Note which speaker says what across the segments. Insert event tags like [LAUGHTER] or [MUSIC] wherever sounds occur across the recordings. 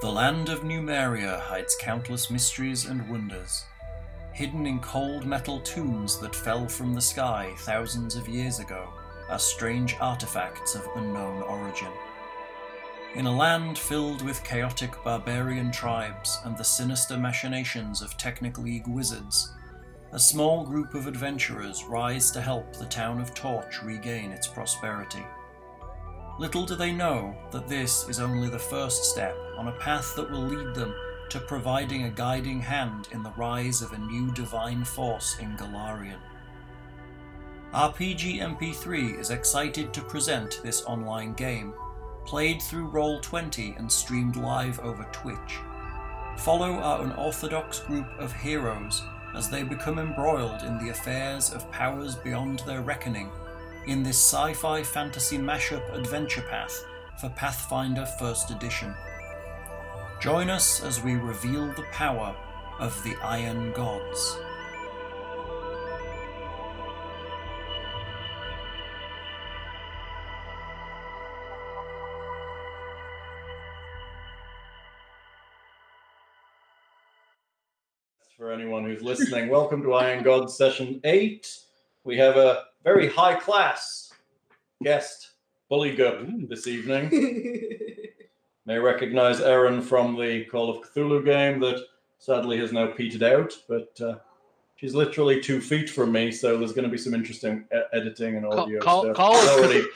Speaker 1: The land of Numeria hides countless mysteries and wonders, hidden in cold metal tombs that fell from the sky thousands of years ago are strange artifacts of unknown origin. In a land filled with chaotic barbarian tribes and the sinister machinations of Technic League wizards, a small group of adventurers rise to help the town of Torch regain its prosperity. Little do they know that this is only the first step on a path that will lead them to providing a guiding hand in the rise of a new divine force in Galarian. RPG MP3 is excited to present this online game, played through Roll20 and streamed live over Twitch. Follow our unorthodox group of heroes as they become embroiled in the affairs of powers beyond their reckoning in this sci fi fantasy mashup adventure path for Pathfinder 1st Edition. Join us as we reveal the power of the Iron Gods.
Speaker 2: For anyone who's listening, welcome to Iron Gods Session 8. We have a very high class guest, Bully Gup, this evening. may recognize Erin from the Call of Cthulhu game that sadly has now petered out, but uh, she's literally two feet from me, so there's going to be some interesting e- editing and
Speaker 3: Call,
Speaker 2: audio
Speaker 3: call,
Speaker 2: stuff.
Speaker 3: call,
Speaker 2: Hello,
Speaker 3: of,
Speaker 2: Eddie.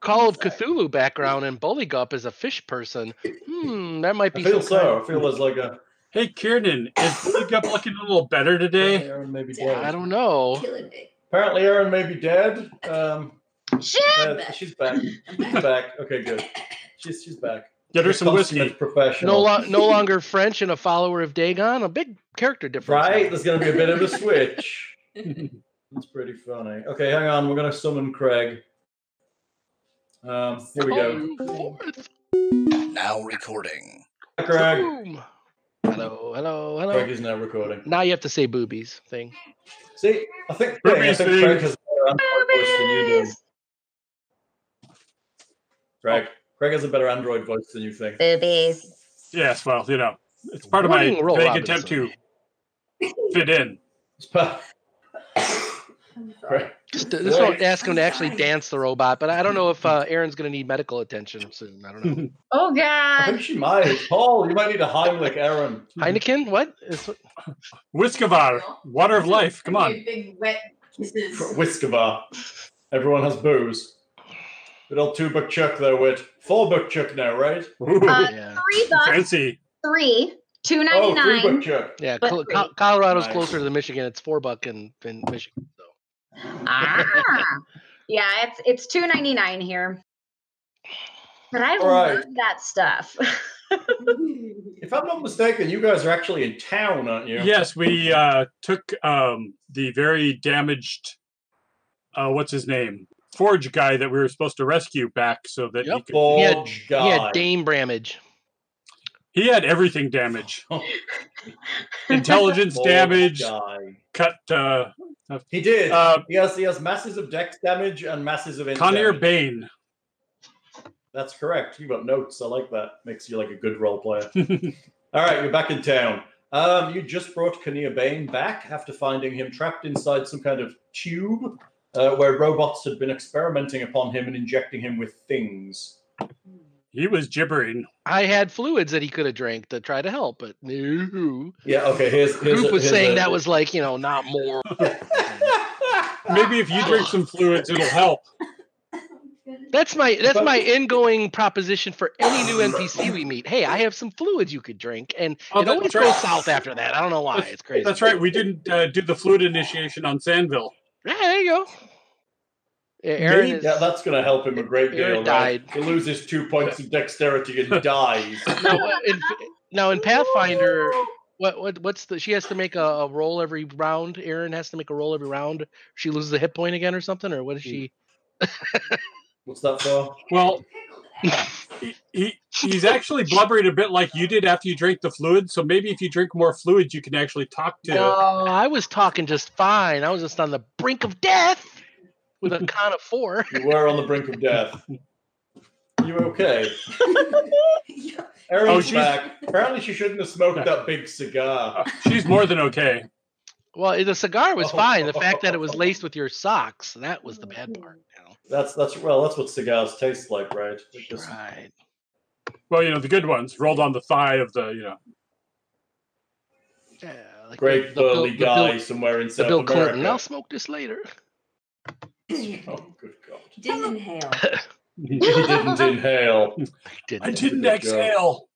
Speaker 3: call of Cthulhu background and Bullygup is a fish person. Hmm, that might
Speaker 2: I
Speaker 3: be
Speaker 2: feel
Speaker 3: some kind
Speaker 2: so. I feel there's like a
Speaker 4: Hey, Kieran, is Billy Gup looking a little better today?
Speaker 2: Erin may be
Speaker 3: of- I
Speaker 2: dead.
Speaker 3: don't know.
Speaker 5: Killing me.
Speaker 2: Apparently, Erin may be dead. Um,
Speaker 5: Shit!
Speaker 2: uh, she's back. She's back. Okay, good. She's she's back.
Speaker 4: Get her some
Speaker 2: Consummate
Speaker 4: whiskey.
Speaker 2: Professional.
Speaker 3: No, lo- no longer French and a follower of Dagon. A big character difference.
Speaker 2: Right, there's going to be a bit [LAUGHS] of a switch. That's pretty funny. Okay, hang on. We're going to summon Craig. Um, here we go.
Speaker 3: Come forth,
Speaker 6: Now recording.
Speaker 2: Hi, Craig.
Speaker 3: boom. Hello, hello, hello.
Speaker 2: Craig is now recording.
Speaker 3: Now you have to say boobies thing.
Speaker 2: See, I think,
Speaker 4: Boobies,
Speaker 2: I think Craig has a better Android voice than you do. Craig, Craig has a better Android voice than you think.
Speaker 5: Boobies.
Speaker 4: Yes, well, you know, it's part of my
Speaker 3: Morning roll,
Speaker 4: vague attempt to
Speaker 3: Robinson.
Speaker 4: fit in.
Speaker 2: It's pa- Craig,
Speaker 3: Just, uh, just
Speaker 2: Right.
Speaker 3: don't ask him to actually dance the robot. But I don't know if uh, Aaron's going to need medical attention soon. I
Speaker 2: [LAUGHS]
Speaker 3: don't know.
Speaker 5: Oh
Speaker 2: I
Speaker 5: god.
Speaker 2: think she might. Paul, you might need a Heimlich Aaron.
Speaker 3: Heineken, what? Is-
Speaker 4: Whiskavar, water of life. Come on.
Speaker 5: [LAUGHS] Big wet kisses.
Speaker 2: [LAUGHS]
Speaker 5: [LAUGHS]
Speaker 2: Whiskabar. Everyone has booze. Good old two buck chuck there, Wit. Four buck chuck now, right?
Speaker 4: Ooh,
Speaker 7: Uh,
Speaker 3: yeah,
Speaker 7: three bucks,
Speaker 4: fancy.
Speaker 7: three, two
Speaker 2: Oh,
Speaker 7: ninety
Speaker 2: three buck
Speaker 7: nine.
Speaker 2: chuck.
Speaker 3: yeah.
Speaker 7: but
Speaker 3: Col-
Speaker 7: three.
Speaker 3: Col- Colorado's
Speaker 2: Nice.
Speaker 3: closer to Michigan. It's four buck in, in Michigan. So.
Speaker 7: ah, yeah, it's it's two ninety nine here. But I
Speaker 2: All right.
Speaker 7: love that stuff. [LAUGHS]
Speaker 2: If I'm not mistaken, you guys are actually in town, aren't you?
Speaker 4: Yes, we uh, took um, the very damaged, uh, what's his name? Forge guy that we were supposed to rescue back so that he
Speaker 3: Yep.
Speaker 4: could.
Speaker 2: Forge
Speaker 3: He had-
Speaker 2: guy.
Speaker 3: He had Dame Bramage.
Speaker 4: He had
Speaker 3: [LAUGHS]
Speaker 4: everything damage intelligence
Speaker 3: Oh,
Speaker 2: Forge
Speaker 4: damage,
Speaker 2: guy.
Speaker 4: cut uh,
Speaker 2: He did.
Speaker 4: uh,
Speaker 2: he has he has masses of dex damage and masses of int
Speaker 4: Conair
Speaker 2: damage.
Speaker 4: Bane.
Speaker 2: That's correct. You got notes. I like that. Makes you like a good role
Speaker 3: [LAUGHS]
Speaker 2: player. All right, you're back in town. Um, you just brought Kinnear Bane back after finding him trapped inside some kind of tube uh, where robots had been experimenting upon him and injecting him with things.
Speaker 4: He was gibbering.
Speaker 3: I had fluids that he could have drank to try to help, but no.
Speaker 2: Yeah. Okay. Here's here's
Speaker 3: Group
Speaker 2: a-
Speaker 3: was
Speaker 2: here's
Speaker 4: uh,
Speaker 3: saying
Speaker 2: a- [LAUGHS]
Speaker 3: that was like, you know, not more.
Speaker 4: Maybe if you drink some fluids, it'll
Speaker 2: [LAUGHS]
Speaker 4: help.
Speaker 3: That's my that's
Speaker 2: But-
Speaker 3: my ingoing proposition for any new NPC we meet. Hey, I have some fluids you could drink, and
Speaker 4: Oh,
Speaker 3: it
Speaker 4: that's
Speaker 3: always
Speaker 4: right.
Speaker 3: goes south after that. I don't know why. It's crazy.
Speaker 4: That's right. We didn't uh, do the fluid initiation on Sandville.
Speaker 3: Yeah, there you go. Yeah, Aaron is,
Speaker 2: yeah, that's going to help him a great deal.
Speaker 3: Aaron
Speaker 2: right?
Speaker 3: died.
Speaker 2: He loses two points of dexterity
Speaker 3: [LAUGHS]
Speaker 2: and dies.
Speaker 3: now, uh, in, now in Pathfinder, what, what what's the? She has to make a, a roll every round. Aaron has to make a roll every round. She loses a hit point again or something, or
Speaker 4: Hmm.
Speaker 3: what is she?
Speaker 2: What's that for?
Speaker 4: Well, he, he he's actually blubbering a bit like you did after you drank the fluid. So maybe if you drink more fluid, you can actually talk to.
Speaker 3: No, I was talking just fine. I was just on the brink of death with a con of four. [LAUGHS]
Speaker 2: You were on the brink of death. You okay?
Speaker 5: Yeah,
Speaker 4: Oh,
Speaker 2: Erin's
Speaker 4: she's-
Speaker 2: back. Apparently, she shouldn't have smoked that big cigar.
Speaker 4: She's more than okay.
Speaker 3: Well, the cigar
Speaker 2: Oh.
Speaker 3: was fine. The fact that it was laced with your socks, that was the bad part. You
Speaker 2: That's that's well, that's what cigars taste like, right? It's
Speaker 3: know?
Speaker 2: just-
Speaker 3: Right.
Speaker 4: Well, you know the good ones rolled on the thigh of the you know.
Speaker 3: Yeah, like
Speaker 2: Great
Speaker 3: the- the Bill-
Speaker 2: burly
Speaker 3: the Bill-
Speaker 2: guy somewhere in
Speaker 3: the
Speaker 2: South
Speaker 3: Bill
Speaker 2: America.
Speaker 3: Clinton. I'll smoke
Speaker 2: [LAUGHS]
Speaker 3: this later.
Speaker 2: Oh, good
Speaker 7: [LAUGHS]
Speaker 2: God.
Speaker 5: Didn't inhale.
Speaker 2: He didn't inhale.
Speaker 4: I
Speaker 3: Didn't.
Speaker 4: didn't
Speaker 2: Good job.
Speaker 4: exhale.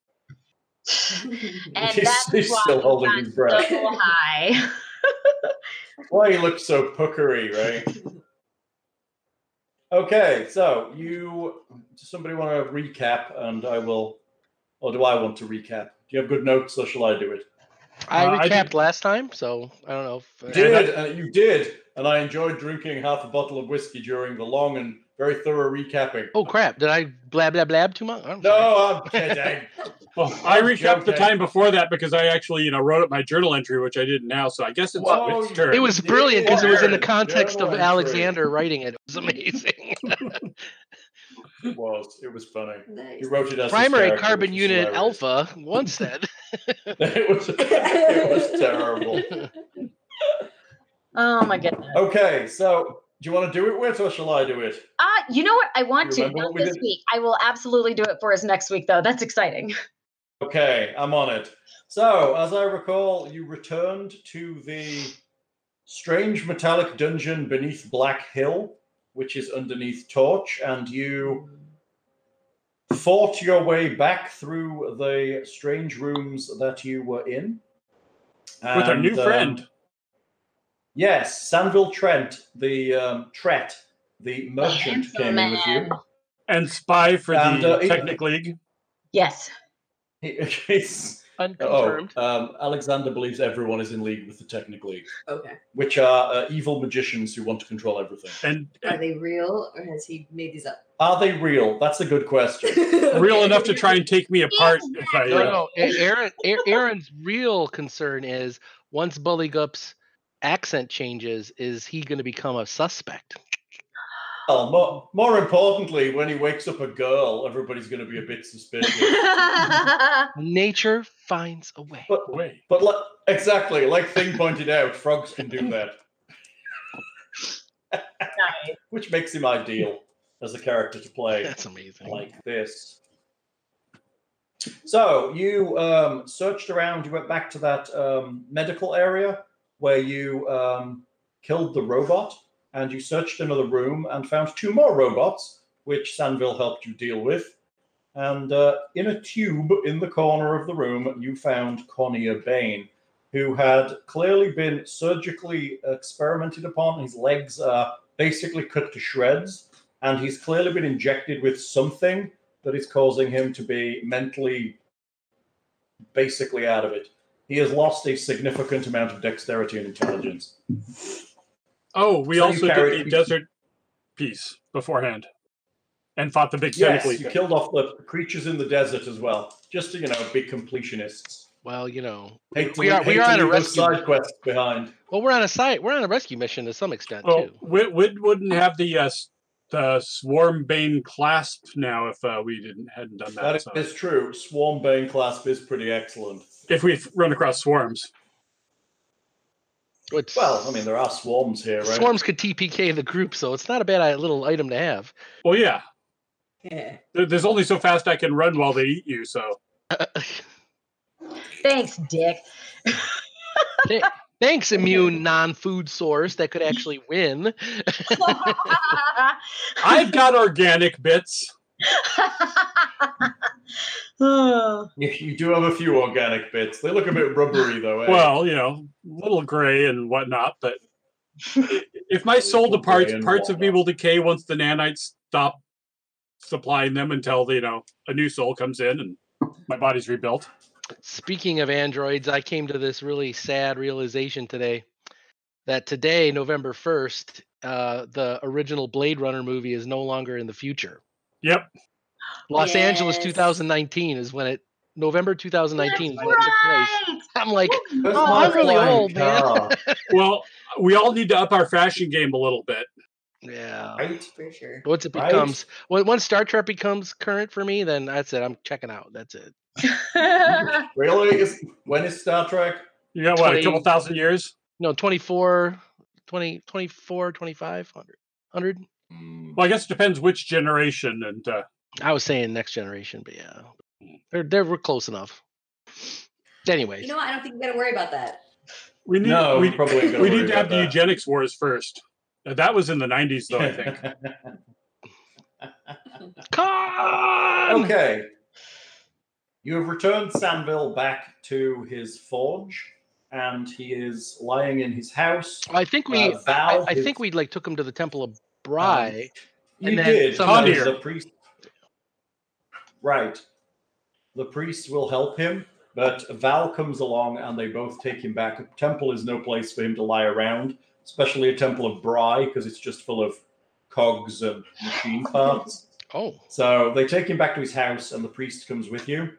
Speaker 7: And
Speaker 2: [LAUGHS] he's
Speaker 7: that's
Speaker 2: he's
Speaker 7: why
Speaker 2: still
Speaker 7: he's
Speaker 2: holding
Speaker 7: on
Speaker 2: his breath.
Speaker 7: double high.
Speaker 2: Why he looks so puckery, right?
Speaker 7: [LAUGHS]
Speaker 2: Okay, so you. Does somebody want to recap? And I will. Or do I want to recap? Do you have good notes, or shall I do it?
Speaker 3: I
Speaker 4: Uh, I
Speaker 3: recapped
Speaker 4: did-
Speaker 3: last time, so I don't know. If,
Speaker 2: You
Speaker 3: uh,
Speaker 2: did, and you did, and I enjoyed drinking half a bottle of whiskey during the long and very thorough recapping.
Speaker 3: Oh crap! Did I blab blab blab too much? I'm [LAUGHS] sorry.
Speaker 2: No, [LAUGHS] I'm kidding.
Speaker 4: Well, I recapped the
Speaker 2: joking.
Speaker 4: time before that because I actually you know wrote up my journal entry, which I didn't now. So I guess it's
Speaker 2: Whoa,
Speaker 4: its
Speaker 2: you-
Speaker 4: turn.
Speaker 3: It was
Speaker 2: Did
Speaker 3: brilliant because it was in the
Speaker 2: Aaron,
Speaker 3: context of
Speaker 2: Journal entry.
Speaker 3: Alexander writing it. It was amazing.
Speaker 2: it was. It was funny.
Speaker 5: Nice.
Speaker 2: He wrote it as his
Speaker 3: Primary
Speaker 2: character,
Speaker 3: carbon
Speaker 2: which is
Speaker 3: unit
Speaker 2: hilarious.
Speaker 3: alpha once said.
Speaker 2: [LAUGHS] it was. It
Speaker 3: [LAUGHS]
Speaker 2: was terrible.
Speaker 7: Oh my goodness.
Speaker 2: Okay, so do you want to do it, Wit, or shall I do it?
Speaker 7: Uh, you know what? I want
Speaker 2: You
Speaker 7: to
Speaker 2: remember
Speaker 7: not
Speaker 2: what we
Speaker 7: this
Speaker 2: did?
Speaker 7: week. I will absolutely do it for us next week, though. That's exciting.
Speaker 2: Okay, I'm on it. So, as I recall, you returned to the strange metallic dungeon beneath Black Hill, which is underneath Torch, and you fought your way back through the strange rooms that you were in.
Speaker 4: with our
Speaker 2: And,
Speaker 4: new
Speaker 2: um,
Speaker 4: friend.
Speaker 2: Yes, Sandville Trent, the um, Tret, the merchant, came in with you.
Speaker 4: and spy for
Speaker 2: And,
Speaker 4: the
Speaker 2: uh, it-
Speaker 4: Technic League.
Speaker 7: Yes.
Speaker 2: [LAUGHS] He, he's- oh,
Speaker 3: Unconfirmed.
Speaker 2: um, Alexander believes everyone is in league with the Technic League.
Speaker 5: Okay.
Speaker 2: which are uh, evil magicians who want to control everything.
Speaker 4: And
Speaker 5: Are they real or has he made these up?
Speaker 2: Are they real? That's a good
Speaker 5: [LAUGHS]
Speaker 2: question.
Speaker 4: real enough to try and take me apart if I. uh,
Speaker 3: No, no. A- Aaron, A- Aaron's real concern is once Bully Gup's accent changes, is he going to become a suspect?
Speaker 2: Well, more, more importantly, when he wakes up a girl, everybody's going to be a bit suspicious.
Speaker 3: Nature finds a [LAUGHS] way.
Speaker 2: but
Speaker 4: Wait.
Speaker 2: but like, exactly, like Thing pointed out, frogs can do that,
Speaker 7: Nice.
Speaker 2: [LAUGHS] which makes him ideal as a character to play.
Speaker 3: That's amazing.
Speaker 2: like this. So you um, searched around. You went back to that um, medical area where you um, killed the robot, and you searched another room and found two more robots, which Sanville helped you deal with. And uh, in a tube in the corner of the room, you found Cornea Bain, who had clearly been surgically experimented upon. His legs are basically cut to shreds and he's clearly been injected with something that is causing him to be mentally basically out of it. He has lost a significant amount of dexterity and intelligence.
Speaker 4: Oh, we
Speaker 2: So you
Speaker 4: also
Speaker 2: carried-
Speaker 4: did the desert piece beforehand, and fought the big
Speaker 2: Yes,
Speaker 4: Technic
Speaker 2: you
Speaker 4: League.
Speaker 2: killed off the creatures in the desert as well, just to you know be completionists.
Speaker 3: Well, you know,
Speaker 2: Hate to,
Speaker 3: We are-
Speaker 2: hate
Speaker 3: we
Speaker 2: to
Speaker 3: are on a
Speaker 2: leave those
Speaker 3: rescue.
Speaker 2: side quests behind.
Speaker 3: well, we're on a site. We're on a rescue mission to some extent
Speaker 4: Well,
Speaker 3: too.
Speaker 4: Wid, Wid wouldn't have the uh, s- the Swarm Bane clasp now if uh, we didn't hadn't done that.
Speaker 2: That is
Speaker 4: so.
Speaker 2: true. Swarm Bane clasp is pretty excellent.
Speaker 4: If we run across swarms,
Speaker 3: It's-
Speaker 2: Well, I mean there are swarms here, right?
Speaker 3: swarms could TPK the group, so it's not a bad i- little item to have.
Speaker 4: well, yeah,
Speaker 5: Yeah.
Speaker 4: there- there's only so fast I can run while they eat you. So
Speaker 7: [LAUGHS] Thanks, Dick. [LAUGHS]
Speaker 3: Thanks, immune non-food source that
Speaker 2: [LAUGHS]
Speaker 3: could actually win.
Speaker 4: I've got organic bits.
Speaker 7: Oh,
Speaker 2: You, you do have a few organic bits. They look a bit rubbery though. Eh?
Speaker 4: Well, you know, a little gray and whatnot, but i-
Speaker 2: [LAUGHS]
Speaker 4: if my soul
Speaker 2: Little
Speaker 4: departs,
Speaker 2: gray and
Speaker 4: parts of me
Speaker 2: whatnot.
Speaker 4: will decay once the nanites stop supplying them until you know a new soul comes in and my body's rebuilt.
Speaker 3: Speaking of androids, I came to this really sad realization today that today, November 1st, uh, the original Blade Runner movie is no longer in the future.
Speaker 4: Yep.
Speaker 3: Los Angeles
Speaker 5: Yes.
Speaker 3: 2019 is when it
Speaker 7: [LAUGHS]
Speaker 3: November 2019 is
Speaker 7: that's
Speaker 3: when it took place.
Speaker 7: right.
Speaker 3: I'm like,
Speaker 2: Where's
Speaker 3: Oh,
Speaker 2: my
Speaker 3: I'm really
Speaker 2: flying
Speaker 3: old, man.
Speaker 2: car?
Speaker 4: Well, we all need to up our fashion game a little bit.
Speaker 3: yeah.
Speaker 2: Right?
Speaker 5: For sure.
Speaker 3: Once it
Speaker 2: Right?
Speaker 3: becomes when once Star Trek becomes current for me, then that's it. I'm checking out. That's it.
Speaker 2: Really? Is when is Star Trek?
Speaker 4: You got what, a couple
Speaker 3: 20.
Speaker 4: thousand years?
Speaker 3: No, 24, 20, 24, 25, 100. 100?
Speaker 2: Hmm.
Speaker 4: Well, I guess it depends which generation. And uh,
Speaker 3: I was saying next generation, but yeah. They're, they're we're close enough. Anyways,
Speaker 5: You know what? I don't think you gotta worry about that.
Speaker 4: we need
Speaker 2: No,
Speaker 4: we,
Speaker 2: probably ain't gonna
Speaker 4: we
Speaker 2: worry
Speaker 4: need to
Speaker 2: about
Speaker 4: have the
Speaker 2: that.
Speaker 4: eugenics wars first. Uh, That was in the '90s, though. I think. [LAUGHS]
Speaker 3: Con!
Speaker 2: okay. You have returned Sanville back to his forge, and he is lying in his house.
Speaker 3: I think we,
Speaker 2: Uh,
Speaker 3: I,
Speaker 2: Val
Speaker 3: I
Speaker 2: is-
Speaker 3: think we like took him to the Temple of
Speaker 2: um,
Speaker 3: Bry.
Speaker 2: You
Speaker 3: and then
Speaker 2: did.
Speaker 3: someone-
Speaker 2: that is
Speaker 4: Condir.
Speaker 2: the priest. Right. The priest will help him, but Val comes along and they both take him back. A temple is no place for him to lie around, especially a temple of Bry, because it's just full of cogs and machine parts.
Speaker 3: oh,
Speaker 2: So they take him back to his house, and the priest comes with you.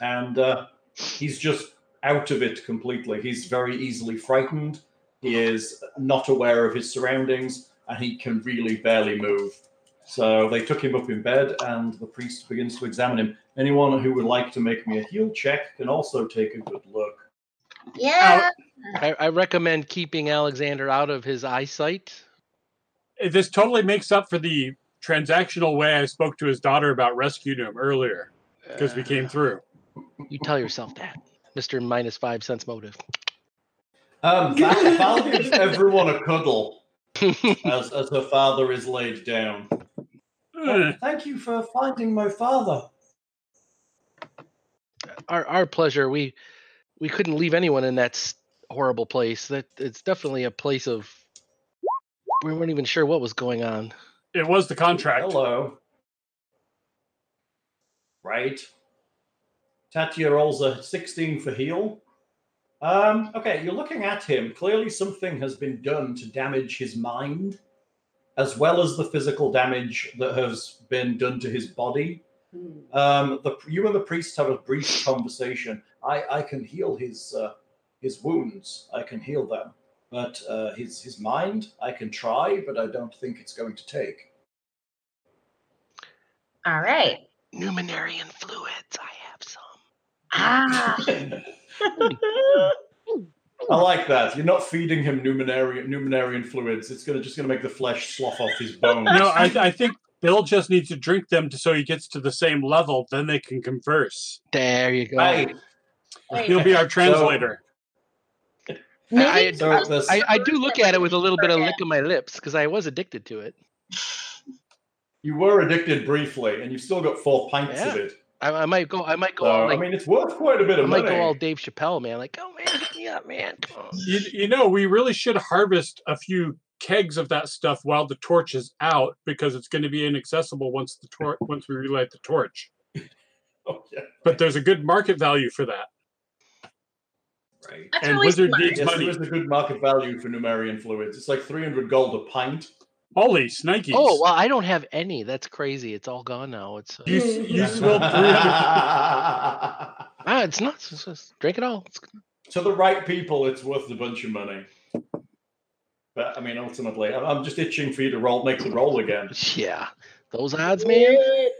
Speaker 2: And uh, he's just out of it completely. He's very easily frightened. He is not aware of his surroundings, and he can really barely move. So they took him up in bed, and the priest begins to examine him. Anyone who would like to make me a heal check can also take a good look.
Speaker 7: [LAUGHS] yeah.
Speaker 3: I, I recommend keeping Alexander out of his eyesight.
Speaker 4: Uh, This totally makes up for the transactional way I spoke to his daughter about rescuing him earlier because we came
Speaker 3: Uh,
Speaker 4: through.
Speaker 3: You tell yourself that, Mister Minus Five Cents Motive.
Speaker 2: Um, Val, Val gives everyone a cuddle as, as her father is laid down.
Speaker 4: Uh,
Speaker 2: Thank you for finding my father.
Speaker 3: our our pleasure. We we couldn't leave anyone in that s- horrible place. That it's definitely a place of we weren't even sure what was going on.
Speaker 4: It was the contract.
Speaker 2: Hello. Right. Tatia rolls a 16 for heal. Um, okay, you're looking at him. Clearly, something has been done to damage his mind, as well as the physical damage that has been done to his body.
Speaker 5: Hmm.
Speaker 2: Um, the, you and the priest have a brief conversation. I, I can heal his uh, his wounds. I can heal them, but uh, his his mind I can try, but I don't think it's going to take.
Speaker 7: All right.
Speaker 3: Numenarian fluids. I have some.
Speaker 7: Ah.
Speaker 2: [LAUGHS] I like that. You're not feeding him numinarian, numinarian fluids. It's gonna just gonna make the flesh slough off his bones.
Speaker 4: No, I, I think Bill just needs to drink them to, so he gets to the same level. Then they can converse.
Speaker 3: There you go.
Speaker 2: Right.
Speaker 7: Wait,
Speaker 4: He'll be our translator.
Speaker 7: maybe
Speaker 3: I-
Speaker 7: just
Speaker 2: So this,
Speaker 3: I, I do look at it with a little bit of lick on my lips because I was addicted to it.
Speaker 2: you were addicted briefly, and you've still got four pints of
Speaker 3: Yeah.
Speaker 2: it.
Speaker 3: I, I might go. I might go.
Speaker 2: So
Speaker 3: all,
Speaker 2: I
Speaker 3: like,
Speaker 2: mean, it's worth quite a bit
Speaker 3: I
Speaker 2: of
Speaker 3: might
Speaker 2: money.
Speaker 3: go all Dave Chappelle, man. Like, oh man, hit me up, man. Come on.
Speaker 4: You, you know, we really should harvest a few kegs of that stuff while the torch is out because it's going to be inaccessible once the torch once we relight the torch.
Speaker 2: [LAUGHS] Oh, yeah,
Speaker 4: But there's a good market value for that,
Speaker 2: right.
Speaker 7: That's
Speaker 4: and
Speaker 7: really
Speaker 4: Wizard
Speaker 7: smart.
Speaker 4: needs
Speaker 2: Yes, there
Speaker 4: money.
Speaker 2: is a good market value for Numerian fluids. It's like 300 gold a pint.
Speaker 4: Holy snikes!
Speaker 3: Oh well, I don't have any. That's crazy. It's all gone now. It's uh,
Speaker 4: you s-
Speaker 2: [LAUGHS]
Speaker 4: you smell
Speaker 3: ah, it's nuts. It's just- drink it all. It's
Speaker 2: to the right people, it's worth a bunch of money. But I mean, ultimately, I'm- I'm just itching for you to roll, make the roll again.
Speaker 3: Yeah, those odds, man.
Speaker 7: [LAUGHS]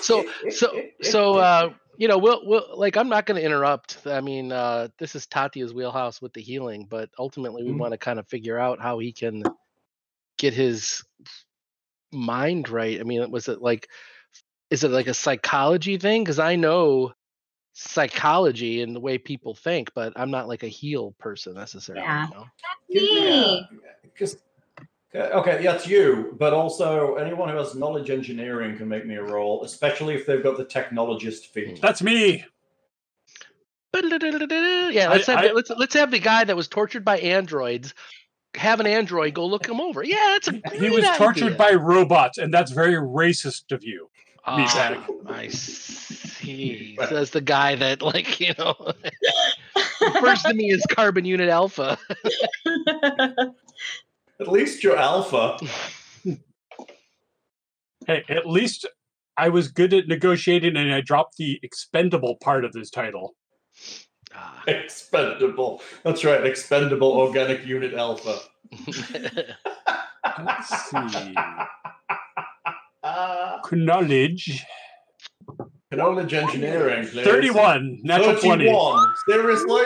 Speaker 3: So, so, so,
Speaker 5: [LAUGHS]
Speaker 3: uh, you know, we'll, we'll, like, I'm not going to interrupt. I mean, uh, this is Tatia's wheelhouse with the healing, but ultimately, we
Speaker 4: Mm-hmm.
Speaker 2: Mhm.
Speaker 3: want to kind of figure out how he can get his mind right. I mean, was it like, is it like a psychology thing? Because I know psychology and the way people think, but I'm not like a heal person necessarily.
Speaker 7: Yeah.
Speaker 3: you know? [LAUGHS]
Speaker 2: Give me
Speaker 7: Me.
Speaker 2: a- 'cause- Okay, yeah, it's you, but also anyone who has knowledge engineering can make me a roll, especially if they've got the technologist feat.
Speaker 4: That's me.
Speaker 3: Yeah,
Speaker 4: I-
Speaker 3: let's have
Speaker 4: I-
Speaker 3: the, let's let's have the guy that was tortured by androids have an android go look him over. Yeah, that's a great
Speaker 4: He was
Speaker 3: idea.
Speaker 4: tortured by robots, and that's very racist of you. me back.
Speaker 3: Ah, I
Speaker 4: [LAUGHS]
Speaker 3: see. So that's the guy that like you know refers to me as carbon unit alpha.
Speaker 4: Mm.
Speaker 2: At least you're alpha.
Speaker 4: Hey, at least I was good at negotiating, and I dropped the expendable part of this title.
Speaker 3: Ah.
Speaker 2: Expendable. That's right, expendable organic unit alpha.
Speaker 4: Let's see.
Speaker 2: Ah,
Speaker 4: Uh, Knowledge.
Speaker 2: Knowledge engineering, please.
Speaker 4: 31, natural 20.
Speaker 2: 31. Seriously?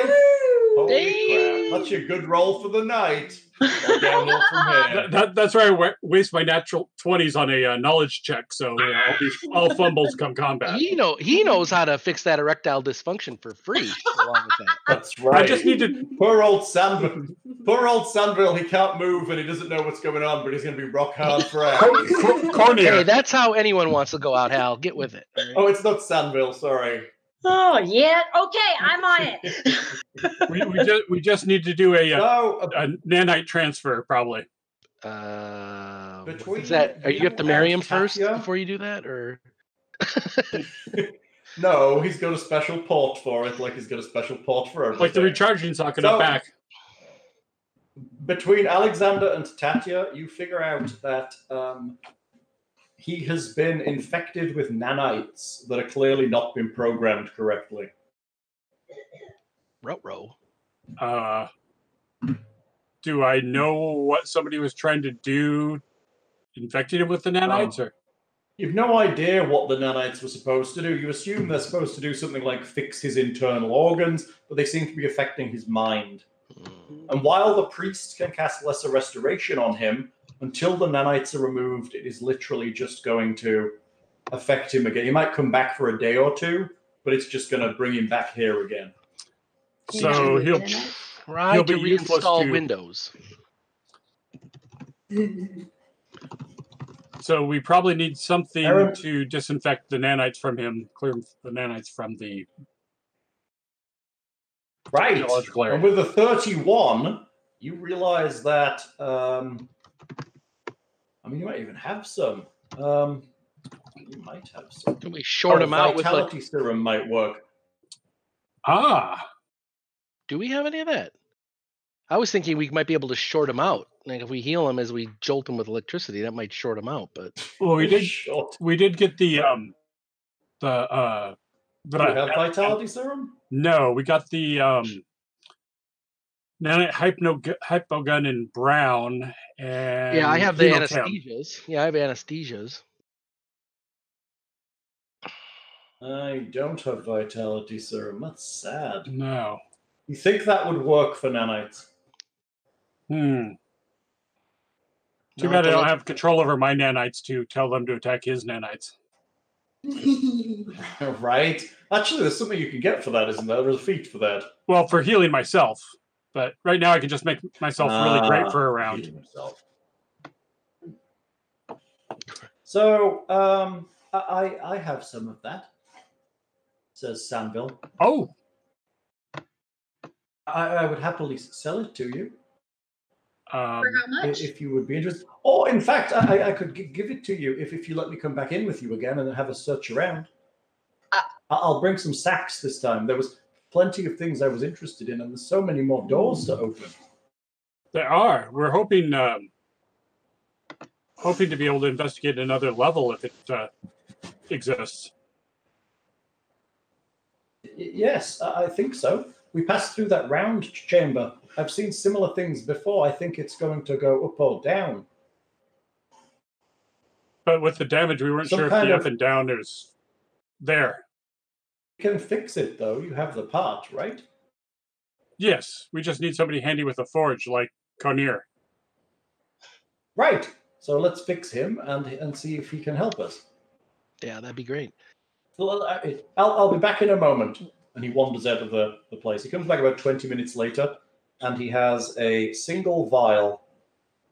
Speaker 2: Holy
Speaker 3: Dang.
Speaker 2: crap. That's your good roll for the night. I'll download
Speaker 4: [LAUGHS]
Speaker 2: from here.
Speaker 4: That, that- that's where I wa- waste my natural 20s on a uh, knowledge check, so you know, I'll be, all fumbles come combat.
Speaker 3: [LAUGHS] He know he knows how to fix that erectile dysfunction for free. along with
Speaker 4: [LAUGHS]
Speaker 3: that.
Speaker 2: That's
Speaker 4: I
Speaker 2: right.
Speaker 4: just need to.
Speaker 2: Poor old Sandville. Poor old Sandville. He can't move and he doesn't know what's going on, but he's going to be rock hard for hours.
Speaker 4: [LAUGHS] Cor-
Speaker 3: Hey,
Speaker 4: Cornea.
Speaker 3: that's how anyone wants to go out, Hal. Get with it. all right?
Speaker 2: oh, it's not Sandville. Sorry.
Speaker 7: [LAUGHS] Oh yeah. Okay, I'm on it.
Speaker 2: [LAUGHS]
Speaker 4: We, we, just, we just need to do a, uh
Speaker 2: No, a-
Speaker 4: a nanite transfer, probably. Um,
Speaker 3: Uh, what
Speaker 2: Between
Speaker 3: is that are you, have
Speaker 2: you
Speaker 3: to marry him
Speaker 2: and
Speaker 3: first
Speaker 2: Katya?
Speaker 3: before you do that, or
Speaker 2: no. He's got a special port for it, like he's got a special port for everything.
Speaker 4: Like the recharging socket
Speaker 2: So-
Speaker 4: up back.
Speaker 2: between Alexander and Tatya, you figure out that um, he has been infected with nanites that are clearly not been programmed correctly.
Speaker 3: row row?
Speaker 4: Uh, do I know what somebody was trying to do? Infected him with
Speaker 2: Oh.
Speaker 4: the nanites, or
Speaker 2: You've no idea what the nanites were supposed to do. You assume they're supposed to do something like fix his internal organs, but they seem to be affecting his mind.
Speaker 3: Hmm.
Speaker 2: And while the priest can cast lesser restoration on him, until the nanites are removed, it is literally just going to affect him again. He might come back for a day or two, but it's just going to bring him back here again.
Speaker 4: so he'll
Speaker 3: Try
Speaker 4: He'll
Speaker 3: to
Speaker 4: be useless
Speaker 3: reinstall
Speaker 4: to-
Speaker 3: Windows.
Speaker 4: So we probably need something
Speaker 2: Aaron-
Speaker 4: to disinfect the nanites from him, clear the nanites from the.
Speaker 2: Right.
Speaker 4: Technological area.
Speaker 2: And with the 31, you realize that. Um, I mean, you might even have some. Um, you might have some.
Speaker 3: Can we short
Speaker 2: Oh,
Speaker 3: him out with like?
Speaker 2: vitality serum might work.
Speaker 4: Ah,
Speaker 3: Do we have any of that? I was thinking we might be able to short him out. Like if we heal him as we jolt him with electricity, that might short him out. But
Speaker 4: well, we did.
Speaker 2: Short.
Speaker 4: We did get the um, the uh,
Speaker 2: Do you have
Speaker 4: the-
Speaker 2: vitality serum?
Speaker 4: no, we got the um, nanite hypno hypo gun in brown and
Speaker 3: yeah, I have the
Speaker 4: Heliochem.
Speaker 3: anesthesias. Yeah, I have anesthesias.
Speaker 2: I don't have vitality serum. That's sad.
Speaker 4: No,
Speaker 2: You think that would work for nanites? [LAUGHS]
Speaker 4: hmm. Too
Speaker 3: No,
Speaker 4: bad I don't
Speaker 3: but-
Speaker 4: have control over my nanites to tell them to attack his nanites.
Speaker 2: right. Actually, there's something you can get for that, isn't there? There's a feat for that.
Speaker 4: Well, for healing myself, but right now I can just make myself really
Speaker 2: Ah.
Speaker 4: great for a round.
Speaker 2: Repeating myself. So, um, I, I I have some of that, says Sandville.
Speaker 4: Oh,
Speaker 2: I, I would happily s- sell it to you
Speaker 4: um,
Speaker 7: For how
Speaker 2: i-
Speaker 7: much?
Speaker 2: if you would be interested. Or, in fact, I, I- I could gi- give it to you if, if you let me come back in with you again and have a search around.
Speaker 7: Uh,
Speaker 2: I- I'll bring some sacks this time. There was plenty of things I was interested in, and there's so many more doors to open.
Speaker 4: There are. We're hoping um, hoping to be able to investigate another level if it uh, exists.
Speaker 2: Y- Yes, I I think so. We passed through that round ch- chamber. I've seen similar things before. I think it's going to go up or down.
Speaker 4: But with the damage, we weren't
Speaker 2: Some
Speaker 4: sure if
Speaker 2: kind
Speaker 4: the
Speaker 2: of-
Speaker 4: up and down is there.
Speaker 2: You can fix it though. You have the part, right?
Speaker 4: Yes, we just need somebody handy with a forge like Conir.
Speaker 2: Right. So let's fix him and and see if he can help us.
Speaker 3: Yeah, that'd be great.
Speaker 2: Well, I- I'll, I'll be back in a moment. And he wanders out of the, the place. He comes back about 20 minutes later and he has a single vial.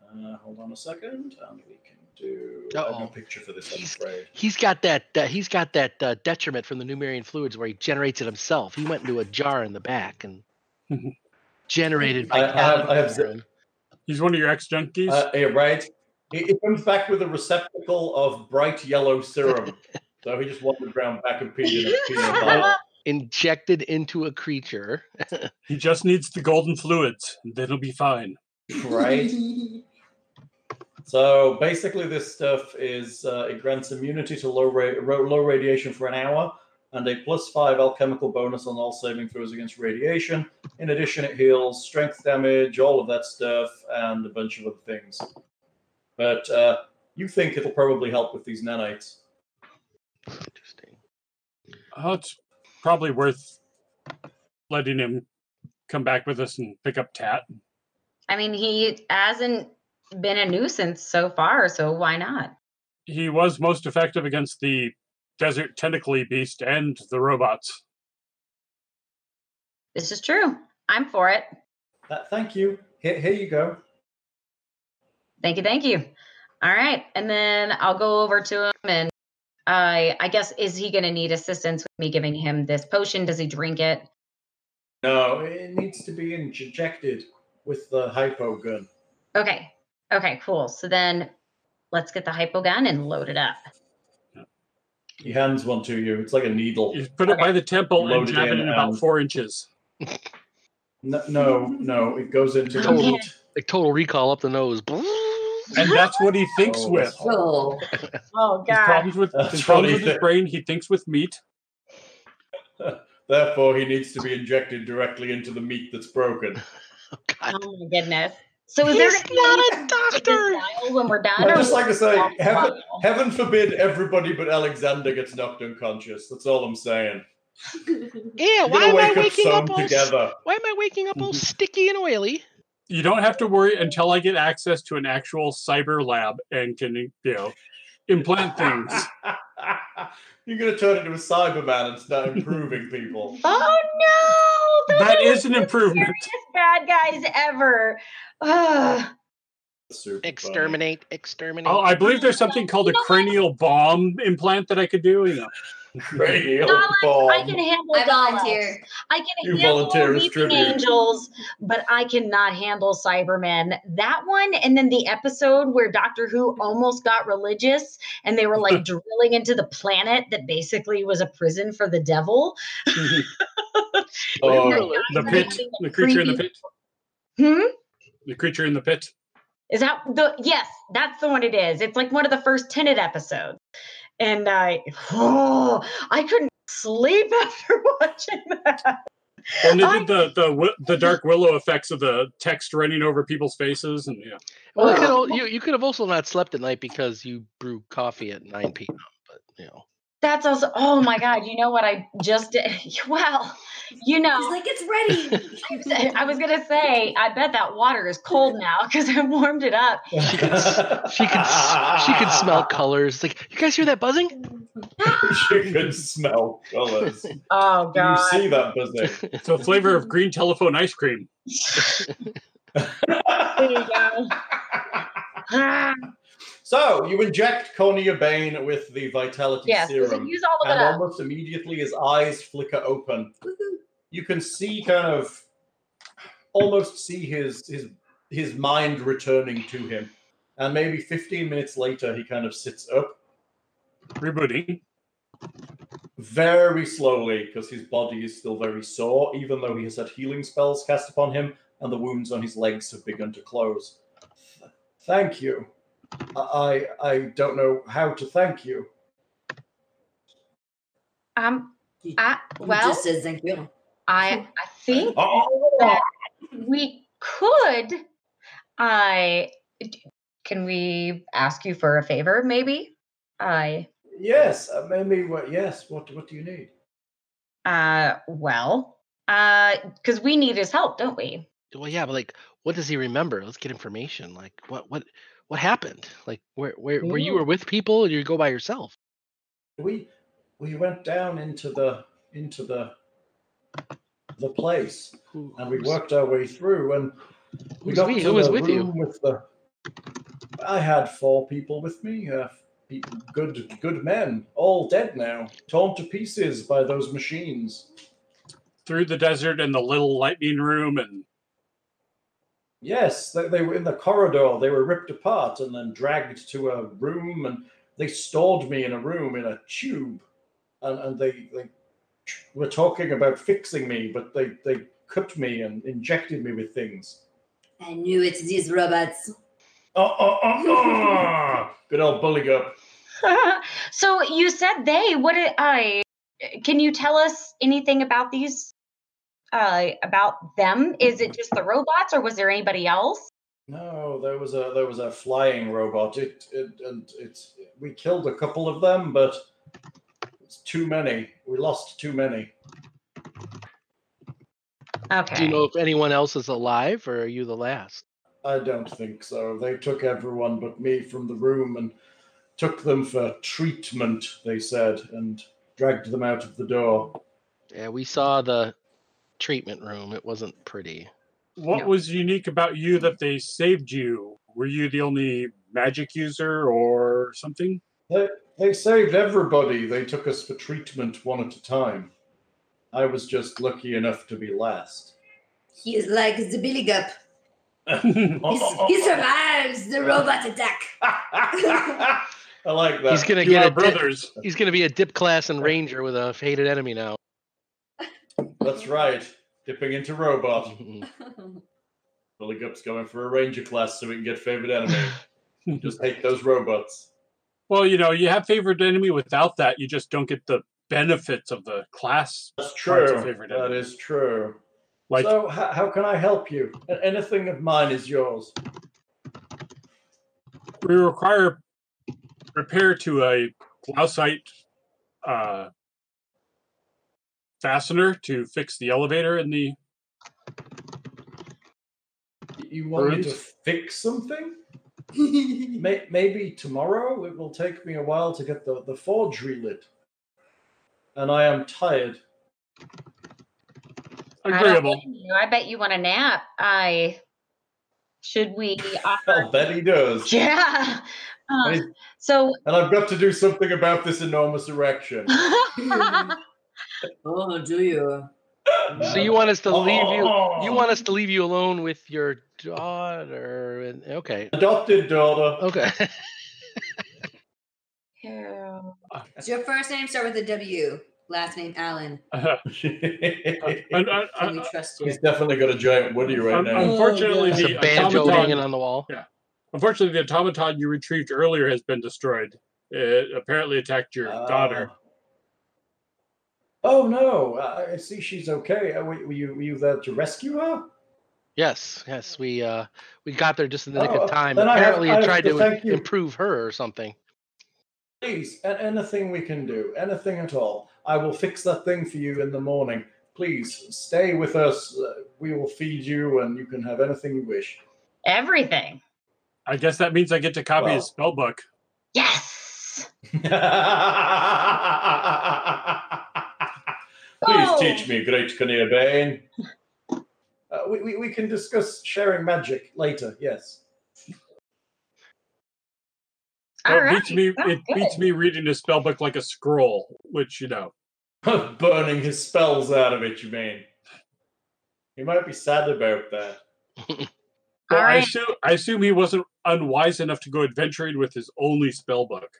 Speaker 2: Uh, hold on a second. And we can do I have no
Speaker 3: Uh-oh.
Speaker 2: picture for this, I'm
Speaker 3: He's-
Speaker 2: afraid.
Speaker 3: He's got that. that he's got that uh, detriment from the Numerian fluids where he generates it himself. He went into a jar in the back and generated.
Speaker 2: I- I have- I have
Speaker 3: vitality
Speaker 4: He's one of your ex junkies.
Speaker 2: Uh, yeah, right. He, he comes back with a receptacle of bright yellow serum. so he just wandered around back and peed in a
Speaker 7: [LAUGHS]
Speaker 2: peanut butter.
Speaker 3: injected into a creature.
Speaker 4: he just needs the golden fluids, and then he'll be fine.
Speaker 2: Right. So basically, this stuff is uh, it grants immunity to low ra- ro- low radiation for an hour and a plus five alchemical bonus on all saving throws against radiation. In addition, it heals strength damage, all of that stuff, and a bunch of other things. But uh, you think it'll probably help with these nanites?
Speaker 3: Interesting.
Speaker 4: Oh, it's probably worth letting him come back with us and pick up Tat.
Speaker 7: I mean, he hasn't been a nuisance so far, so why not?
Speaker 4: He was most effective against the desert tentacly beast and the robots.
Speaker 7: This is true. I'm for it.
Speaker 2: Th- thank you. Here, here you go.
Speaker 7: Thank you, thank you. All right, and then I'll go over to him and uh, I I guess is he going to need assistance with me giving him this potion? Does he drink it?
Speaker 2: No, it needs to be injected with the hypo gun.
Speaker 7: Okay. Okay, cool. So then let's get the hypo gun and load it up.
Speaker 2: He hands one to you. It's like a needle.
Speaker 4: You put it by the temple and
Speaker 2: Loaded
Speaker 4: jab it
Speaker 2: in
Speaker 4: in about
Speaker 2: and-
Speaker 4: four inches.
Speaker 2: No, no, no it goes into the
Speaker 3: Totally.
Speaker 2: meat.
Speaker 3: Like total recall up the nose. [LAUGHS] Oh,
Speaker 4: And that's
Speaker 2: [LAUGHS]
Speaker 4: what he thinks
Speaker 2: Oh,
Speaker 4: with.
Speaker 5: Oh,
Speaker 7: Oh
Speaker 4: His problems with,
Speaker 2: That's
Speaker 4: his,
Speaker 2: what
Speaker 4: problems
Speaker 2: he
Speaker 4: with his
Speaker 2: thinks.
Speaker 4: brain, he thinks with meat.
Speaker 2: Therefore, he needs to be injected directly into the meat that's broken.
Speaker 3: Oh,
Speaker 2: Um,
Speaker 3: God.
Speaker 7: Oh my goodness. So is
Speaker 3: He's
Speaker 7: there gonna
Speaker 3: not
Speaker 7: be
Speaker 3: a
Speaker 7: like
Speaker 3: doctor.
Speaker 7: dial when we're done?
Speaker 2: I'd
Speaker 7: or
Speaker 2: just like to say,
Speaker 7: Oh,
Speaker 2: heaven,
Speaker 7: wow.
Speaker 2: heaven forbid everybody but Alexander gets knocked unconscious. That's all I'm saying.
Speaker 3: Yeah,
Speaker 2: You're
Speaker 3: why
Speaker 2: gonna
Speaker 3: am I
Speaker 2: wake up
Speaker 3: waking
Speaker 2: sewn
Speaker 3: up all s-
Speaker 2: together.
Speaker 3: why am I waking up all
Speaker 4: Mhm.
Speaker 3: sticky and oily?
Speaker 4: You don't have to worry until I get access to an actual cyber lab and can, you know,
Speaker 7: [LAUGHS]
Speaker 4: implant things.
Speaker 2: [LAUGHS] You're gonna turn into a Cyberman and start improving people.
Speaker 7: Oh no! Those
Speaker 4: That
Speaker 7: are
Speaker 4: is
Speaker 7: the
Speaker 4: an improvement.
Speaker 7: scariest bad guys ever. Ugh.
Speaker 2: Super funny.
Speaker 3: Exterminate, exterminate.
Speaker 4: Oh, I believe there's something called a
Speaker 7: You know what?
Speaker 4: cranial bomb implant that I could do. You know,
Speaker 2: Cranial
Speaker 7: Daleks,
Speaker 2: bomb.
Speaker 7: I can handle
Speaker 5: Oh. I
Speaker 7: dolls.
Speaker 5: volunteer.
Speaker 7: I can
Speaker 2: You
Speaker 7: handle
Speaker 2: volunteer as
Speaker 7: weeping
Speaker 2: tribute.
Speaker 7: angels, but I cannot handle Cybermen. That one, and then the episode where Doctor Who almost got religious, and they
Speaker 2: [LAUGHS]
Speaker 7: were like drilling into the planet that basically was a prison for the devil.
Speaker 2: [LAUGHS] Oh,
Speaker 4: the pit, the creature in the pit,
Speaker 7: Hmm.
Speaker 4: the creature in the pit.
Speaker 7: Is that the yes, that's the one it is. It's like one of the first tenant episodes. And I oh, I couldn't sleep [LAUGHS] after watching that.
Speaker 4: And they
Speaker 7: I-
Speaker 4: did the the wi- the dark willow effects of the text running over people's faces, and yeah,
Speaker 3: well, you, could al- you, you could have also not slept at night because you brew coffee at 9 p.m. But you know,
Speaker 7: That's also oh my god, you know what I just did? [LAUGHS] Well, you
Speaker 5: He's
Speaker 7: know,
Speaker 5: like, it's
Speaker 7: I was- [LAUGHS]
Speaker 5: ready.
Speaker 7: I was gonna say, I bet that water is cold now because I warmed it up.
Speaker 3: she could
Speaker 2: [LAUGHS]
Speaker 3: s- she could s- she could smell colors. Like you guys hear that buzzing?
Speaker 2: she could smell colors.
Speaker 7: Oh
Speaker 2: Do you
Speaker 7: god.
Speaker 2: see that buzzing?
Speaker 7: [LAUGHS]
Speaker 4: it's a flavor of green telephone ice cream.
Speaker 7: There you go. Ah,
Speaker 2: [LAUGHS] so you inject Cornea Bane with the vitality
Speaker 7: yes, so
Speaker 2: serum,
Speaker 7: use all of
Speaker 2: and
Speaker 7: it uh, up.
Speaker 2: almost immediately his eyes flicker open. You can see kind of almost see his his his mind returning to him. And maybe 15 minutes later he kind of sits up
Speaker 4: Rebooting.
Speaker 2: very slowly because his body is still very sore, even though he has had healing spells cast upon him and the wounds on his legs have begun to close. Th- Thank you. I I I don't know how to thank you.
Speaker 7: Um
Speaker 5: He-
Speaker 7: I,
Speaker 5: he
Speaker 7: well
Speaker 5: just says thank you.
Speaker 7: I I think
Speaker 2: Oh,
Speaker 7: we could i can we ask you for a favor maybe i
Speaker 2: yes, uh, maybe. What? Yes. What? What do you need?
Speaker 7: uh well uh because we need his help don't we
Speaker 3: Well, yeah, but like, what does he remember? Let's get information. Like, what what what happened? Like, where where where you
Speaker 7: Yeah.
Speaker 3: were with people or you go by yourself?
Speaker 2: We we went down into the into the the place
Speaker 3: Who,
Speaker 2: and we
Speaker 3: who's-
Speaker 2: worked our way through and
Speaker 3: who's we? Who was with you?
Speaker 2: With the, I had four people with me. Uh, pe- good, good men, all dead now, torn to pieces by those machines.
Speaker 4: Through the desert and the little lightning room, and
Speaker 2: Yes, they, they were in the corridor. They were ripped apart and then dragged to a room, and they stored me in a room in a tube, and and they they were talking about fixing me, but they they cut me and injected me with things.
Speaker 5: I knew it's these robots.
Speaker 3: Uh,
Speaker 2: Oh, oh, oh, oh. [LAUGHS] good old bully up.
Speaker 7: [LAUGHS] so you said they what did i can you tell us anything about these uh about them is it just the robots or was there anybody else
Speaker 2: No, there was a there was a flying robot. It, it and it's we killed a couple of them, but It's too many. We lost too many.
Speaker 7: Okay.
Speaker 3: Do you know if anyone else is alive or are you the last?
Speaker 2: I don't think so. They took everyone but me from the room and took them for treatment, they said, and dragged them out of the door.
Speaker 3: Yeah, we saw the treatment room. It wasn't pretty.
Speaker 4: What
Speaker 7: No.
Speaker 4: was unique about you that they saved you? Were you the only magic user or
Speaker 3: [LAUGHS]
Speaker 4: something?
Speaker 2: They saved everybody. They took us for treatment one at a time. I was just lucky enough to be last.
Speaker 5: He is like the Billy Gup.
Speaker 3: Oh,
Speaker 5: He s- He survives the robot attack.
Speaker 2: [LAUGHS] I like that.
Speaker 3: He's gonna
Speaker 4: you
Speaker 3: get
Speaker 4: are
Speaker 3: a dip,
Speaker 4: brothers.
Speaker 3: he's gonna be a dip class and ranger with a hated enemy [LAUGHS] now.
Speaker 2: That's
Speaker 4: Mm-hmm.
Speaker 2: right. Dipping into robot. Billy Gup's going for a ranger class so we can get favorite enemy.
Speaker 4: [LAUGHS]
Speaker 2: Just hate those robots.
Speaker 4: Well, you know, you have favorite enemy. Without that, you just don't get the benefits of the class.
Speaker 2: That's
Speaker 4: Parts of
Speaker 2: true.
Speaker 4: favorite
Speaker 2: That
Speaker 4: enemy.
Speaker 2: is true.
Speaker 4: Like,
Speaker 2: so, how, how can I help you? A- Anything of mine is yours.
Speaker 4: we require repair to a glausite uh, fastener to fix the elevator in the.
Speaker 2: You want me to
Speaker 4: Bruce?
Speaker 2: fix
Speaker 4: [LAUGHS]
Speaker 2: something? May- Maybe tomorrow. It will take me a while to get the, the forge relit. And I am tired.
Speaker 7: I don't
Speaker 4: Agreeable.
Speaker 7: blame you. I bet you want a nap. I should we offer?
Speaker 2: I'll bet he does.
Speaker 7: [LAUGHS] yeah. Uh,
Speaker 2: I-
Speaker 7: so
Speaker 2: And I've got to do something about this enormous erection.
Speaker 5: [LAUGHS] oh, do you?
Speaker 3: So you want us to leave you you
Speaker 2: Oh.
Speaker 3: want us to leave you alone with your daughter and okay.
Speaker 2: adopted daughter.
Speaker 3: [LAUGHS] Okay.
Speaker 7: yeah.
Speaker 4: [LAUGHS]
Speaker 5: Does your first name start with a W? Last name Allen.
Speaker 4: [LAUGHS] Un- un-
Speaker 5: Can
Speaker 3: Uh,
Speaker 5: we
Speaker 4: un-
Speaker 5: trust you?
Speaker 2: He's definitely got a giant Woody right
Speaker 4: un-
Speaker 2: now.
Speaker 4: unfortunately,
Speaker 5: Oh,
Speaker 3: There's
Speaker 4: the
Speaker 3: a banjo
Speaker 4: automaton-
Speaker 3: hanging on the wall.
Speaker 4: Unfortunately, the automaton you retrieved earlier has been destroyed. It apparently attacked your daughter.
Speaker 2: Ah. Oh no! I I see she's okay. Uh, Were were you were you there to rescue her?
Speaker 3: Yes, yes, we uh we got there just in the nick
Speaker 2: Oh,
Speaker 3: of time.
Speaker 2: then I have-
Speaker 3: Apparently,
Speaker 2: I
Speaker 3: it
Speaker 2: have
Speaker 3: tried
Speaker 2: to
Speaker 3: to
Speaker 2: thank you.
Speaker 3: improve her
Speaker 2: [LAUGHS]
Speaker 3: or something.
Speaker 2: Please, a- anything we can do, anything at all. I will fix that thing for you in the morning. Please stay with us. Uh, We will feed you, and you can have anything you wish. [LAUGHS]
Speaker 7: Everything.
Speaker 4: I guess that means I get to copy his spell book.
Speaker 7: Yes.
Speaker 2: Please
Speaker 7: Oh.
Speaker 2: teach me, great Canadian. Uh, we, we, we can discuss sharing magic later, yes. [LAUGHS]
Speaker 7: All
Speaker 4: Well, it
Speaker 7: right.
Speaker 4: beats me.
Speaker 7: sounds
Speaker 4: It beats
Speaker 7: good.
Speaker 4: me reading a spell book like a scroll, which you know.
Speaker 2: Burning his spells out of it, you mean? He might be sad about that.
Speaker 7: All
Speaker 4: Well, I
Speaker 7: right.
Speaker 4: assume I assume he wasn't unwise enough to go adventuring with his only spell book.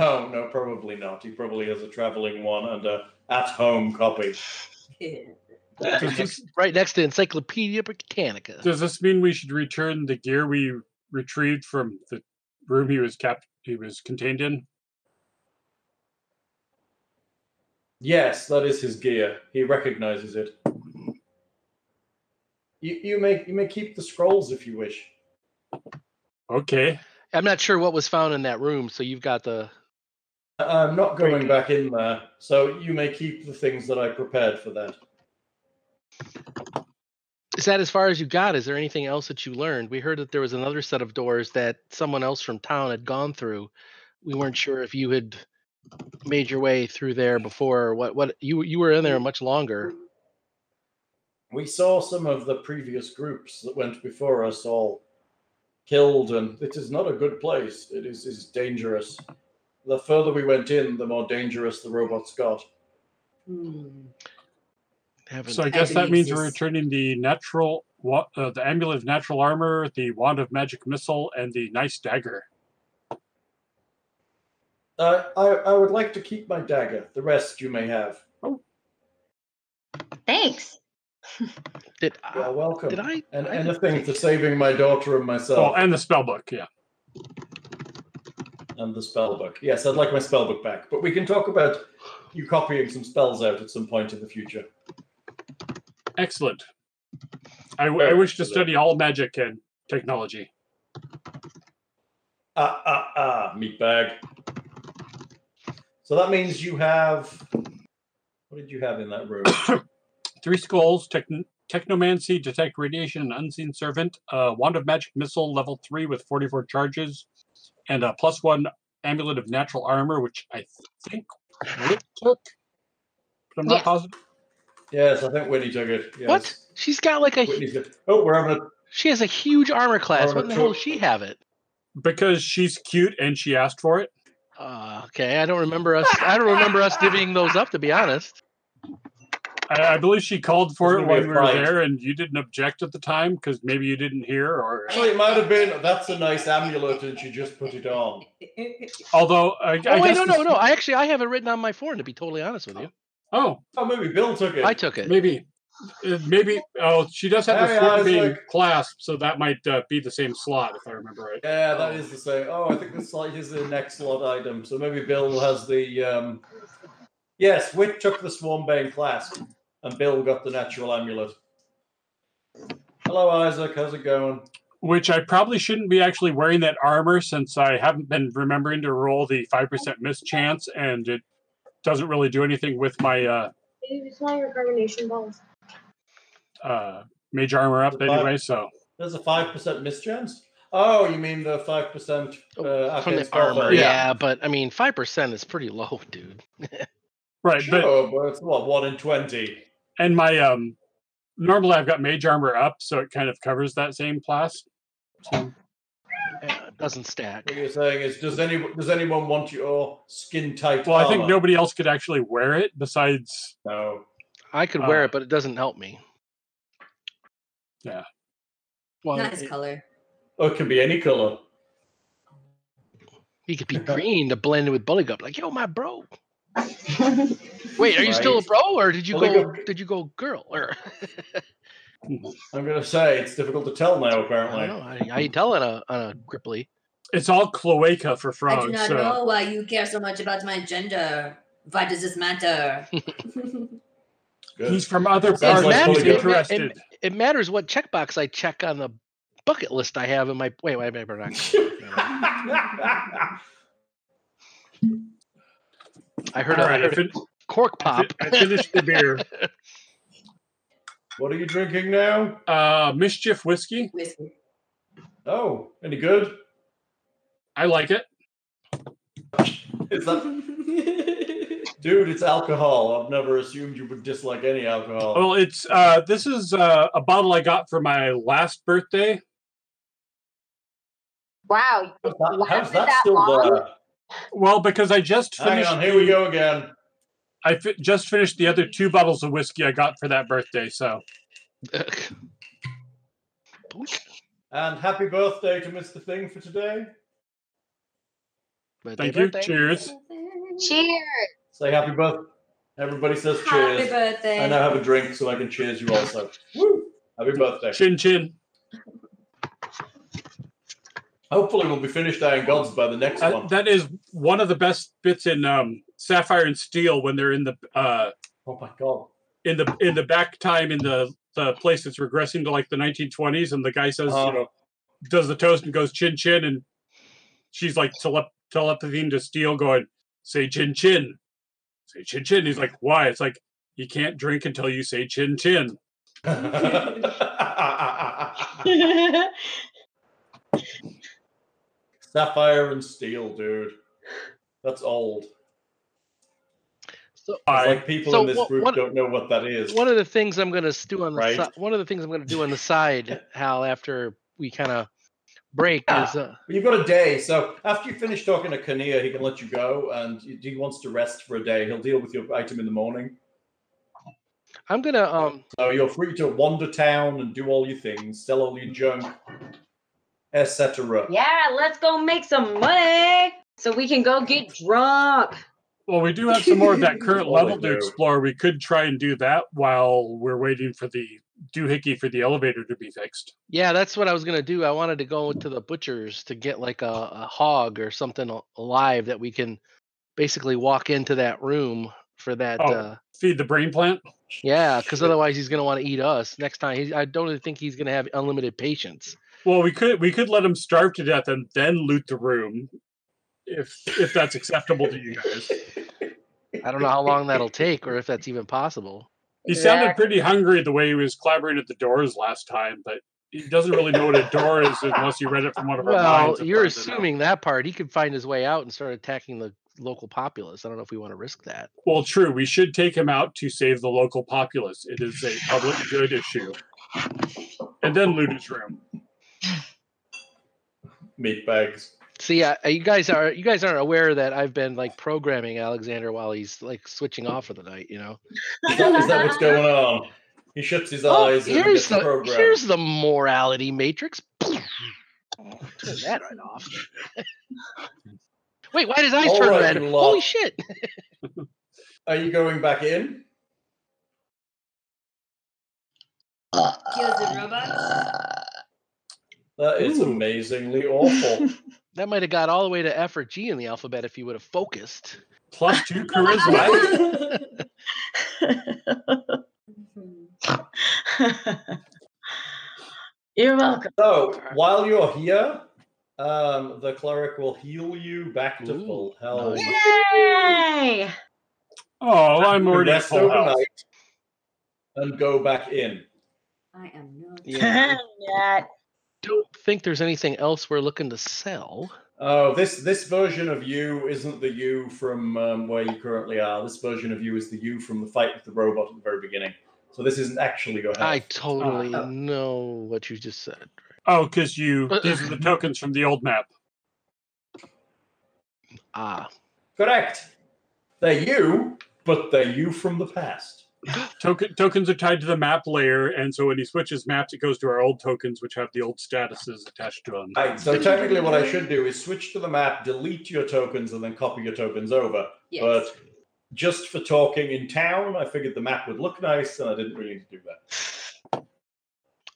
Speaker 2: Oh, no, probably not. He probably has a traveling one and a at home copy.
Speaker 4: Does this,
Speaker 3: Right next to Encyclopedia Britannica.
Speaker 4: does this mean we should return the gear we retrieved from the room he was kept he was contained in?
Speaker 2: Yes, that is his gear. He recognizes it. You, you, may, you may keep the scrolls if you wish.
Speaker 4: Okay.
Speaker 3: I'm not sure what was found in that room, so you've got the.
Speaker 2: Uh, I'm not going back in there, so you may keep the things that I prepared for that.
Speaker 3: Is that as far as you got? Is there anything else that you learned? We heard that there was another set of doors that someone else from town had gone through. We weren't sure if you had made your way through there before. Or what? What you you were in there much longer.
Speaker 2: We saw some of the previous groups that went before us all killed, and it is not a good place. It is is dangerous. The further we went in, the more dangerous the robots got.
Speaker 5: Hmm.
Speaker 3: Haven't-
Speaker 4: So I guess that
Speaker 5: believe
Speaker 4: means we're
Speaker 5: this-
Speaker 4: returning the natural wa- uh, the amulet of natural armor, the wand of magic missile, and the nice dagger.
Speaker 2: Uh, I I would like to keep my dagger. The rest you may have.
Speaker 7: Thanks.
Speaker 3: did
Speaker 2: You are
Speaker 3: I,
Speaker 2: welcome.
Speaker 3: Ah, did I?
Speaker 2: And
Speaker 3: I didn't
Speaker 2: anything for
Speaker 3: think-
Speaker 2: saving my daughter and
Speaker 4: Oh,
Speaker 2: myself
Speaker 4: and the spell book. Yeah.
Speaker 2: and the spell book. Yes, I'd like my spell book back. But we can talk about you copying some spells out at some point in the future.
Speaker 4: Excellent. I, w- I
Speaker 2: Very
Speaker 4: wish to
Speaker 2: excellent.
Speaker 4: study all magic and technology.
Speaker 2: Ah, ah, ah, meatbag. So that means you have. What did you have in that room?
Speaker 4: Three skulls, techn- technomancy, detect radiation, and unseen servant, uh, wand of magic missile, level three with 44 charges, and a plus one amulet of natural armor, which I think Whit took. But I'm not
Speaker 7: Yes.
Speaker 4: positive.
Speaker 2: yes, I think Whitney took it. Yes.
Speaker 3: What? She's got like a hu-
Speaker 2: Whitney's got- oh, we're having a.
Speaker 3: she has a huge armor class.
Speaker 2: Armor
Speaker 3: What in the hell
Speaker 2: tool.
Speaker 3: does she have it?
Speaker 4: Because she's cute and she asked for it.
Speaker 3: Uh, okay, I don't remember us. I don't remember us divvying those up. To be honest,
Speaker 4: I, I believe she called for
Speaker 2: It's
Speaker 4: it
Speaker 2: gonna
Speaker 4: when
Speaker 2: be
Speaker 4: we
Speaker 2: a
Speaker 4: were
Speaker 2: fight.
Speaker 4: there, and you didn't object at the time because maybe you didn't hear. Or
Speaker 2: Actually, it might have been. That's a nice amulet, and she just put it on.
Speaker 4: although
Speaker 3: oh
Speaker 4: I, [LAUGHS] I
Speaker 3: wait,
Speaker 4: guess
Speaker 3: no,
Speaker 4: this-
Speaker 3: no, no. I actually I have it written on my phone. To be totally honest with you,
Speaker 4: Oh,
Speaker 2: Oh, maybe Bill took it.
Speaker 3: I took it.
Speaker 4: maybe, Uh, maybe. Oh, she does have
Speaker 2: Harry,
Speaker 4: the
Speaker 2: I
Speaker 4: sword
Speaker 2: was
Speaker 4: being
Speaker 2: like-
Speaker 4: clasped, so that might uh, be the same slot if I remember right.
Speaker 2: Yeah, that is the same. Oh, I think the slide is the next slot item. So maybe Bill has the. Um... Yes, Whit took the Swarmbane clasp, and Bill got the natural amulet. Hello, Isaac. How's it going?
Speaker 4: Which I probably shouldn't be actually wearing that armor since I haven't been remembering to roll the five percent miss chance, and it doesn't really do anything with my uh,
Speaker 8: It's not your carbonation balls.
Speaker 4: uh, mage armor up
Speaker 2: The five-
Speaker 4: anyway. So
Speaker 2: There's a 5% mischance? Oh, you mean the 5% uh,
Speaker 3: From
Speaker 2: arcane
Speaker 3: Oh, the
Speaker 2: spell
Speaker 3: armor,
Speaker 2: value.
Speaker 3: yeah. but I mean, five percent is pretty low, dude.
Speaker 4: right, but
Speaker 2: Sure, but it's what, 1 in 20?
Speaker 4: and my um normally I've got mage armor up, so it kind of covers that same class. So,
Speaker 3: Yeah, it doesn't stack.
Speaker 2: What you're saying is, does any does anyone want your skin tight?
Speaker 4: well, I think
Speaker 2: armor?
Speaker 4: nobody else could actually wear it besides
Speaker 2: Oh. No.
Speaker 3: I could wear
Speaker 4: Uh,
Speaker 3: it, but it doesn't help me.
Speaker 4: Yeah.
Speaker 3: Well,
Speaker 5: Not his
Speaker 3: it-
Speaker 5: color.
Speaker 2: Oh, it can be any color.
Speaker 3: he could be green to blend in with Bully Gup. Like, yo, my bro. Wait, are you still a
Speaker 2: Right.
Speaker 3: bro, or did you
Speaker 2: Bully
Speaker 3: go?
Speaker 2: Gup-
Speaker 3: Did you go girl? Or [LAUGHS]
Speaker 2: I'm going to say it's difficult to tell now,
Speaker 3: I
Speaker 2: apparently.
Speaker 3: don't know. I, I tell on a on a Gripply.
Speaker 4: it's all cloaca for
Speaker 5: I do
Speaker 4: frogs.
Speaker 5: not
Speaker 4: so
Speaker 5: know why you care so much about my gender. Why does this matter? [LAUGHS]
Speaker 2: Good.
Speaker 4: he's from other
Speaker 2: Sounds
Speaker 4: parts.
Speaker 2: like
Speaker 4: he's
Speaker 2: Polygon.
Speaker 4: interested.
Speaker 3: It, it matters what checkbox I check on the bucket list I have in my. Wait, wait, wait, wait, wait. I heard.
Speaker 4: all
Speaker 3: a, I
Speaker 4: right, I,
Speaker 3: heard a
Speaker 4: fin-
Speaker 3: cork
Speaker 4: I
Speaker 3: pop.
Speaker 4: fi- I finished the beer.
Speaker 2: [LAUGHS] what are you drinking now?
Speaker 4: Uh, mischief whiskey.
Speaker 5: Whiskey.
Speaker 2: Oh, any good?
Speaker 4: I like it.
Speaker 2: Is
Speaker 4: [LAUGHS]
Speaker 2: that, dude, it's alcohol. I've never assumed you would dislike any alcohol.
Speaker 4: Well, it's uh, this is uh, a bottle I got for my last birthday.
Speaker 7: [LAUGHS] Wow.
Speaker 2: how's that,
Speaker 7: lasted
Speaker 2: how's that
Speaker 7: that
Speaker 2: still
Speaker 7: long?
Speaker 2: there?
Speaker 4: Well, because I just
Speaker 2: Hang
Speaker 4: finished.
Speaker 2: on, here we
Speaker 4: the-
Speaker 2: go again.
Speaker 4: I fi- just finished the other two bottles of whiskey I got for that birthday. So
Speaker 3: [LAUGHS] Boink.
Speaker 2: And happy birthday to Mr. Thing for today.
Speaker 3: Birthday,
Speaker 4: thank you.
Speaker 3: birthday.
Speaker 4: Cheers.
Speaker 7: Cheers.
Speaker 2: Say happy birthday. Everybody says
Speaker 5: Happy
Speaker 2: cheers.
Speaker 5: birthday.
Speaker 2: I now have a drink so I can cheers you also. Woo! Happy birthday.
Speaker 4: Chin chin.
Speaker 2: Hopefully, we'll be finished Iron Gods by the next
Speaker 4: Uh,
Speaker 2: one.
Speaker 4: that is one of the best bits in um, Sapphire and Steel when they're in the uh,
Speaker 2: oh my
Speaker 5: [LAUGHS]
Speaker 2: god.
Speaker 4: in the in the back time in the the place that's regressing to like the 1920s, and the guy says,
Speaker 2: Uh,
Speaker 4: you know, does the toast and goes chin chin, and she's like telep- telepathying to Steel, going, say chin chin, say chin chin. He's like, why? It's like you can't drink until you say chin chin.
Speaker 2: Sapphire and steel, dude. That's old. It's
Speaker 3: So,
Speaker 4: Bye.
Speaker 2: like people
Speaker 3: So
Speaker 2: in this
Speaker 3: what-
Speaker 2: group
Speaker 3: what-
Speaker 2: don't know what that is.
Speaker 3: one of the things I'm gonna stew on the
Speaker 2: Right.
Speaker 3: si- one of the things I'm gonna do on the side, Hal, after we kind of break is uh,
Speaker 2: But You've got a day, so after you finish talking to Kinnear, he can let you go, and he wants to rest for a day. He'll deal with your item in the morning.
Speaker 3: I'm gonna um
Speaker 2: So you're free to wander town and do all your things, sell all your junk, etc.
Speaker 7: Yeah, let's go make some money so we can go get drunk.
Speaker 4: Well, we do have some more of that current
Speaker 2: [LAUGHS] All they
Speaker 4: level to
Speaker 2: do.
Speaker 4: explore. We could try and do that while we're waiting for the doohickey for the elevator to be fixed.
Speaker 3: yeah that's what I was gonna do. I wanted to go to the butcher's to get like a, a hog or something al- alive that we can basically walk into that room for that.
Speaker 4: Oh.
Speaker 3: Uh,
Speaker 4: Feed the brain plant.
Speaker 3: Yeah, because otherwise he's gonna want to eat us next time. He, I don't really think he's gonna have unlimited patience.
Speaker 4: Well, we could we could let him starve to death and then loot the room, if if that's acceptable to you guys.
Speaker 3: I don't know how long that'll take or if that's even possible.
Speaker 4: He sounded pretty hungry the way he was clamoring at the doors last time, but he doesn't really know what a door is unless you read it from one of our
Speaker 3: Well,
Speaker 4: minds.
Speaker 3: you're assuming that part. He could find his way out and start attacking the local populace. I don't know if we want to risk that.
Speaker 4: Well, true. We should take him out to save the local populace. It is a public good issue. And then loot his room.
Speaker 2: Meat bags.
Speaker 3: See, I, I- you guys are you guys aren't aware that I've been like programming Alexander while he's like switching off for the night. You know,
Speaker 2: Is that, is that what's going on? He shuts his
Speaker 3: Oh,
Speaker 2: eyes and
Speaker 3: here's
Speaker 2: gets
Speaker 3: the
Speaker 2: programmed.
Speaker 3: here's the morality matrix. [LAUGHS] Turn that right off. [LAUGHS] Wait, why does eyes
Speaker 2: All
Speaker 3: turn
Speaker 2: right,
Speaker 3: red?
Speaker 2: you
Speaker 3: Holy
Speaker 2: lot.
Speaker 3: shit!
Speaker 2: Are you going back in?
Speaker 5: Kill the robots.
Speaker 2: That is
Speaker 4: Ooh.
Speaker 2: amazingly
Speaker 3: [LAUGHS]
Speaker 2: awful.
Speaker 3: That might have got all the way to F or G in the alphabet if you would have focused.
Speaker 4: Plus two charisma.
Speaker 7: [LAUGHS] You're welcome.
Speaker 2: so while you're here, um, the cleric will heal you back to
Speaker 3: Ooh,
Speaker 2: full health.
Speaker 3: nice.
Speaker 2: [LAUGHS]
Speaker 7: Yay!
Speaker 4: Oh, I'm
Speaker 2: You
Speaker 4: already at
Speaker 2: rest
Speaker 4: full health.
Speaker 2: overnight and go back in.
Speaker 5: I am not.
Speaker 3: Yeah, I
Speaker 7: Yeah.
Speaker 3: don't think there's anything else we're looking to sell.
Speaker 2: Oh, this this version of you isn't the you from um, where you currently are. This version of you is the you from the fight with the robot at the very beginning. So this isn't actually your [LAUGHS]
Speaker 3: I
Speaker 2: health.
Speaker 3: totally
Speaker 2: Uh,
Speaker 3: know what you just said.
Speaker 4: Oh, because you.
Speaker 3: Uh-uh.
Speaker 4: These are the tokens from the old map.
Speaker 3: Ah,
Speaker 2: Correct. They're you, but they're you from the past.
Speaker 4: Token, tokens are tied to the map layer, and so when he switches maps, it goes to our old tokens, which have the old statuses attached to them.
Speaker 2: Right. So technically, what I should do is switch to the map, delete your tokens, and then copy your tokens over.
Speaker 5: Yes.
Speaker 2: But just for talking in town, I figured the map would look nice, and I didn't really need to do that.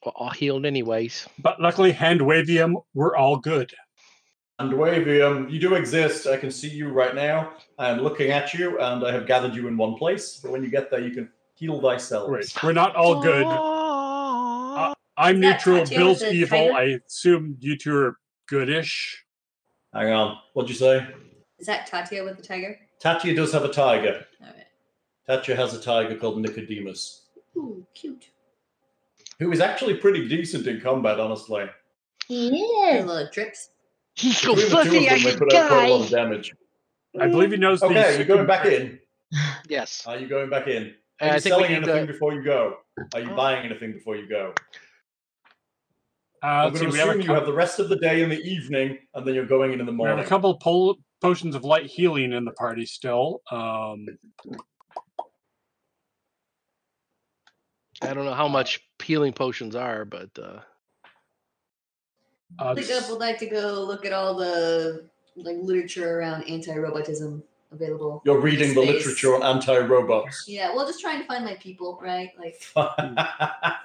Speaker 3: well, all healed anyways.
Speaker 4: But luckily, Handwavium, we're all good.
Speaker 2: And Wavium, um, you do exist. I can see you right now. I am looking at you, and I have gathered you in one place. But when you get there, you can heal thyself.
Speaker 4: Right. We're not all good.
Speaker 3: [LAUGHS] Ah.
Speaker 4: I'm
Speaker 5: Is that
Speaker 4: neutral.
Speaker 5: tattoo
Speaker 4: Bill's
Speaker 5: with the
Speaker 4: evil.
Speaker 5: tiger?
Speaker 4: I assume you two are goodish.
Speaker 2: Hang on. What'd you say?
Speaker 5: Is that Tatia with the tiger?
Speaker 2: Tatia does have a tiger.
Speaker 5: All right.
Speaker 2: Tatia has a tiger called Nicodemus,
Speaker 5: Ooh, cute.
Speaker 2: who is actually pretty decent in combat, honestly.
Speaker 5: Little
Speaker 7: Yes.
Speaker 5: little drips.
Speaker 3: He's so
Speaker 2: Between the two of
Speaker 3: fussy,
Speaker 2: them,
Speaker 3: I
Speaker 2: they
Speaker 3: should
Speaker 2: put out quite a lot
Speaker 3: die.
Speaker 2: of damage.
Speaker 5: Mm.
Speaker 4: I believe he knows the
Speaker 2: Okay, you're going
Speaker 4: secret-
Speaker 2: back in.
Speaker 3: Yes.
Speaker 2: Are you going back in? Are
Speaker 3: I
Speaker 2: you
Speaker 3: think we
Speaker 2: selling
Speaker 3: need to-
Speaker 2: anything before you go? Are you
Speaker 3: Oh.
Speaker 2: buying anything before you go?
Speaker 4: Uh,
Speaker 2: I'm
Speaker 4: let's
Speaker 2: going
Speaker 4: see,
Speaker 2: to
Speaker 4: we have,
Speaker 2: assume
Speaker 4: a
Speaker 2: you have
Speaker 4: couple,
Speaker 2: the rest of the day and the evening, and then you're going in in the
Speaker 4: we have a
Speaker 2: morning.
Speaker 4: couple pol- potions of light healing in the party still. Um,
Speaker 3: I don't know how much healing potions are, but uh,
Speaker 4: uh,
Speaker 5: I think I would like to go look at all the like literature around anti-robotism available.
Speaker 2: You're reading the
Speaker 5: Space.
Speaker 2: literature on anti-robots.
Speaker 5: Yeah, well, just trying to find my people, right?
Speaker 3: [LAUGHS]
Speaker 5: Like
Speaker 2: [LAUGHS] I'm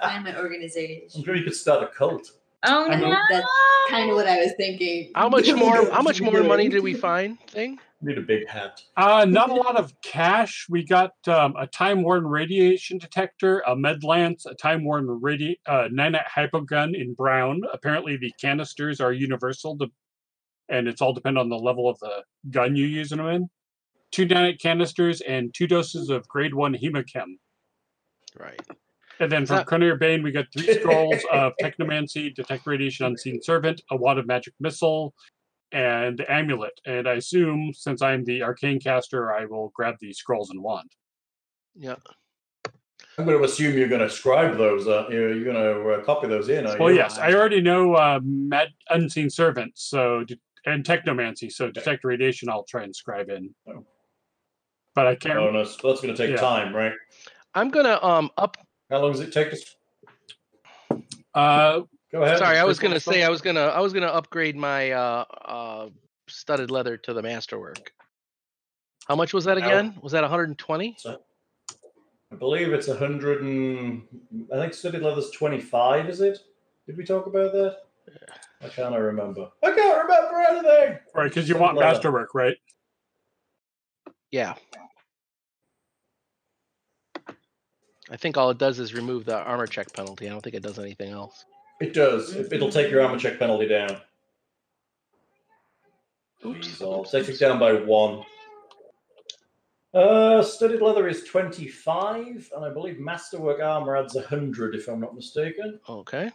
Speaker 5: find my organization.
Speaker 2: sure you could start a cult.
Speaker 7: Oh
Speaker 4: I mean,
Speaker 7: no!
Speaker 5: that's Kind of what I was thinking. [LAUGHS]
Speaker 3: how much more? How much
Speaker 2: Keep
Speaker 3: more money
Speaker 2: going.
Speaker 3: did we find? Thing.
Speaker 2: Need a big hat.
Speaker 4: uh, not a lot of cash. We got um, a time worn radiation detector, a med lance, a time worn radi- uh, nanite hypo gun in brown. Apparently, the canisters are universal, de- and it's all depend on the level of the gun you use them in. Two nanite canisters and two doses of grade one hemochem.
Speaker 3: Right.
Speaker 4: And then from
Speaker 3: Uh,
Speaker 4: Cunner Bane, we got
Speaker 2: [LAUGHS]
Speaker 4: three scrolls of Technomancy, Detect Radiation, Unseen Servant, a Wand of Magic Missile, and the Amulet. And I assume, since I'm the Arcane Caster, I will grab the scrolls and wand.
Speaker 3: Yeah.
Speaker 2: I'm going to assume you're going to scribe those. Uh, you're you're going to uh, copy those in. Are
Speaker 4: well,
Speaker 2: you?
Speaker 4: Oh, yes, I
Speaker 3: right.
Speaker 4: already know uh, Mag- Unseen Servant, so de- and Technomancy, so Detect Radiation, I'll try and scribe in. But I can't.
Speaker 2: Oh, no, so that's going to take
Speaker 4: Yeah.
Speaker 2: time, right?
Speaker 3: I'm gonna um up.
Speaker 2: How long does it take to? s-
Speaker 4: Uh,
Speaker 2: Go ahead.
Speaker 3: Sorry, I was
Speaker 2: Frequent
Speaker 3: gonna say
Speaker 2: spell.
Speaker 3: I was gonna I was gonna upgrade my uh uh studded leather to the masterwork. How much was that
Speaker 2: Ow.
Speaker 3: again? Was that 120?
Speaker 2: I believe it's 100 and I think studded leather's 25, is it? Did we talk about that? I can't remember. I can't remember anything.
Speaker 4: right, because you want
Speaker 2: Leather.
Speaker 4: Masterwork, right?
Speaker 3: Yeah. I think all it does is remove the armor check penalty. I don't think it does anything else.
Speaker 2: It does. It, it'll take your armor check penalty down.
Speaker 3: Oops,
Speaker 2: Jeez, all-
Speaker 3: oops,
Speaker 2: Takes it
Speaker 3: oops.
Speaker 2: down by one. Uh, studded leather is 25, and I believe masterwork armor adds 100, if I'm not mistaken.
Speaker 3: Okay.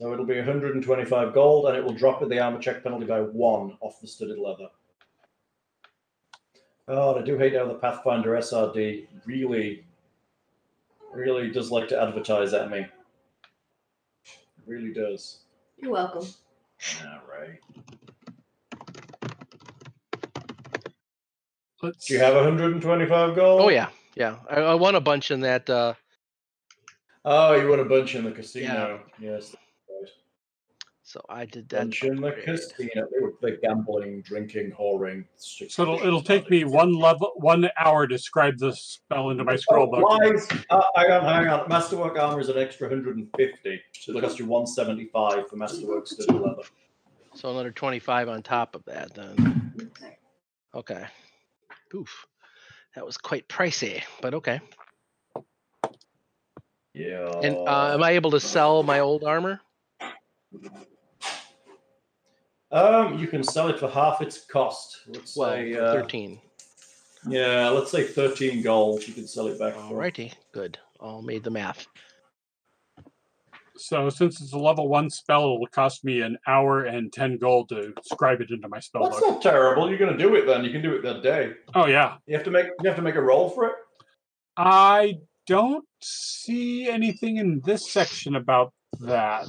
Speaker 2: So it'll be 125 gold, and it will drop with the armor check penalty by one off the studded leather. God, I do hate how the Pathfinder SRD really, really does like to advertise at me. Really does.
Speaker 5: You're welcome.
Speaker 2: Yeah, right.
Speaker 4: Let's
Speaker 2: Do you have 125 gold?
Speaker 3: Oh yeah, yeah. I, I won a bunch in that. Uh,
Speaker 2: Oh, you want a bunch in the casino? Yes.
Speaker 3: so I did that.
Speaker 2: Bunch in the
Speaker 3: upgrade.
Speaker 2: casino. They were big gambling, drinking, whoring. strict
Speaker 4: So it'll,
Speaker 2: tradition
Speaker 4: it'll take me
Speaker 2: parties.
Speaker 4: one level, one hour to describe the spell into my scroll
Speaker 2: Oh,
Speaker 4: book.
Speaker 2: wise. Uh, hang on, hang on. Masterwork armor is an extra 150. So it'll cost you 175 for masterwork studded leather.
Speaker 3: So another twenty-five on top of that. Then
Speaker 5: Okay.
Speaker 3: okay. Oof, that was quite pricey, but okay.
Speaker 2: Yeah.
Speaker 3: And uh,
Speaker 2: Oh.
Speaker 3: am I able to sell my old armor?
Speaker 2: Um, you can sell it for half its cost. Let's
Speaker 3: Well,
Speaker 2: say
Speaker 3: for
Speaker 2: uh,
Speaker 3: thirteen.
Speaker 2: Yeah, let's say 13 gold. You can sell it back for.
Speaker 3: Alrighty, good. All made the math.
Speaker 4: So since it's a level one spell, it'll cost me an hour and ten gold to scribe it into my spell
Speaker 2: That's
Speaker 4: book.
Speaker 2: not terrible. You're going to do it then. You can do it that day.
Speaker 4: Oh yeah,
Speaker 2: You have to make you have to make a roll for it.
Speaker 4: I don't see anything in this section about that.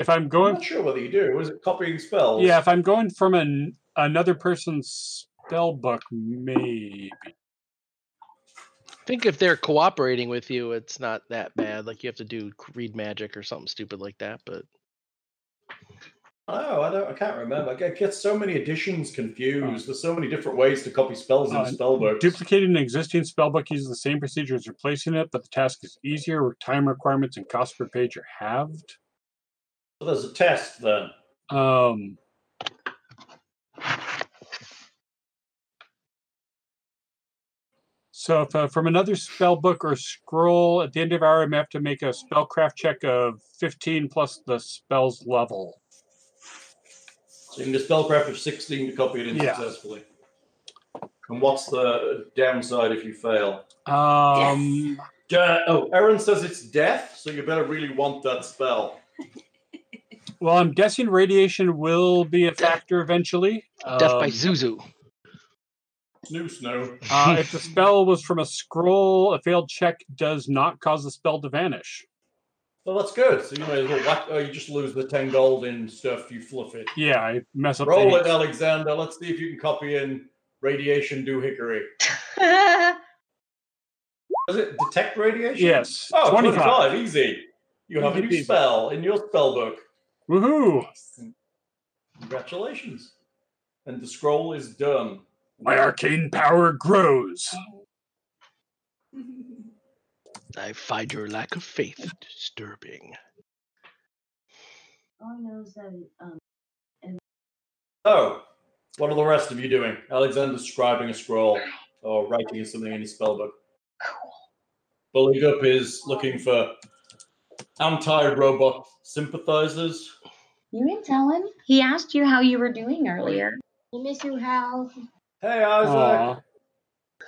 Speaker 4: If I'm
Speaker 2: I'm
Speaker 4: going,
Speaker 2: not sure whether you do. Is it copying spells?
Speaker 4: yeah, if I'm going from an another person's spell book, maybe.
Speaker 3: I think if they're cooperating with you, it's not that bad. Like you have to do c- read magic or something stupid like that. But
Speaker 2: Oh, I don't. I can't remember. I get- get so many editions
Speaker 4: Oh.
Speaker 2: confused. There's so many different ways to copy spells in
Speaker 4: Uh,
Speaker 2: spellbooks.
Speaker 4: Duplicating an existing spellbook uses the same procedure as replacing it, but the task is easier. Time requirements and cost per page are halved.
Speaker 2: So there's a test then.
Speaker 4: Um, so if, uh, from another spell book or scroll, at the end of our hour, I have to make a spellcraft check of 15 plus the spell's level.
Speaker 2: So you can do spellcraft of 16 to copy it in
Speaker 4: Yeah.
Speaker 2: successfully. And what's the downside if you fail?
Speaker 4: Um,
Speaker 2: Uh, oh, Aaron says it's death, so you better really want that spell.
Speaker 4: Well, I'm guessing radiation will be a factor eventually.
Speaker 3: death by
Speaker 4: Um,
Speaker 3: Zuzu.
Speaker 2: Snoo snoo.
Speaker 4: uh, if the spell was from a scroll, a failed check does not cause the spell to vanish.
Speaker 2: Well, that's good. So you may as well whack, oh, you just lose the 10 gold in stuff, you fluff it.
Speaker 4: Yeah, I mess up. the
Speaker 2: Roll
Speaker 4: heat.
Speaker 2: it, Alexander. Let's see if you can copy in radiation doohickory.
Speaker 7: [LAUGHS]
Speaker 2: Does it detect radiation?
Speaker 4: Yes.
Speaker 2: Oh, 25.
Speaker 4: 25.
Speaker 2: easy. You have a
Speaker 4: Easy
Speaker 2: new
Speaker 4: peasy.
Speaker 2: spell in your spell book.
Speaker 4: Woohoo!
Speaker 2: Congratulations. And the scroll is done.
Speaker 4: My arcane power grows.
Speaker 3: I find your lack of faith disturbing.
Speaker 7: um,
Speaker 2: So, what are the rest of you doing? Alexander's scribing a scroll or writing something in his spellbook. Bullied Up is looking for anti robot sympathizers.
Speaker 7: you didn't tell him. He asked you how you were doing earlier.
Speaker 8: We miss you, Hal.
Speaker 2: Hey, Isaac.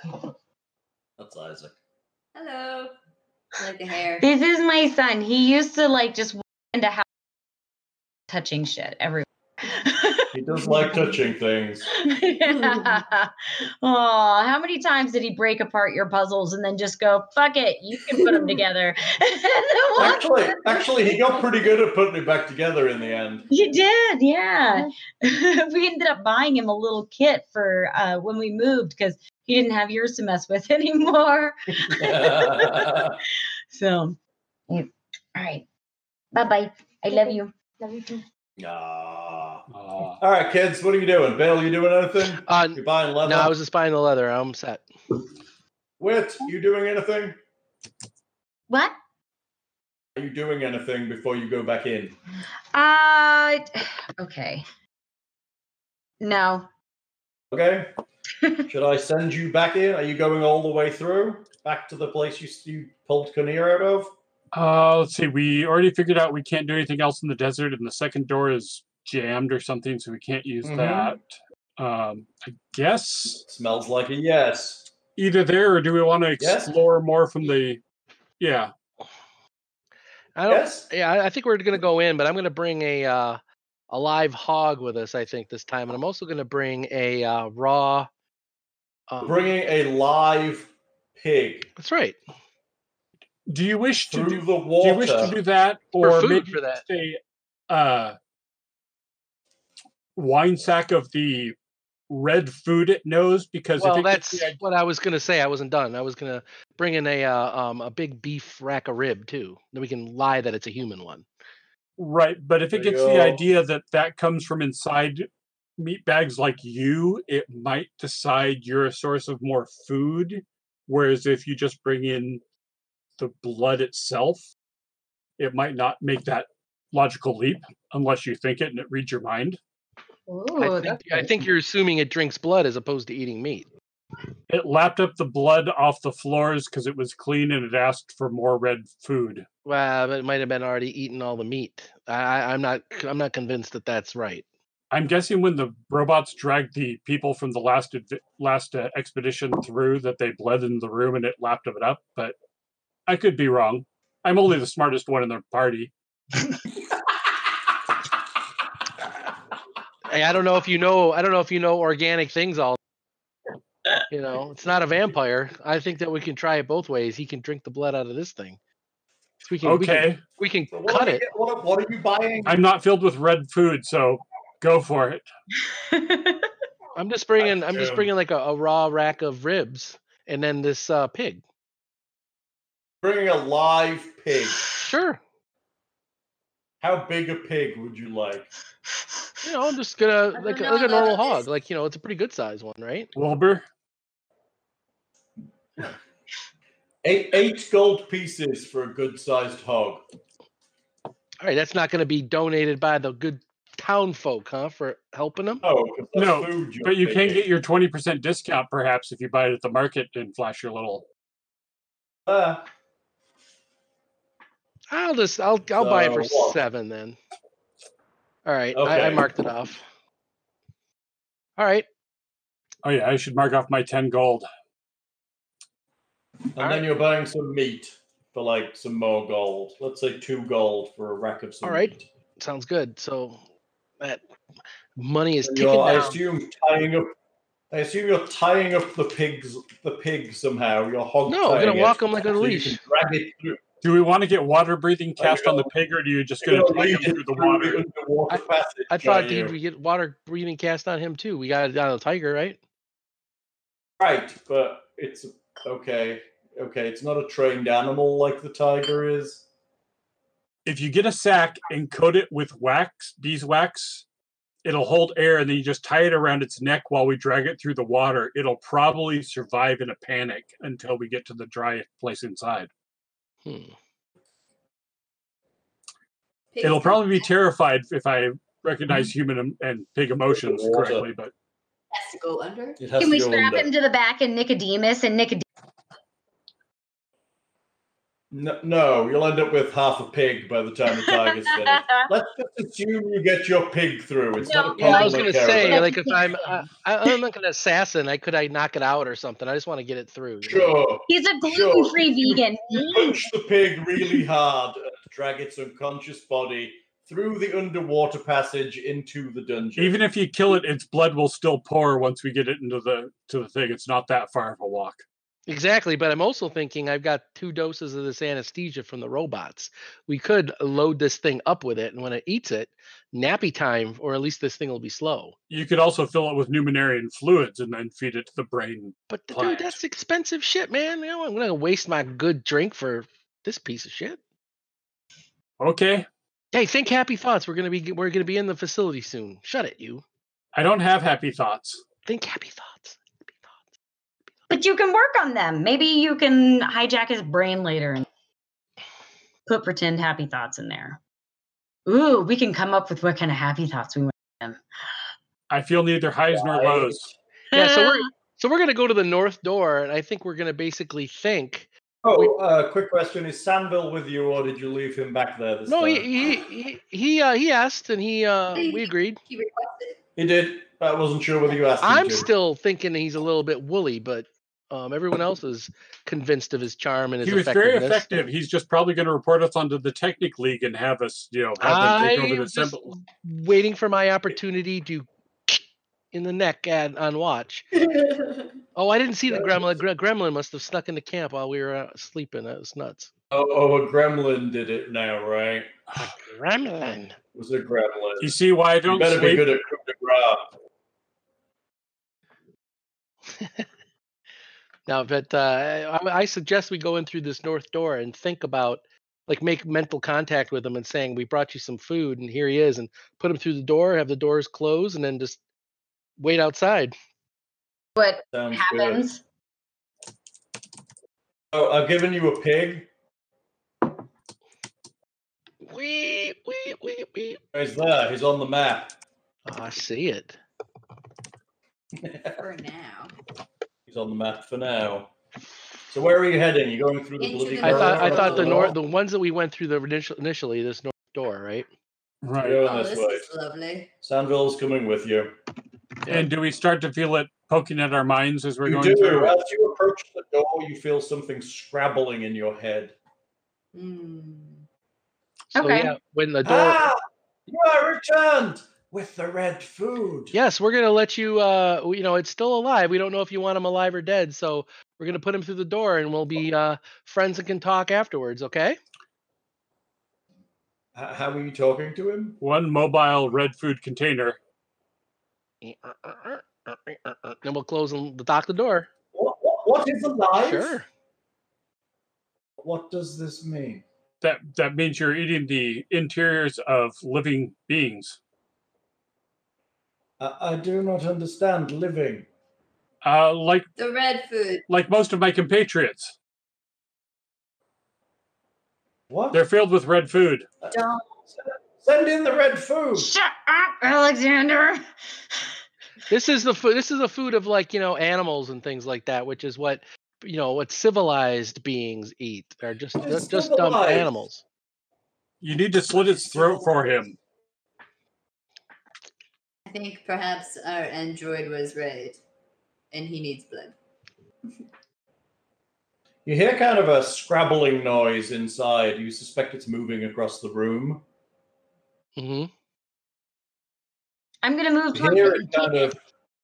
Speaker 4: Aw.
Speaker 2: That's Isaac.
Speaker 5: Hello. I Like the hair.
Speaker 7: This is my son. He used to like just walk into house touching shit [LAUGHS] everywhere.
Speaker 2: He does like touching [LAUGHS] things.
Speaker 7: [LAUGHS] Yeah. Oh, how many times did he break apart your puzzles and then just go, fuck it, you can put them together? [LAUGHS] and then walk
Speaker 2: Actually, actually, he got pretty good at putting it back together in the end. [LAUGHS]
Speaker 7: You did, yeah. [LAUGHS] we ended up buying him a little kit for uh, when we moved because he didn't have yours to mess with [LAUGHS] anymore. So, yeah. all right. Bye bye. I love you.
Speaker 8: Love you too.
Speaker 2: Ah.
Speaker 4: Aw.
Speaker 2: All right, kids, what are you doing? Bill, you doing anything?
Speaker 3: Uh, n-
Speaker 2: You buying leather?
Speaker 3: no, I was just buying the leather. I'm set.
Speaker 2: Wit, you doing anything?
Speaker 7: What?
Speaker 2: Are you doing anything before you go back in?
Speaker 7: Uh, [SIGHS] okay. No.
Speaker 2: Okay. Should I send you back in? Are you going all the way through? Back to the place you, you pulled Kinnear out of?
Speaker 4: Uh, let's see. We already figured out we can't do anything else in the desert, and the second door is jammed or something, so we can't use
Speaker 2: Mhm.
Speaker 4: that. Um, I guess
Speaker 2: Smells like a yes.
Speaker 4: either there or do we want to
Speaker 2: Yes.
Speaker 4: explore more from the? Yeah.
Speaker 3: I don't.
Speaker 2: Yes.
Speaker 3: Yeah, I I think we're gonna go in, but I'm gonna bring a uh, a live hog with us. I think this time, and I'm also gonna bring a uh, raw. Uh,
Speaker 2: Bringing a live pig
Speaker 3: that's right.
Speaker 4: Do you wish to
Speaker 2: through
Speaker 4: do?
Speaker 2: the
Speaker 4: Do
Speaker 2: water.
Speaker 4: you wish to do that, or
Speaker 3: food
Speaker 4: maybe
Speaker 3: for that.
Speaker 4: just a uh, wine sack of the red food it knows? Because I
Speaker 3: Well,
Speaker 4: think
Speaker 3: that's
Speaker 4: the idea-
Speaker 3: what I was gonna say. I wasn't done. I was gonna bring in a uh, um a big beef rack of rib too. Then we can lie that it's a human one.
Speaker 4: right. But if it
Speaker 2: There you
Speaker 4: gets the
Speaker 2: go.
Speaker 4: idea that that comes from inside meat bags like you, it might decide you're a source of more food. Whereas if you just bring in the blood itself, it might not make that logical leap unless you think it and it reads your mind.
Speaker 7: Ooh,
Speaker 3: I, think,
Speaker 7: Oh, that's
Speaker 3: I
Speaker 7: good.
Speaker 3: think you're assuming it drinks blood as opposed to eating meat.
Speaker 4: It lapped up the blood off the floors because it was clean and it asked for more red food.
Speaker 3: Well, but it might have been already eaten all the meat. I, I- I'm not. c- I'm not convinced that that's right.
Speaker 4: I'm guessing when the robots dragged the people from the last adv- last uh, expedition through, that they bled in the room and it lapped it up. But I could be wrong. I'm only the smartest one in the party.
Speaker 3: Hey, I don't know if you know. I don't know if you know organic things all. You know, it's not a vampire. I think that we can try it both ways. He can drink the blood out of this thing. So we can. We can,
Speaker 4: Okay,
Speaker 3: we can
Speaker 2: So what
Speaker 3: cut
Speaker 2: are you-
Speaker 3: it.
Speaker 2: What, what are you buying?
Speaker 4: I'm not filled with red food, so go for it.
Speaker 7: [LAUGHS]
Speaker 3: I'm just bringing. I'm
Speaker 2: Jim.
Speaker 3: just bringing like a, a raw rack of ribs and then this uh, pig.
Speaker 2: Bringing a live pig.
Speaker 3: Sure.
Speaker 2: How big a pig would you like?
Speaker 3: You know, I'm just gonna
Speaker 5: don't
Speaker 3: like a-
Speaker 5: know
Speaker 3: like a
Speaker 5: about
Speaker 3: normal
Speaker 5: this.
Speaker 3: hog. Like you know, it's a pretty good size one, right?
Speaker 4: Wilbur,
Speaker 2: Eight, eight gold pieces for a good sized hog.
Speaker 3: All right, that's not going to be donated by the good town folk, huh? For helping them.
Speaker 2: No, Oh, 'cause that's
Speaker 4: No,
Speaker 2: food you're
Speaker 4: but you can
Speaker 2: taking.
Speaker 4: get your 20% discount perhaps if you buy it at the market and flash your little.
Speaker 2: Ah,
Speaker 3: I'll just I'll I'll buy it
Speaker 2: So,
Speaker 3: for
Speaker 2: what?
Speaker 3: seven then. All right, I, I
Speaker 2: Uh, Okay.
Speaker 3: marked it off. All right,
Speaker 4: Oh yeah, I should mark off my 10 gold.
Speaker 2: and
Speaker 3: Alright.
Speaker 2: then you're buying some meat for like some more gold. Let's say two gold for a rack of some
Speaker 3: Alright.
Speaker 2: meat.
Speaker 3: sounds good. So that money is
Speaker 2: And
Speaker 3: ticking
Speaker 2: you're, I
Speaker 3: down.
Speaker 2: assume tying up. I assume you're tying up the pigs, the pig somehow. Your hog.
Speaker 3: No, I'm
Speaker 2: tying
Speaker 3: gonna
Speaker 2: it,
Speaker 3: walk him like
Speaker 2: [LAUGHS]
Speaker 3: a
Speaker 2: so you
Speaker 3: leash.
Speaker 2: can drag it through.
Speaker 4: Do we want to get water breathing
Speaker 2: There you
Speaker 4: cast on the pig, or do you just going
Speaker 2: You're
Speaker 4: to
Speaker 2: gonna
Speaker 4: take him
Speaker 2: lead it
Speaker 4: through the
Speaker 2: through
Speaker 4: water?
Speaker 2: underwater
Speaker 3: I-
Speaker 2: passage,
Speaker 3: I
Speaker 2: are
Speaker 3: thought
Speaker 2: you?
Speaker 3: dude, we get water breathing cast on him too. We got it on the tiger, right?
Speaker 2: Right, but it's okay. Okay, it's not a trained animal like the tiger is.
Speaker 4: If you get a sack and coat it with wax, beeswax, it'll hold air, and then you just tie it around its neck while we drag it through the water. It'll probably survive in a panic until we get to the dry place inside.
Speaker 3: Hmm.
Speaker 5: Pigs
Speaker 4: It'll
Speaker 5: don't
Speaker 4: probably be terrified if I recognize human em- and pig emotions
Speaker 2: water.
Speaker 4: correctly, but
Speaker 5: have to
Speaker 3: [LAUGHS]
Speaker 5: go under.
Speaker 2: It has
Speaker 7: Can
Speaker 2: to
Speaker 7: we
Speaker 2: go
Speaker 7: strap
Speaker 2: under.
Speaker 7: him to the back and Nicodemus and Nicodemus?
Speaker 2: No, no, you'll end up with half a pig by the time the tiger's
Speaker 3: [LAUGHS]
Speaker 2: finished. Let's just assume you get your pig through. It's
Speaker 7: No,
Speaker 2: not a
Speaker 3: Yeah, I
Speaker 2: problem.
Speaker 3: was
Speaker 2: I
Speaker 3: gonna
Speaker 2: care
Speaker 3: say uh,
Speaker 2: about.
Speaker 3: like if I'm I, I- I'm like an assassin, I could I knock it out or something. I just want to get it through. you know?
Speaker 2: Sure.
Speaker 7: He's a gluten-free vegan.
Speaker 2: You punch the pig really hard and drag its unconscious body through the underwater passage into the dungeon.
Speaker 4: even if you kill it, its blood will still pour once we get it into the to the thing. It's not that far of a walk.
Speaker 3: Exactly, but I'm also thinking I've got two doses of this anesthesia from the robots. We could load this thing up with it, and when it eats it, nappy time, or at least this thing will be slow.
Speaker 4: You could also fill it with numinarian fluids and then feed it to the brain.
Speaker 3: But th-
Speaker 4: Plant.
Speaker 3: dude, that's expensive shit, man. You know, I'm gonna waste my good drink for this piece of shit.
Speaker 4: Okay,
Speaker 3: Hey, think happy thoughts. We're gonna be we're gonna be in the facility soon. Shut it, you.
Speaker 4: I don't have happy thoughts.
Speaker 3: Think happy thoughts. Happy thoughts.
Speaker 7: But you can work on them. Maybe you can hijack his brain later and put pretend happy thoughts in there. Ooh, we can come up with what kind of happy thoughts we want them.
Speaker 4: I feel neither highs nor lows.
Speaker 3: Yeah, so we're so we're gonna go to the north door, and I think we're gonna basically think
Speaker 2: Oh, uh, quick question: Is Samville with you, or did you leave him back there? This
Speaker 3: No,
Speaker 2: time?
Speaker 3: he he he he, uh, he asked and he uh,
Speaker 5: Hey.
Speaker 3: we agreed.
Speaker 5: He requested.
Speaker 2: He did. I wasn't sure whether you asked him
Speaker 3: I'm
Speaker 2: to.
Speaker 3: still thinking he's a little bit woolly, but um, everyone else is convinced of his charm and his
Speaker 4: He was very
Speaker 3: effectiveness.
Speaker 4: effective. He's just probably going to report us onto the Technic League and have us, you know, have them
Speaker 3: I
Speaker 4: take over the
Speaker 3: was just
Speaker 4: assembly.
Speaker 3: waiting for my opportunity to [SNIFFS] in the neck and on watch. Oh, I didn't see the gremlin. Gre- Gremlin must have snuck into camp while we were uh, sleeping. That was nuts.
Speaker 2: Oh, oh, a gremlin did it now, right?
Speaker 4: Ah.
Speaker 3: Gremlin.
Speaker 2: It was a gremlin.
Speaker 4: You see why I
Speaker 2: You
Speaker 4: don't
Speaker 2: better be
Speaker 4: sleep?
Speaker 2: good at coup de grace.
Speaker 3: Now, but uh, I, I suggest we go in through this north door and think about, like, make mental contact with him and saying, "We brought you some food, and here he is," and put him through the door, have the doors close, and then just wait outside.
Speaker 7: What
Speaker 2: Sounds good.
Speaker 7: happens?
Speaker 2: Oh, I've given you a pig.
Speaker 3: Wee wee wee wee.
Speaker 2: He's there. He's on the map.
Speaker 3: Oh, I see it
Speaker 5: For now.
Speaker 2: He's on the map for now. So where are you heading? You going through the
Speaker 5: Into
Speaker 2: bloody
Speaker 5: the
Speaker 3: I thought I
Speaker 5: Oh,
Speaker 3: thought the
Speaker 5: no.
Speaker 3: north, the ones that we went through the initial, initially this north door, right?
Speaker 2: You're
Speaker 4: [LAUGHS] Right.
Speaker 2: going
Speaker 5: Oh,
Speaker 2: this
Speaker 5: this
Speaker 2: way.
Speaker 5: is lovely.
Speaker 2: Sandville's coming with you.
Speaker 4: And do we start to feel it poking at our minds as we're
Speaker 2: you do.
Speaker 4: going through?
Speaker 2: As you approach the door, you feel something scrabbling in your head.
Speaker 5: Mm.
Speaker 3: So,
Speaker 7: Okay.
Speaker 3: yeah, when the door.
Speaker 2: Ah, you are returned with the red food.
Speaker 3: Yes, we're gonna let you. Uh, w- you know, it's still alive. We don't know if you want him alive or dead, so we're gonna put him through the door, and we'll be uh, friends and can talk afterwards. Okay?
Speaker 2: H- how are you talking to him?
Speaker 4: One mobile red food container.
Speaker 3: Eh, uh, Then we'll close and lock the door.
Speaker 2: What, what, what is alive?
Speaker 3: Sure.
Speaker 2: What does this mean?
Speaker 4: That that means you're eating the interiors of living beings.
Speaker 2: I, I do not understand living.
Speaker 4: Uh, like
Speaker 5: The red food.
Speaker 4: like most of my compatriots,
Speaker 2: What?
Speaker 4: they're filled with red food.
Speaker 7: Don't
Speaker 2: Send in the red food.
Speaker 7: [LAUGHS] shut up, Alexander.
Speaker 3: This is the food. This is the food of like you know animals and things like that, which is what you know what civilized beings eat. Are just
Speaker 2: What
Speaker 3: ju-
Speaker 2: is
Speaker 3: just dumb
Speaker 2: civilized?
Speaker 3: animals.
Speaker 4: You need to slit its throat for him.
Speaker 5: I think perhaps our android was right, and he needs
Speaker 3: [LAUGHS]
Speaker 5: blood. [LAUGHS]
Speaker 2: You hear kind of a scrabbling noise inside. You suspect it's moving across the room.
Speaker 3: hmm
Speaker 7: I'm gonna move
Speaker 2: You
Speaker 7: towards
Speaker 2: hear
Speaker 7: the
Speaker 2: it kind of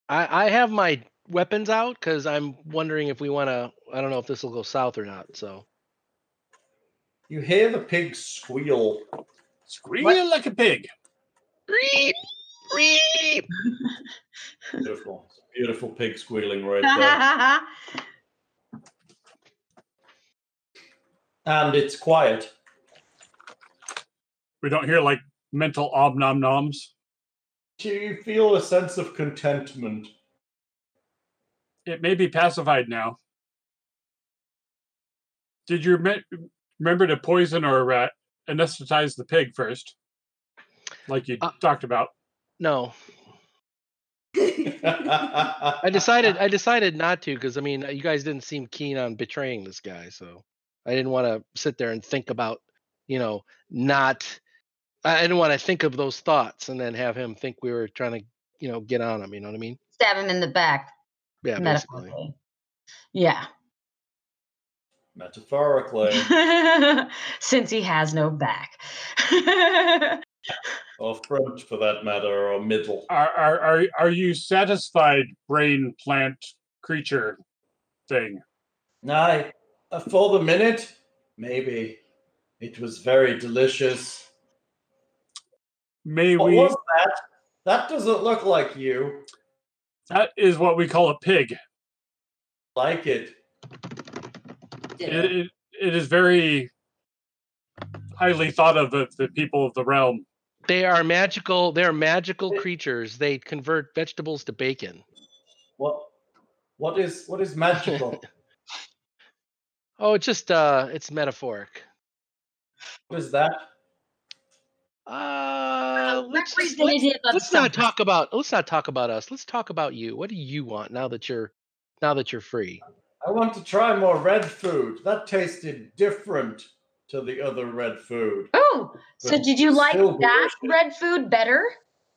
Speaker 3: I I have my weapons out because I'm wondering if we want to. I don't know if this will go south or not. So
Speaker 2: You hear the pig squeal.
Speaker 4: Squeal like a pig.
Speaker 2: Beautiful, beautiful pig squealing right
Speaker 7: [LAUGHS]
Speaker 2: there.
Speaker 7: container.
Speaker 2: and it's quiet.
Speaker 4: We don't hear like mental om nom noms.
Speaker 2: You feel a sense of contentment. [LAUGHS]
Speaker 4: It may be pacified now. Did you reme- remember to poison or uh, anesthetize the pig first, like you
Speaker 3: Uh,
Speaker 4: talked about?
Speaker 3: no,
Speaker 2: I Uh,
Speaker 3: I decided I decided not to because I mean you guys didn't seem keen on betraying this guy, so I didn't want to sit there and think about you know not. I I didn't want to think of those thoughts and then have him think we were trying to you know get on him. You know what I mean?
Speaker 7: Stab him in the back.
Speaker 3: Yeah, basically.
Speaker 7: Metaphorically. Yeah. [LAUGHS]
Speaker 2: metaphorically
Speaker 7: Since he has no back.
Speaker 3: [LAUGHS]
Speaker 2: or front for that matter or middle.
Speaker 4: Are are are are you satisfied, brain plant creature thing?
Speaker 2: Aye, uh, for the minute, maybe it was very delicious.
Speaker 4: May
Speaker 2: What
Speaker 4: we?
Speaker 2: was that? That doesn't look like you.
Speaker 4: That is what we call a pig.
Speaker 2: Like it.
Speaker 4: It, it, it is very highly thought of of the people of the realm.
Speaker 3: They are magical. They are magical creatures. They convert vegetables to bacon.
Speaker 2: What? What is what is
Speaker 3: [LAUGHS]
Speaker 2: magical?
Speaker 3: Oh, it's just uh, it's metaphoric.
Speaker 2: what is that?
Speaker 3: Uh, let's just- let's
Speaker 7: Representative of
Speaker 3: let's not
Speaker 7: something.
Speaker 3: talk about let's not talk about us. Let's talk about you. What do you want now that you're now that you're free?
Speaker 2: I want to try more red food. That tasted different to the other red food.
Speaker 7: Oh, so
Speaker 2: But
Speaker 7: did you like
Speaker 2: still
Speaker 7: that
Speaker 2: delicious.
Speaker 7: red food better?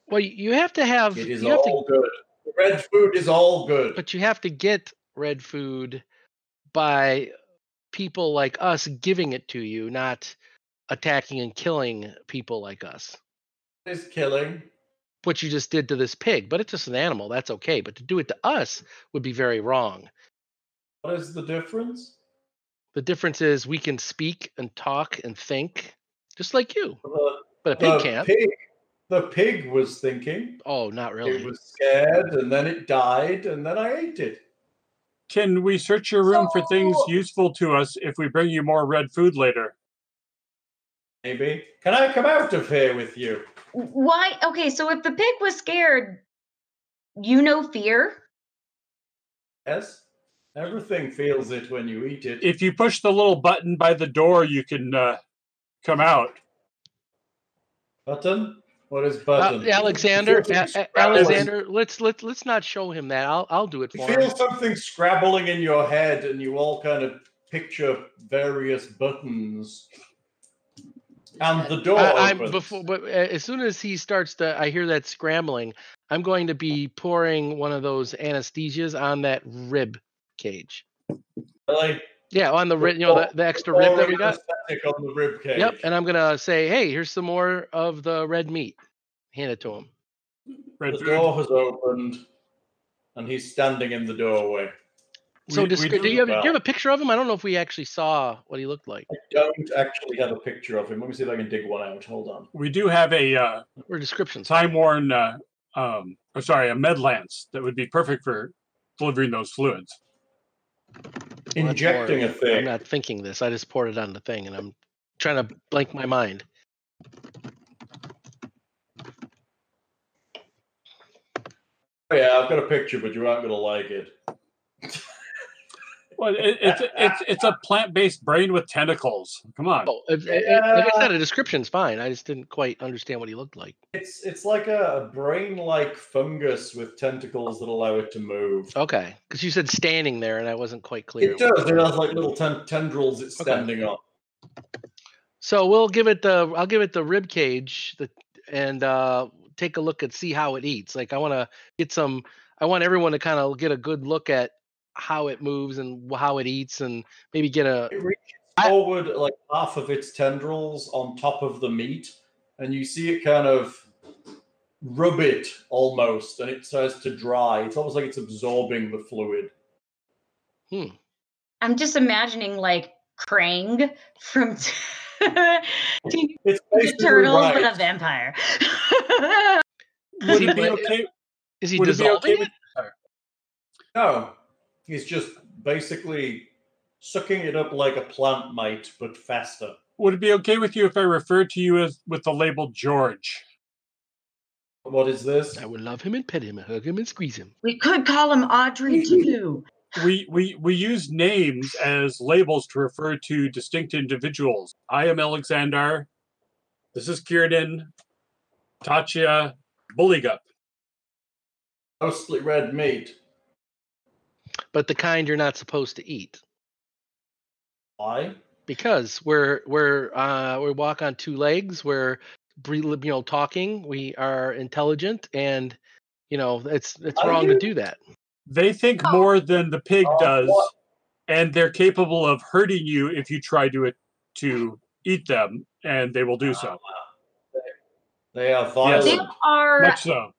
Speaker 3: Well, y- you have to have
Speaker 2: It is
Speaker 3: you have to
Speaker 2: all good. The red food is all good.
Speaker 3: but you have to get red food by people like us giving it to you, not attacking and killing people like us.
Speaker 2: It's killing.
Speaker 3: What you just did to this pig, but it's just an animal, that's okay. But to do it to us would be very wrong.
Speaker 2: What is the difference?
Speaker 3: The difference is we can speak and talk and think just like you,
Speaker 2: The,
Speaker 3: but a
Speaker 2: the
Speaker 3: pig can't.
Speaker 2: Uh, pig. The pig was thinking.
Speaker 3: Oh, not really.
Speaker 2: It was scared, and then it died, and then I ate it.
Speaker 4: Can we search your room for things
Speaker 7: So-
Speaker 4: useful to us if we bring you more red food later?
Speaker 2: Maybe. Can I come out of here with you?
Speaker 7: Why? Okay, so if the pig was scared, you know fear.
Speaker 2: Yes. Everything feels it when you eat it.
Speaker 4: If you push the little button by the door, you can uh, come out.
Speaker 2: Button? What is
Speaker 3: Uh,
Speaker 2: button?
Speaker 3: Alexander,
Speaker 2: You feel
Speaker 3: A-
Speaker 2: something
Speaker 3: A-
Speaker 2: scrabbling-
Speaker 3: Alexander, let's let's let's not show him that. I'll I'll do it
Speaker 2: You
Speaker 3: for him.
Speaker 2: feel something scrabbling in your head, and you all kind of picture various buttons. And Um, the
Speaker 4: Oh,
Speaker 2: door
Speaker 3: I, I'm
Speaker 2: opens.
Speaker 3: before, but uh, as soon as he starts to, I hear that scrambling. I'm going to be pouring one of those anesthesias on that rib cage.
Speaker 2: Really?
Speaker 3: Yeah, on the
Speaker 2: The
Speaker 3: rib, you know, the,
Speaker 2: por-
Speaker 3: the extra rib that
Speaker 4: Oh,
Speaker 2: Pouring
Speaker 3: we got.
Speaker 2: anesthetic on the rib cage.
Speaker 3: Yep, and I'm gonna say, hey, here's some more of the red meat. Hand it to him.
Speaker 4: Red
Speaker 2: the
Speaker 4: food.
Speaker 2: door has opened, and he's standing in the doorway.
Speaker 3: So,
Speaker 4: We- we
Speaker 3: descri-
Speaker 4: do
Speaker 3: do, you have, do you
Speaker 2: well.
Speaker 3: have a picture of him? I don't know if we actually saw what he looked like
Speaker 2: I don't actually have a picture of him. Let me see if I can dig one out. Hold on.
Speaker 4: We do have a uh,
Speaker 3: or descriptions.
Speaker 4: time worn, uh, um, or sorry, a med lance that would be perfect for delivering those fluids.
Speaker 3: Well, that's more-
Speaker 2: Injecting a
Speaker 3: I'm
Speaker 2: thing.
Speaker 3: not thinking this. I just poured it on the thing, and I'm trying to blank my mind.
Speaker 2: Oh, yeah, I've got a picture, but you aren't going to like it.
Speaker 4: Well, it, it's it's it's a plant based brain with tentacles. Come on.
Speaker 3: Oh, if- i- i- like I said, a description's fine. I just didn't quite understand what he looked like.
Speaker 2: It's it's like a brain-like fungus with tentacles that allow it to move.
Speaker 3: Okay, because you said standing there, and I wasn't quite clear.
Speaker 2: It does. It has like little ten- tendrils it's
Speaker 3: Okay.
Speaker 2: standing on.
Speaker 3: So we'll give it the I'll give it the rib cage, the, and uh, take a look at see how it eats. Like I want to get some. I want everyone to kind of get a good look at how it moves and wh- how it eats, and maybe get a
Speaker 2: It reaches
Speaker 3: I-
Speaker 2: forward like half of its tendrils on top of the meat, and you see it kind of rub it almost, and it starts to dry. It's almost like it's absorbing the fluid.
Speaker 7: I'm just imagining like Krang from [LAUGHS] Teenage
Speaker 2: It's
Speaker 7: Ninja
Speaker 2: basically
Speaker 7: Turtles,
Speaker 2: rice.
Speaker 7: but a vampire. [LAUGHS]
Speaker 3: is
Speaker 4: Would
Speaker 3: he,
Speaker 4: it be
Speaker 3: bla-
Speaker 4: okay?
Speaker 3: is he
Speaker 4: Would it be
Speaker 3: dissolving
Speaker 4: okay
Speaker 3: it?
Speaker 4: with?
Speaker 2: No, he's just basically sucking it up like a plant might, but faster.
Speaker 4: Would it be okay with you if I refer to you as with the label George?
Speaker 2: What is this?
Speaker 3: I would love him and pet him and hug him and squeeze him.
Speaker 7: we could call him Audrey too.
Speaker 4: We we we use names as labels to refer to distinct individuals. I am Alexander. This is Kieran. Tatya Bullygup.
Speaker 2: Mostly red meat.
Speaker 3: But the kind you're not supposed to eat
Speaker 2: Why?
Speaker 3: because we're we're uh, we walk on two legs. We're bre- you know talking. We are intelligent, and you know it's it's
Speaker 2: Are
Speaker 3: wrong to
Speaker 2: you-
Speaker 3: do that.
Speaker 4: They think more than the pig
Speaker 2: Oh,
Speaker 4: does,
Speaker 2: what?
Speaker 4: and they're capable of hurting you if you try to to eat them, and they will do so.
Speaker 2: They are
Speaker 7: They
Speaker 2: violent.
Speaker 7: are
Speaker 4: Much so.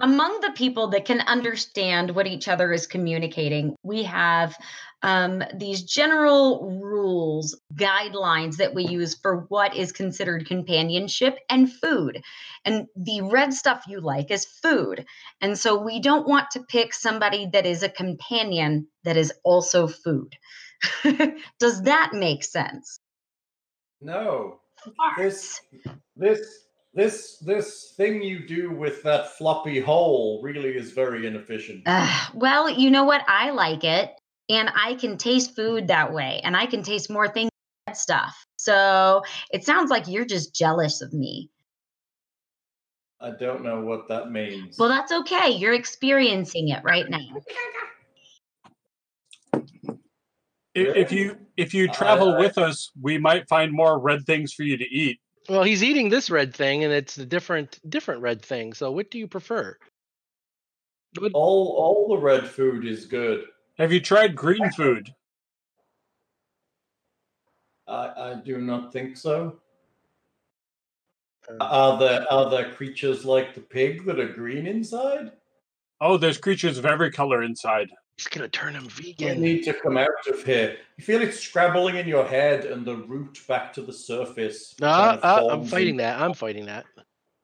Speaker 7: among the people that can understand what each other is communicating, we have um, these general rules, guidelines that we use for what is considered companionship and food. And the red stuff you like is food. And so we don't want to pick somebody that is a companion that is also food. [LAUGHS] Does that make sense?
Speaker 2: No. This this this this thing you do with that floppy hole really is very inefficient.
Speaker 7: Uh, well, you know what? I like it, and I can taste food that way, and I can taste more things than stuff. So it sounds like you're just jealous of me.
Speaker 2: I don't know what that means.
Speaker 7: Well, that's okay. You're experiencing it right now. [LAUGHS]
Speaker 4: If, if you if you
Speaker 2: I-
Speaker 4: travel
Speaker 2: I-
Speaker 4: with us, we might find more red things for you to eat.
Speaker 3: Well, he's eating this red thing, and it's a different different red thing. So, what do you prefer?
Speaker 2: All all the red food is good.
Speaker 4: Have you tried green food?
Speaker 2: I, I do not think so.
Speaker 3: Um,
Speaker 2: Are there are there creatures like the pig that are green inside?
Speaker 4: Oh, there's creatures of every color inside.
Speaker 3: he's gonna turn him
Speaker 2: You
Speaker 3: vegan.
Speaker 2: need to come out of here. You feel it scrabbling in your head and the root back to the surface.
Speaker 3: No,
Speaker 2: kind of
Speaker 3: uh, I'm
Speaker 2: forms [LAUGHS]
Speaker 3: fighting
Speaker 2: in-
Speaker 3: that. I'm fighting that.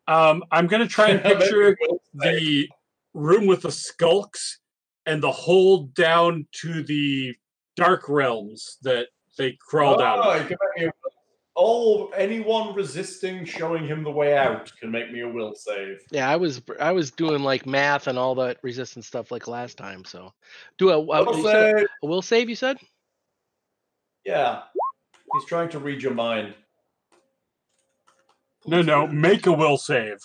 Speaker 4: Um, I'm gonna try
Speaker 2: [LAUGHS]
Speaker 4: and
Speaker 2: Maybe
Speaker 4: picture
Speaker 2: we'll say-
Speaker 4: the room with the skulks and the hole down to the dark realms that they crawled out
Speaker 2: Oh,
Speaker 4: of.
Speaker 2: you can make me a will- All anyone resisting showing him the way out can make me a will save.
Speaker 3: Yeah, I was I was doing like math and all that resistance stuff like last time. So, do a, a,
Speaker 2: Will
Speaker 3: you said-
Speaker 2: save.
Speaker 3: a will save? You said
Speaker 2: Yeah, he's trying to read your mind.
Speaker 4: No, no, make a will save.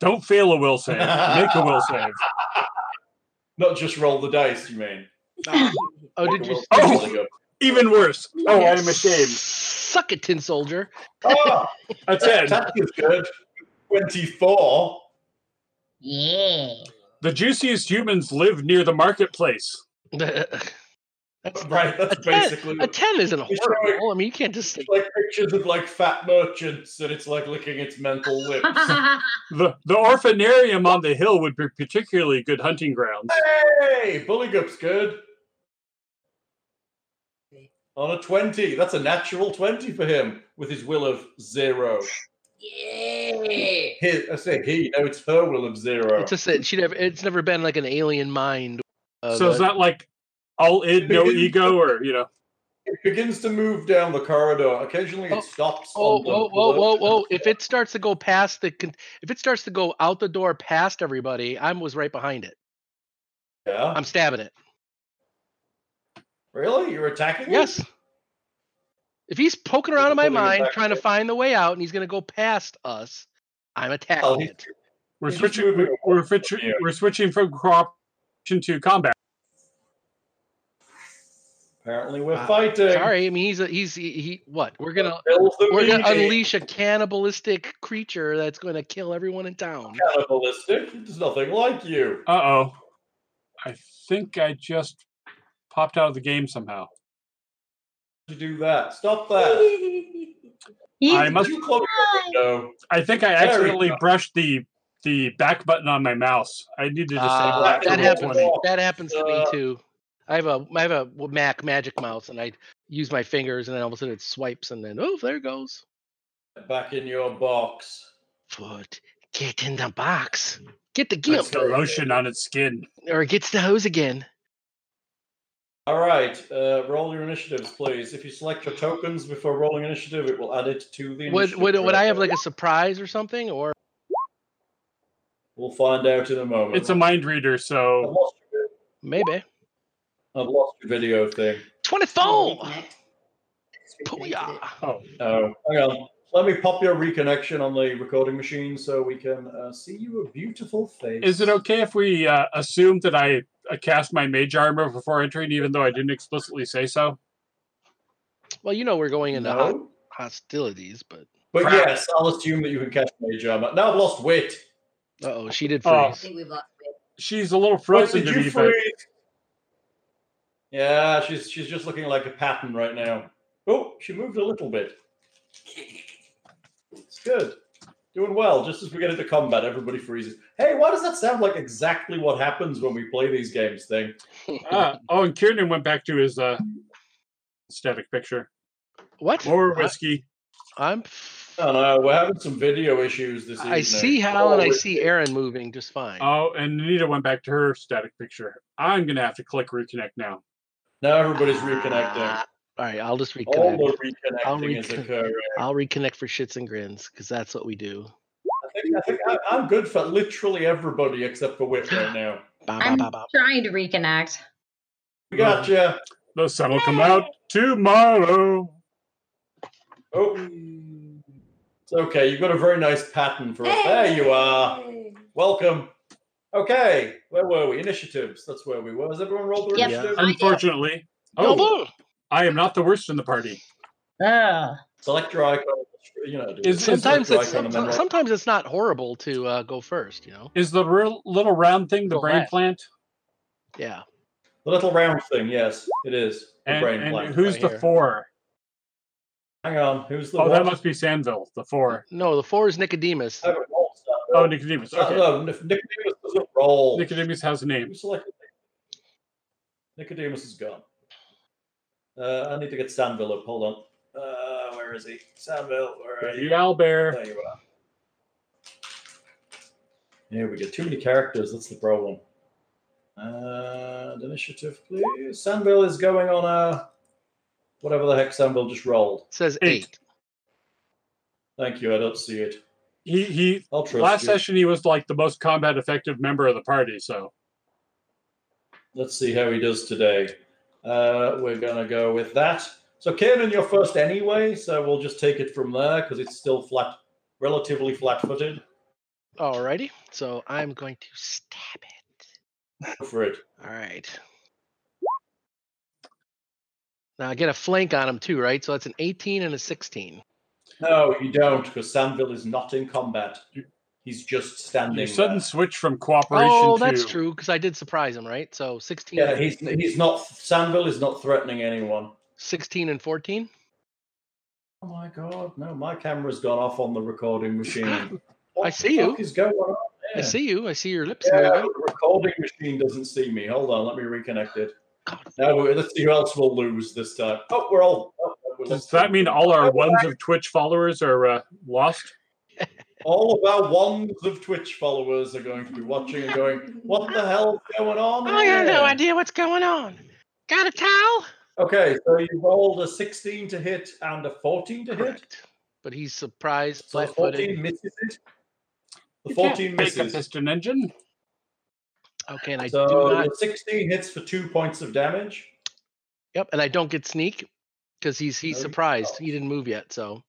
Speaker 4: Don't fail a will save. Make a will save.
Speaker 2: Not just roll the dice, you mean?
Speaker 3: Oh,
Speaker 2: Make
Speaker 3: did
Speaker 2: a
Speaker 3: you?
Speaker 2: will save
Speaker 3: did you
Speaker 4: Oh!
Speaker 2: while you go.
Speaker 4: Even worse. Oh, I am ashamed.
Speaker 3: Suck it, tin soldier.
Speaker 2: Ah,
Speaker 4: A ten.
Speaker 2: That is good. Twenty-four.
Speaker 7: Yeah.
Speaker 4: The juiciest humans live near the marketplace.
Speaker 3: [LAUGHS] a
Speaker 2: Right, that's
Speaker 3: ten-
Speaker 2: basically what-
Speaker 3: ten isn't
Speaker 2: He's showing-
Speaker 3: horrible. I mean, you can't just.
Speaker 2: it's like pictures of like fat merchants, and it's like licking its mental
Speaker 3: [LAUGHS]
Speaker 2: lips.
Speaker 4: The the orphanarium on the hill would be particularly good hunting grounds.
Speaker 2: hey, bully gup's good. On a twenty, that's a natural twenty for him with his will of zero.
Speaker 5: Yeah.
Speaker 2: His, I say he. No, it's her will of zero.
Speaker 3: It's just that she never. It's never been like an alien mind. uh,
Speaker 4: so it's
Speaker 3: that-
Speaker 4: not like all id, no ego, or you know.
Speaker 2: It begins to move down the corridor. Occasionally,
Speaker 3: Oh,
Speaker 2: it stops.
Speaker 3: Oh,
Speaker 2: on the
Speaker 3: whoa, whoa, whoa,
Speaker 2: verge of
Speaker 3: whoa! If it starts to go past the, con- if it starts to go out the door past everybody, I was right behind it.
Speaker 2: the- Yeah.
Speaker 3: I'm stabbing it.
Speaker 2: Really? You're attacking? it?
Speaker 3: Yes. If he's poking around in my
Speaker 2: Pulling it
Speaker 3: mind,
Speaker 2: back
Speaker 3: trying to find the way out, and he's going to go past us, I'm attacking
Speaker 2: Oh, he's-
Speaker 3: it.
Speaker 4: We're
Speaker 2: He's just
Speaker 4: switching. We're,
Speaker 2: moving
Speaker 4: we're, switching
Speaker 2: you.
Speaker 4: we're switching from cooperation to combat.
Speaker 2: Apparently, we're
Speaker 3: Wow.
Speaker 2: fighting.
Speaker 3: Sorry, I mean he's a, he's he, he what? We're gonna
Speaker 2: Build the
Speaker 3: [LAUGHS] we're gonna
Speaker 2: meeting.
Speaker 3: unleash a cannibalistic creature that's going to kill everyone in town.
Speaker 2: Cannibalistic. There's nothing like you.
Speaker 4: Uh oh. I think I just popped out of the game somehow.
Speaker 2: How'd you do that? Stop that.
Speaker 7: He's
Speaker 4: I must-
Speaker 2: Did you close your
Speaker 7: fine.
Speaker 2: window?
Speaker 4: I think I
Speaker 2: There we
Speaker 4: accidentally
Speaker 2: go.
Speaker 4: brushed the the back button on my mouse. I need to disable
Speaker 3: Uh,
Speaker 4: that.
Speaker 2: to
Speaker 3: that
Speaker 4: for
Speaker 2: roll
Speaker 3: happens.
Speaker 4: roll
Speaker 3: That happens to me
Speaker 2: Uh,
Speaker 3: too. I have a I have a w- Mac Magic Mouse, and I use my fingers, and then all of a sudden it swipes, and then oh, there it goes.
Speaker 2: Back in your box.
Speaker 3: Foot, get in the box. Get the
Speaker 4: 20.
Speaker 3: gimp,
Speaker 4: That's the lotion on its skin.
Speaker 3: or it gets the hose again.
Speaker 2: All right. Uh, roll your initiatives, please. If you select your tokens before rolling initiative, it will add it to the.
Speaker 3: Would
Speaker 2: initiative
Speaker 3: would would I have
Speaker 2: tracker.
Speaker 3: like a surprise or something, or
Speaker 2: We'll find out in a moment.
Speaker 3: Oh.
Speaker 4: It's a mind reader,
Speaker 2: I've
Speaker 4: so
Speaker 2: lost your-
Speaker 3: maybe
Speaker 2: I've lost your video thing.
Speaker 3: twenty
Speaker 5: Oh,
Speaker 3: four?
Speaker 5: reconnect. Just reconnected
Speaker 3: Booyah!
Speaker 4: oh,
Speaker 2: Oh, hang on. Let me pop your reconnection on the recording machine so we can uh, see your beautiful face.
Speaker 4: is it okay if we uh, assume that I uh, cast my mage armor before entering, even though I didn't explicitly say so?
Speaker 3: Well, you know we're going into hot
Speaker 2: No.
Speaker 3: hostilities, but
Speaker 2: But
Speaker 4: Crap.
Speaker 2: yes, I'll assume that you can catch Mage Armor. Now I've lost wit.
Speaker 3: oh, she did
Speaker 4: Oh.
Speaker 5: I
Speaker 3: freeze.
Speaker 5: think we've lost it.
Speaker 4: She's a little
Speaker 2: What
Speaker 4: frozen
Speaker 2: did
Speaker 4: to
Speaker 2: you
Speaker 4: me, but
Speaker 2: freeze? Yeah, she's she's just looking like a pattern right now. Oh, she moved a little bit. It's good. Doing well. Just as we get into combat, everybody freezes. Hey, why does that sound like exactly what happens when we play these games thing?
Speaker 4: ah, oh, and Kieran went back to his uh, static picture.
Speaker 3: What?
Speaker 4: More Uh,
Speaker 3: I-
Speaker 4: whiskey.
Speaker 3: I'm. f-
Speaker 2: I don't know. We're having some video issues this evening.
Speaker 3: I see Hal and I
Speaker 2: Oh,
Speaker 3: see Aaron moving just fine.
Speaker 4: Oh, and Anita went back to her static picture. I'm gonna have to click reconnect now.
Speaker 2: Now everybody's reconnecting.
Speaker 3: Ah, all right, I'll just reconnect.
Speaker 2: All the
Speaker 3: I'll
Speaker 2: reconnecting is
Speaker 3: recon-
Speaker 2: occurring.
Speaker 3: I'll reconnect for shits and grins because that's what we do.
Speaker 2: I think, I think I, I'm good for literally everybody except for Whip right now.
Speaker 3: Ba, ba,
Speaker 7: I'm
Speaker 3: ba, ba.
Speaker 7: trying to reconnect.
Speaker 2: We
Speaker 4: Mm.
Speaker 2: got you.
Speaker 4: The sun will come out tomorrow.
Speaker 2: Oh, it's okay. You've got a very nice pattern for us. There you are.
Speaker 5: Hey.
Speaker 2: Welcome. Okay, where were we? Initiatives. That's where we were. Has everyone rolled their
Speaker 7: Yep.
Speaker 2: initiative?
Speaker 7: Yeah.
Speaker 4: Unfortunately, oh,
Speaker 3: Yo, boom.
Speaker 4: I am not the worst in the party.
Speaker 7: Ugh.
Speaker 2: Select your icon. you know,
Speaker 4: Is- is
Speaker 3: Sometimes
Speaker 4: the
Speaker 3: it's
Speaker 4: icon
Speaker 2: on the
Speaker 3: some-
Speaker 2: memory.
Speaker 3: sometimes it's not horrible to uh, go first. You know.
Speaker 4: Is the real little round thing the
Speaker 3: Go
Speaker 4: brain
Speaker 3: last.
Speaker 4: plant?
Speaker 3: Yeah.
Speaker 2: the little round thing. Yes, it is. The
Speaker 4: And,
Speaker 2: brain
Speaker 4: and
Speaker 2: plant.
Speaker 4: who's
Speaker 3: right
Speaker 4: the
Speaker 3: here.
Speaker 4: four?
Speaker 2: Hang on, who's the
Speaker 4: Oh,
Speaker 2: one?
Speaker 4: that must be Sandville, the four.
Speaker 3: No, the four is Nicodemus.
Speaker 2: I haven't rolled stuff,
Speaker 4: Oh,
Speaker 2: no.
Speaker 4: Nicodemus.
Speaker 2: No,
Speaker 4: Okay.
Speaker 2: no, Nic- Nicodemus uh, doesn't roll.
Speaker 4: Nicodemus has a name.
Speaker 2: You selected Nic- Nicodemus is gone. Uh, I need to get Sandville up. Hold on. Uh, where is he? Sandville, where are you?
Speaker 4: The owlbear.
Speaker 2: There you are. Here we go. Too many characters. That's the problem. And initiative, please. Sandville is going on a whatever the heck Sandville just rolled.
Speaker 3: says
Speaker 4: Eight.
Speaker 3: eight.
Speaker 2: Thank you. I don't see it.
Speaker 4: He he.
Speaker 2: I'll trust
Speaker 4: Last
Speaker 2: you.
Speaker 4: session he was like the most combat effective member of the party. So
Speaker 2: Let's see how he does today. Uh, we're going to go with that. So, Kieran, you're first anyway, so we'll just take it from there because it's still flat, relatively flat footed.
Speaker 3: Alrighty. So I'm going to stab it.
Speaker 2: Go for it.
Speaker 3: All right. Now I get a flank on him too, right? So that's an 18 and a 16.
Speaker 2: No, you don't because Sandville is not in combat. He's just standing.
Speaker 4: your
Speaker 2: there.
Speaker 4: sudden switch from cooperation.
Speaker 3: Oh,
Speaker 4: to,
Speaker 3: that's true because I did surprise him, right? So 16,
Speaker 2: Yeah, he's he's not. Sandville is not threatening anyone.
Speaker 3: 16 and 14.
Speaker 2: Oh my god! No, my camera's gone off on the recording machine. What
Speaker 3: [LAUGHS] I see
Speaker 2: the
Speaker 3: you.
Speaker 2: fuck is going on?
Speaker 3: I
Speaker 2: Yeah.
Speaker 3: see you. I see your lips
Speaker 2: Yeah, Oh,
Speaker 3: moving.
Speaker 2: the recording machine doesn't see me. Hold on, let me reconnect it.
Speaker 3: God.
Speaker 2: Now we- let's see who else will lose this time. Oh, we're all. oh, we
Speaker 4: Does
Speaker 2: lost
Speaker 4: that
Speaker 2: two.
Speaker 4: mean all our ones of Twitch followers are uh, lost?
Speaker 2: [LAUGHS] all of our ones of Twitch followers are going to be watching and going, "What the hell's going on?"
Speaker 3: Oh, I have no
Speaker 2: here?"
Speaker 3: idea what's going on. Got
Speaker 2: [LAUGHS]
Speaker 3: a towel?
Speaker 2: Okay, so you rolled a 16 to hit and a 14 to hit.
Speaker 3: Correct. But he's surprised,
Speaker 2: So the
Speaker 3: uh, flat-footed.
Speaker 2: 14 misses it. The
Speaker 4: You can't
Speaker 2: 14
Speaker 4: fake a
Speaker 2: misses.
Speaker 4: piston engine.
Speaker 3: Okay, and I
Speaker 2: So
Speaker 3: do not.
Speaker 2: the 16 hits for two points of damage.
Speaker 3: Yep, and I don't get sneak because he's he's
Speaker 2: No, you
Speaker 3: surprised.
Speaker 2: don't.
Speaker 3: He didn't move yet, so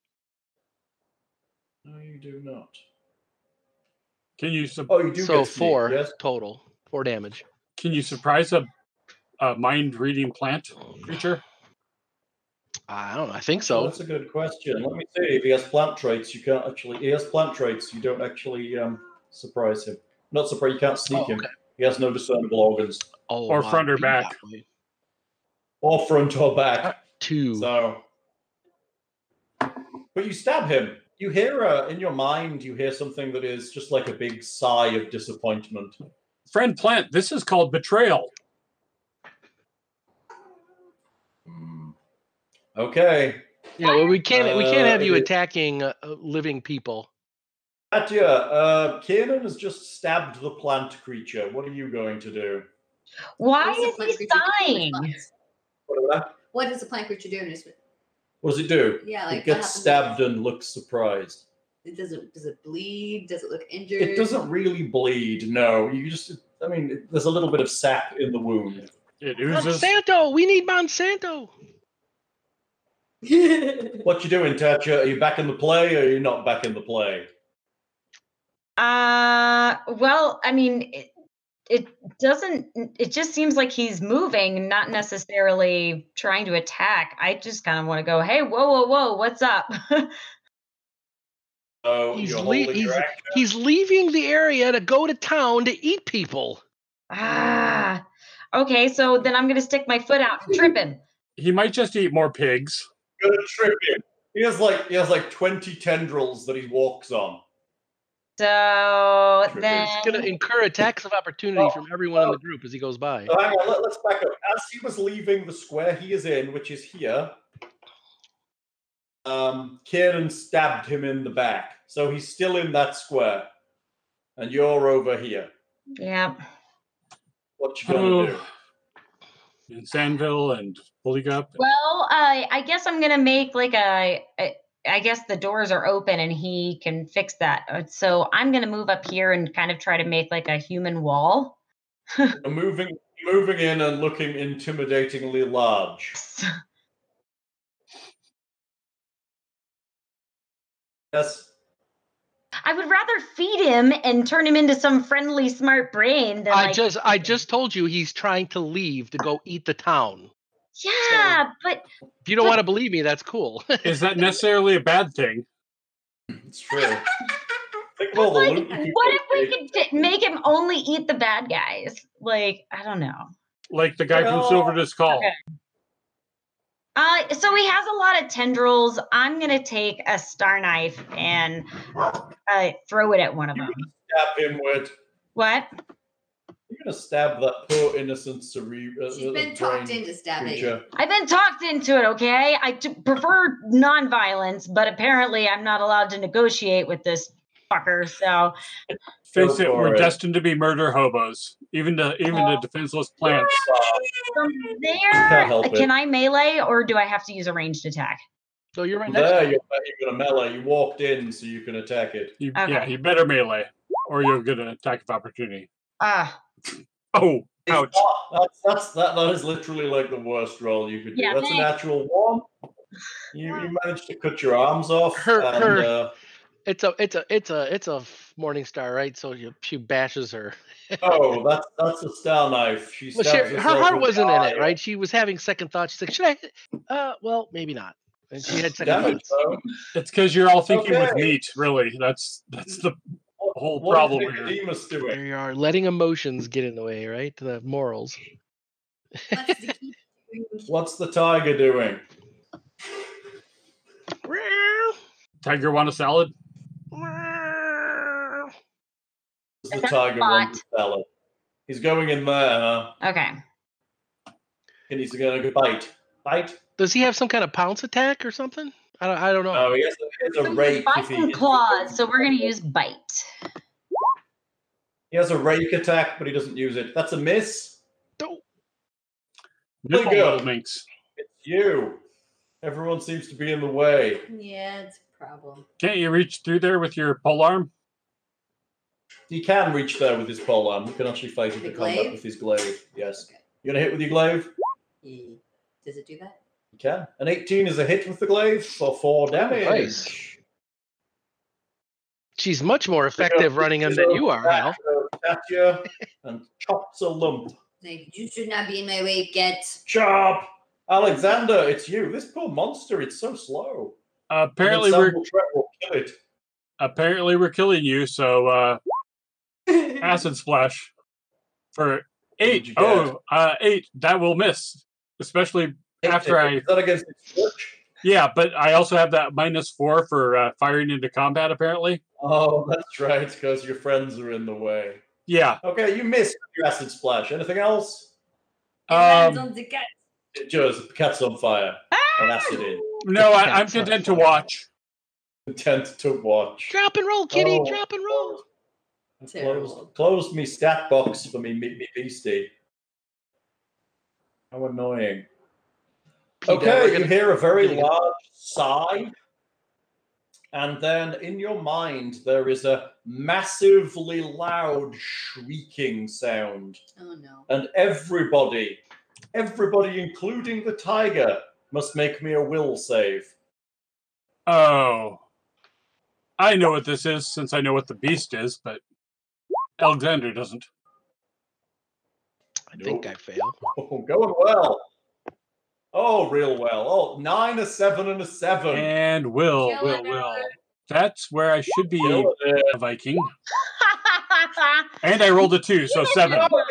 Speaker 2: No, you do not.
Speaker 4: Can you su-
Speaker 2: Oh, you do
Speaker 3: so
Speaker 2: get sneak,
Speaker 3: four
Speaker 2: yes?
Speaker 3: total, four damage.
Speaker 4: can you surprise a, a mind reading plant creature?
Speaker 3: I don't know. I think
Speaker 2: Actually,
Speaker 3: so.
Speaker 2: That's a good question. Let me see if he has plant traits. You can't actually. He has plant traits. You don't actually um, surprise him. Not surprise. You can't sneak
Speaker 3: Oh,
Speaker 2: him. He has no discernible organs,
Speaker 3: Oh,
Speaker 4: Or
Speaker 3: wow,
Speaker 4: front or
Speaker 3: beat that
Speaker 4: back.
Speaker 3: way.
Speaker 2: or front or back.
Speaker 3: Two.
Speaker 2: So, but you stab him. You hear uh, in your mind. You hear something that is just like a big sigh of disappointment.
Speaker 4: Friend plant, this is called betrayal.
Speaker 2: Hmm. Okay,
Speaker 3: yeah, well, we can't we can't
Speaker 2: Uh,
Speaker 3: have you
Speaker 2: it-
Speaker 3: attacking uh, uh, living people.
Speaker 2: Katya. Uh, Kiernan has just stabbed the plant creature. What are you going to do?
Speaker 7: Why
Speaker 5: What is the
Speaker 7: is he
Speaker 5: plant creature doing in
Speaker 7: sighing?
Speaker 5: response?
Speaker 2: What was that?
Speaker 5: What does the plant creature do in his?
Speaker 2: What does it do?
Speaker 5: Yeah, like
Speaker 2: it
Speaker 5: what
Speaker 2: gets
Speaker 5: happens-
Speaker 2: stabbed and looks surprised.
Speaker 5: It doesn't. Does it bleed? Does it look injured?
Speaker 2: It
Speaker 5: [LAUGHS]
Speaker 2: doesn't really bleed. No, you just. I mean, it- there's a little bit of sap in the wound.
Speaker 4: It oozes.
Speaker 3: Monsanto, we need Monsanto.
Speaker 2: What you doing, Tatcha? Are you back in the play, or are you not back in the play?
Speaker 7: Uh, well, I mean, it, it doesn't. It just seems like he's moving, not necessarily trying to attack. I just kind of want to go, hey, whoa, whoa, whoa, what's up? [LAUGHS]
Speaker 2: So
Speaker 3: He's
Speaker 2: you're
Speaker 3: le-
Speaker 2: holding
Speaker 3: he's-
Speaker 2: your action.
Speaker 3: He's leaving the area to go to town to eat people.
Speaker 7: ah,
Speaker 3: Mm.
Speaker 7: okay. So then I'm gonna stick my foot
Speaker 3: [LAUGHS]
Speaker 7: out and trip him.
Speaker 4: He might just eat more pigs.
Speaker 2: You're gonna trip him. He has like he has like twenty tendrils that he walks on.
Speaker 7: So
Speaker 2: Trip him.
Speaker 7: then,
Speaker 3: He's [LAUGHS] going to incur attacks of opportunity
Speaker 2: Oh,
Speaker 3: from everyone in
Speaker 2: oh.
Speaker 3: the group as he goes by.
Speaker 2: So hang on, let, us back up. As he was leaving the square he is in, which is here, um, Kieran stabbed him in the back. So he's still in that square, and you're over here.
Speaker 7: yeah.
Speaker 2: What you gonna
Speaker 4: Oh.
Speaker 2: do?
Speaker 4: And Sandville and
Speaker 3: [LAUGHS]
Speaker 4: Bully Gup.
Speaker 7: Well, I I guess I'm gonna make like a. a I guess the doors are open and he can fix that. Uh, So I'm gonna move up here and kind of try to make like a human wall.
Speaker 2: You're moving moving in and looking intimidatingly large. Yes.
Speaker 7: I would rather feed him and turn him into some friendly, smart brain than
Speaker 3: I
Speaker 7: like,
Speaker 3: just I just told you he's trying to leave to go eat the town.
Speaker 7: yeah, but
Speaker 3: If you don't
Speaker 7: But-
Speaker 3: want to believe me, that's cool. [LAUGHS]
Speaker 4: Is that necessarily a bad thing?
Speaker 2: It's
Speaker 7: [LAUGHS]
Speaker 2: true. Think of all the
Speaker 7: Like,
Speaker 2: loot you
Speaker 7: what if we
Speaker 2: could
Speaker 7: could t- make him only eat the bad guys? Like, I don't know.
Speaker 4: Like the guy
Speaker 2: Well,
Speaker 4: from Silver's Call.
Speaker 7: okay. Uh, so he has a lot of tendrils. I'm gonna take a star knife and uh, throw it at one of them.
Speaker 2: stab him with.
Speaker 7: What?
Speaker 2: You're gonna stab that poor innocent cerebral.
Speaker 5: She's been talked into stabbing.
Speaker 2: creature.
Speaker 7: I've been talked into it. Okay, I t- prefer nonviolence, but apparently I'm not allowed to negotiate with this fucker. So
Speaker 4: Face
Speaker 2: Go
Speaker 4: it, we're
Speaker 2: for it.
Speaker 4: destined to be murder hobos. Even to even to defenseless plants.
Speaker 7: from
Speaker 2: Can't
Speaker 7: there,
Speaker 2: help it.
Speaker 7: can I melee or do I have to use a ranged attack?
Speaker 3: So you're right next.
Speaker 2: There,
Speaker 3: to
Speaker 2: you're, you're gonna melee. You walked in, so you can attack it.
Speaker 4: You,
Speaker 7: Okay.
Speaker 4: Yeah, you better melee, or you'll get an attack of opportunity.
Speaker 7: Ah,
Speaker 4: Oh, ouch!
Speaker 2: Oh, that's, that's that. That is literally like the worst roll you could do.
Speaker 7: Yeah,
Speaker 2: that's a
Speaker 7: thanks.
Speaker 2: natural one. You, you managed to cut your arms off.
Speaker 3: Her-
Speaker 2: and,
Speaker 3: her-
Speaker 2: Uh,
Speaker 3: It's a it's a it's a it's a f- morning star, right? So you, she bashes her.
Speaker 2: oh, that's that's a star knife. She
Speaker 3: Well,
Speaker 2: stabs
Speaker 3: she, her
Speaker 2: herself
Speaker 3: heart
Speaker 2: in the
Speaker 3: wasn't in
Speaker 2: eye.
Speaker 3: it, right? She was having second thoughts. She's like, should I? Uh, well, maybe not. And she
Speaker 2: [LAUGHS]
Speaker 3: had second
Speaker 2: Damage
Speaker 3: thoughts.
Speaker 2: though.
Speaker 4: It's because you're all thinking with
Speaker 2: Okay.
Speaker 4: meat. Really, that's that's the
Speaker 2: What,
Speaker 4: Whole
Speaker 2: what
Speaker 4: problem
Speaker 2: is
Speaker 4: here.
Speaker 2: Nicodemus doing?
Speaker 3: There you are, letting emotions get in the way, right? The morals.
Speaker 5: What's the key to-
Speaker 2: What's the tiger doing?
Speaker 4: tiger want a salad.
Speaker 2: Does the
Speaker 7: That's
Speaker 2: tiger
Speaker 7: hot.
Speaker 2: want to sell it? He's going in there, huh?
Speaker 7: okay.
Speaker 2: And he's going to bite. Bite?
Speaker 3: Does he have some kind of pounce attack or something? I don't. I don't know.
Speaker 2: Oh, he has a, he has a
Speaker 7: Some
Speaker 2: rake. if
Speaker 7: bites
Speaker 2: he
Speaker 7: and
Speaker 2: hits
Speaker 7: claws,
Speaker 2: you.
Speaker 7: so we're gonna use bite.
Speaker 2: He has a rake attack, but he doesn't use it. That's a miss.
Speaker 3: Don't-
Speaker 2: There you
Speaker 4: Nipple
Speaker 2: go.
Speaker 4: little minx.
Speaker 2: It's you. Everyone seems to be in the way.
Speaker 5: [LAUGHS] Yeah, it's a problem.
Speaker 4: Can't you reach through there with your pole arm?
Speaker 2: He can reach there with his polearm. He can actually fight into
Speaker 5: The
Speaker 2: combat
Speaker 5: glaive?
Speaker 2: with his glaive. Yes.
Speaker 5: Okay.
Speaker 2: You going to hit with your glaive?
Speaker 5: Yeah. Does it do that?
Speaker 2: You can. An 18 is a hit with the glaive for 4 damage.
Speaker 3: nice. She's much more effective running him than you
Speaker 2: [LAUGHS]
Speaker 3: are, Al.
Speaker 2: At you and chops a lump.
Speaker 5: Like, you should not be in my way. Get.
Speaker 2: Chop! Alexander, it's you. This poor monster, it's so slow. And then
Speaker 4: apparently, we're
Speaker 2: Samuel Trent will kill it.
Speaker 4: apparently we're killing you.
Speaker 2: [LAUGHS]
Speaker 4: So uh, acid splash for eight.
Speaker 2: you get?
Speaker 4: Oh, uh, eight. That will miss, especially after I.
Speaker 2: Is that against its touch?
Speaker 4: Yeah, but I also have that minus four for uh, firing into combat. Apparently,
Speaker 2: Oh, that's right, because your friends are in the way.
Speaker 4: yeah.
Speaker 2: Okay, you missed your acid splash. Anything else?
Speaker 5: It lands
Speaker 4: Um,
Speaker 5: on the cat.
Speaker 2: It just cat's on fire. An acid in.
Speaker 4: No,
Speaker 3: Yeah,
Speaker 4: I, I'm
Speaker 3: it's not
Speaker 4: content to
Speaker 3: fun.
Speaker 4: watch.
Speaker 2: Intent to watch.
Speaker 3: Drop and roll, kitty.
Speaker 2: Oh.
Speaker 3: Drop and roll.
Speaker 5: Terrible.
Speaker 2: Closed, closed me stat box for me, me, me beastie. How annoying.
Speaker 3: Peter,
Speaker 2: Okay,
Speaker 3: we're
Speaker 2: you
Speaker 3: gonna-
Speaker 2: hear a very
Speaker 3: gonna-
Speaker 2: large sigh, and then in your mind there is a massively loud shrieking sound,
Speaker 5: Oh no.
Speaker 2: and everybody, everybody, including the tiger, must make me a will save.
Speaker 4: Oh, I know what this is since I know what the beast is, but Alexander doesn't.
Speaker 3: I think I
Speaker 2: Nope.
Speaker 3: fail.
Speaker 2: Oh, going well. Oh, real well. Oh, nine, a seven, and a seven.
Speaker 4: And will,
Speaker 5: Kill
Speaker 4: will,
Speaker 5: another.
Speaker 4: will. That's where I should be
Speaker 2: Killing it.
Speaker 4: a Viking. And I rolled a two,
Speaker 7: [LAUGHS]
Speaker 4: so
Speaker 7: Yes,
Speaker 4: seven.
Speaker 7: you would.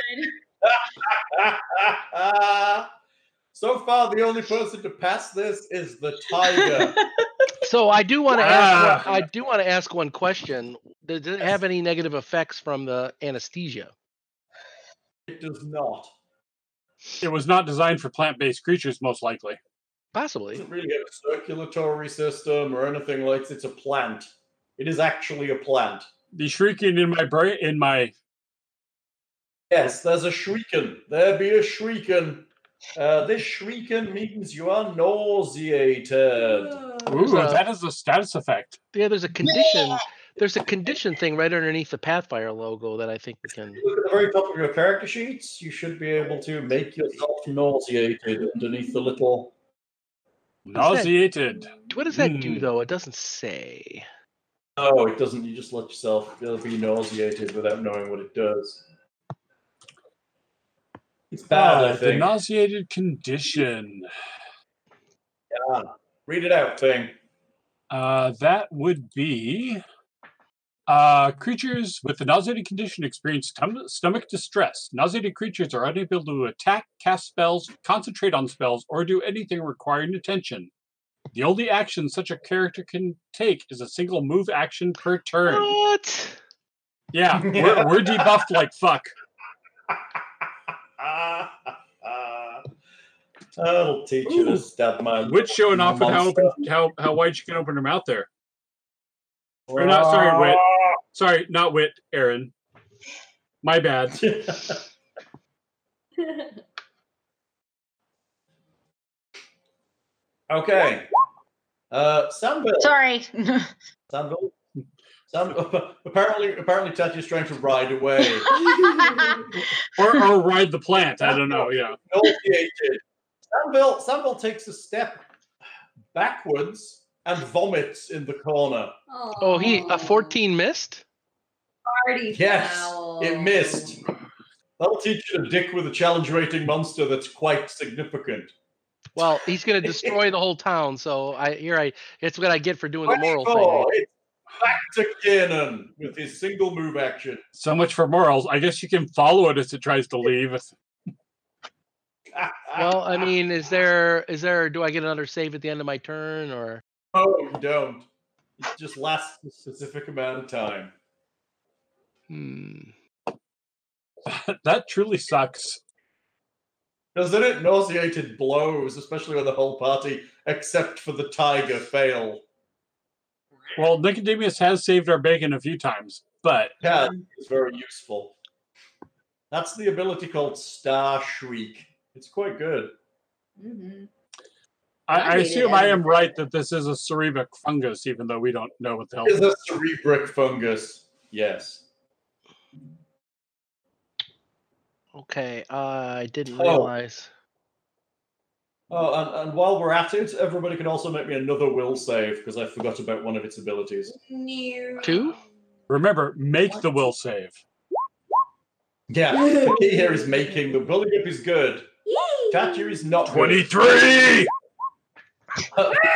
Speaker 2: [LAUGHS] so far, the only person to pass this is the tiger.
Speaker 3: So I do want to ask. One,
Speaker 4: Ah.
Speaker 3: I do want to ask one question. Does it
Speaker 2: Yes.
Speaker 3: have any negative effects from the anesthesia?
Speaker 2: It does not.
Speaker 4: It was not designed for plant-based creatures, most likely.
Speaker 2: It
Speaker 3: Possibly.
Speaker 2: doesn't really have a circulatory system or anything like this. It's a plant. It is actually a plant.
Speaker 4: The shrieking in my brain, in my
Speaker 2: Yes, there's a shrieking. There be a shrieking. Uh, this shrieking means you are nauseated.
Speaker 4: ooh,
Speaker 3: There's a-
Speaker 4: that is a status effect.
Speaker 3: Yeah, there's a condition. There's a condition thing right underneath the Pathfire logo that I think we can.
Speaker 2: If you look at the very top of your character sheets, you should be able to make yourself nauseated underneath the little
Speaker 4: Nauseated.
Speaker 3: What does that do
Speaker 4: Hmm.
Speaker 3: though? It doesn't say.
Speaker 2: No, Oh, it doesn't. You just let yourself you'll be nauseated without knowing what it does. It's bad,
Speaker 4: Ah,
Speaker 2: I
Speaker 4: the
Speaker 2: think.
Speaker 4: nauseated condition.
Speaker 2: Read it out, thing. [LAUGHS]
Speaker 4: Uh, that would be uh, creatures with the nauseated condition experience stom- stomach distress. Nauseated creatures are unable to attack, cast spells, concentrate on spells, or do anything requiring attention. The only action such a character can take is a single move action per turn.
Speaker 3: What?
Speaker 4: Yeah, we're, we're debuffed like fuck.
Speaker 2: That'll teach you
Speaker 4: Ooh.
Speaker 2: to stab my.
Speaker 4: Which showing off with how open, how how wide she can open her mouth there. Or not, sorry, Wit. Sorry, not Wit, Aaron. My bad.
Speaker 2: okay. Uh, Samville.
Speaker 7: Sorry. [LAUGHS]
Speaker 2: [LAUGHS] Samville. Sam, [LAUGHS] apparently, apparently, Ted is trying to ride
Speaker 4: [LAUGHS]
Speaker 2: away.
Speaker 4: Or or ride the plant. I don't know. Yeah.
Speaker 2: nauseated. Samville, Samville takes a step backwards and vomits in the corner.
Speaker 3: Oh, he a 14 missed?
Speaker 5: Party
Speaker 2: Yes,
Speaker 5: foul.
Speaker 2: it missed. That'll teach you to dick with a challenge rating monster that's quite significant.
Speaker 3: Well, he's gonna destroy the whole town. So I here I it's what I get for doing the moral thing.
Speaker 2: 24, it's back to Kiernan with his single move action. [LAUGHS]
Speaker 4: So much for morals. I guess you can follow it as it tries to leave. [LAUGHS]
Speaker 3: Well, I mean, is there is there do I get another save at the end of my turn or
Speaker 2: no, you don't. It just lasts a specific amount of time.
Speaker 3: hmm.
Speaker 4: that truly sucks.
Speaker 2: Doesn't it? Nauseated blows, especially when the whole party, except for the tiger, fail.
Speaker 4: Well, Nicodemus has saved our bacon a few times, but
Speaker 2: Yeah, it's very useful. That's the ability called Star Shriek. It's quite good.
Speaker 5: Mhm.
Speaker 4: I,
Speaker 5: I
Speaker 4: I
Speaker 5: hate it
Speaker 4: assume I
Speaker 5: every
Speaker 4: am right that this is a cerebic fungus, even though we don't know what the hell.
Speaker 2: Is a cerebric fungus? Yes.
Speaker 3: Okay, uh, I didn't
Speaker 2: Oh.
Speaker 3: realize.
Speaker 2: Oh, and, and while we're at it, everybody can also make me another will save because I forgot about one of its abilities.
Speaker 5: New-
Speaker 3: Two?
Speaker 4: Remember, make the will save.
Speaker 2: Yeah, the key here is making the building up is good.
Speaker 5: Yay!
Speaker 2: Tatcher is not good.
Speaker 4: 23!
Speaker 2: [LAUGHS]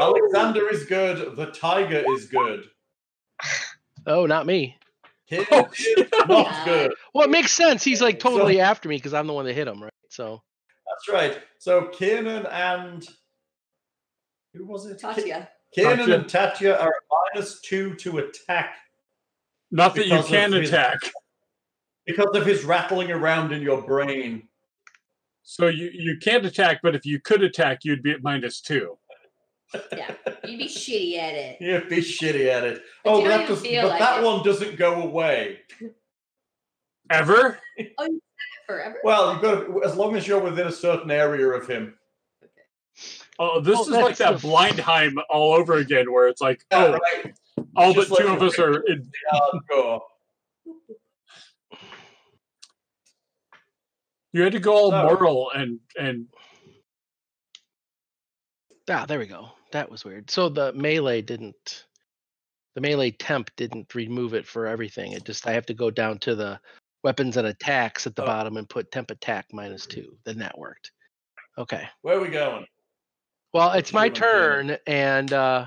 Speaker 2: Alexander is good. The tiger is good.
Speaker 3: Oh, not me.
Speaker 2: Kid
Speaker 4: Oh,
Speaker 2: is not
Speaker 5: Yeah.
Speaker 2: good.
Speaker 3: Well, it makes sense. He's like
Speaker 2: So-
Speaker 3: totally after me because I'm the one that hit him, right? So
Speaker 2: That's right. So Kiernan and who was it? Ki-
Speaker 5: Tatya.
Speaker 2: Kiernan
Speaker 4: Tatya.
Speaker 2: and Tatya are minus two to attack
Speaker 4: Not that you
Speaker 2: Because of
Speaker 4: can
Speaker 2: his-
Speaker 4: attack.
Speaker 2: because of his rattling around in your brain.
Speaker 4: So you, you can't attack, but if you could attack, you'd be at minus two.
Speaker 5: [LAUGHS] You'd be shitty at it.
Speaker 2: You'd be shitty at it.
Speaker 5: But
Speaker 2: oh,
Speaker 5: you
Speaker 2: but
Speaker 5: don't
Speaker 2: that,
Speaker 5: even
Speaker 2: does,
Speaker 5: feel
Speaker 2: but
Speaker 5: like
Speaker 2: that
Speaker 5: it.
Speaker 2: one doesn't go away.
Speaker 4: Ever?
Speaker 5: Forever?
Speaker 2: Well, you've got to, as long as you're within a certain area of him.
Speaker 4: Oh, this
Speaker 3: Oh,
Speaker 4: is like
Speaker 3: that's
Speaker 4: that
Speaker 3: the-
Speaker 4: blindheim all over again, where it's like,
Speaker 2: Yeah,
Speaker 4: oh,
Speaker 2: right.
Speaker 4: all but
Speaker 2: just
Speaker 4: two
Speaker 2: like-
Speaker 4: of us are. In...
Speaker 2: Hardcore.
Speaker 4: You had to go all
Speaker 2: So-
Speaker 4: moral and and
Speaker 3: ah, there we go. That was weird. So the melee didn't the melee temp didn't remove it for everything. It just I have to go down to the weapons and attacks at the
Speaker 2: Oh.
Speaker 3: bottom and put temp attack minus
Speaker 4: Mm-hmm.
Speaker 3: two. Then that worked. Okay.
Speaker 2: Where are we going?
Speaker 3: Well, it's my
Speaker 2: Human being.
Speaker 3: turn, and uh,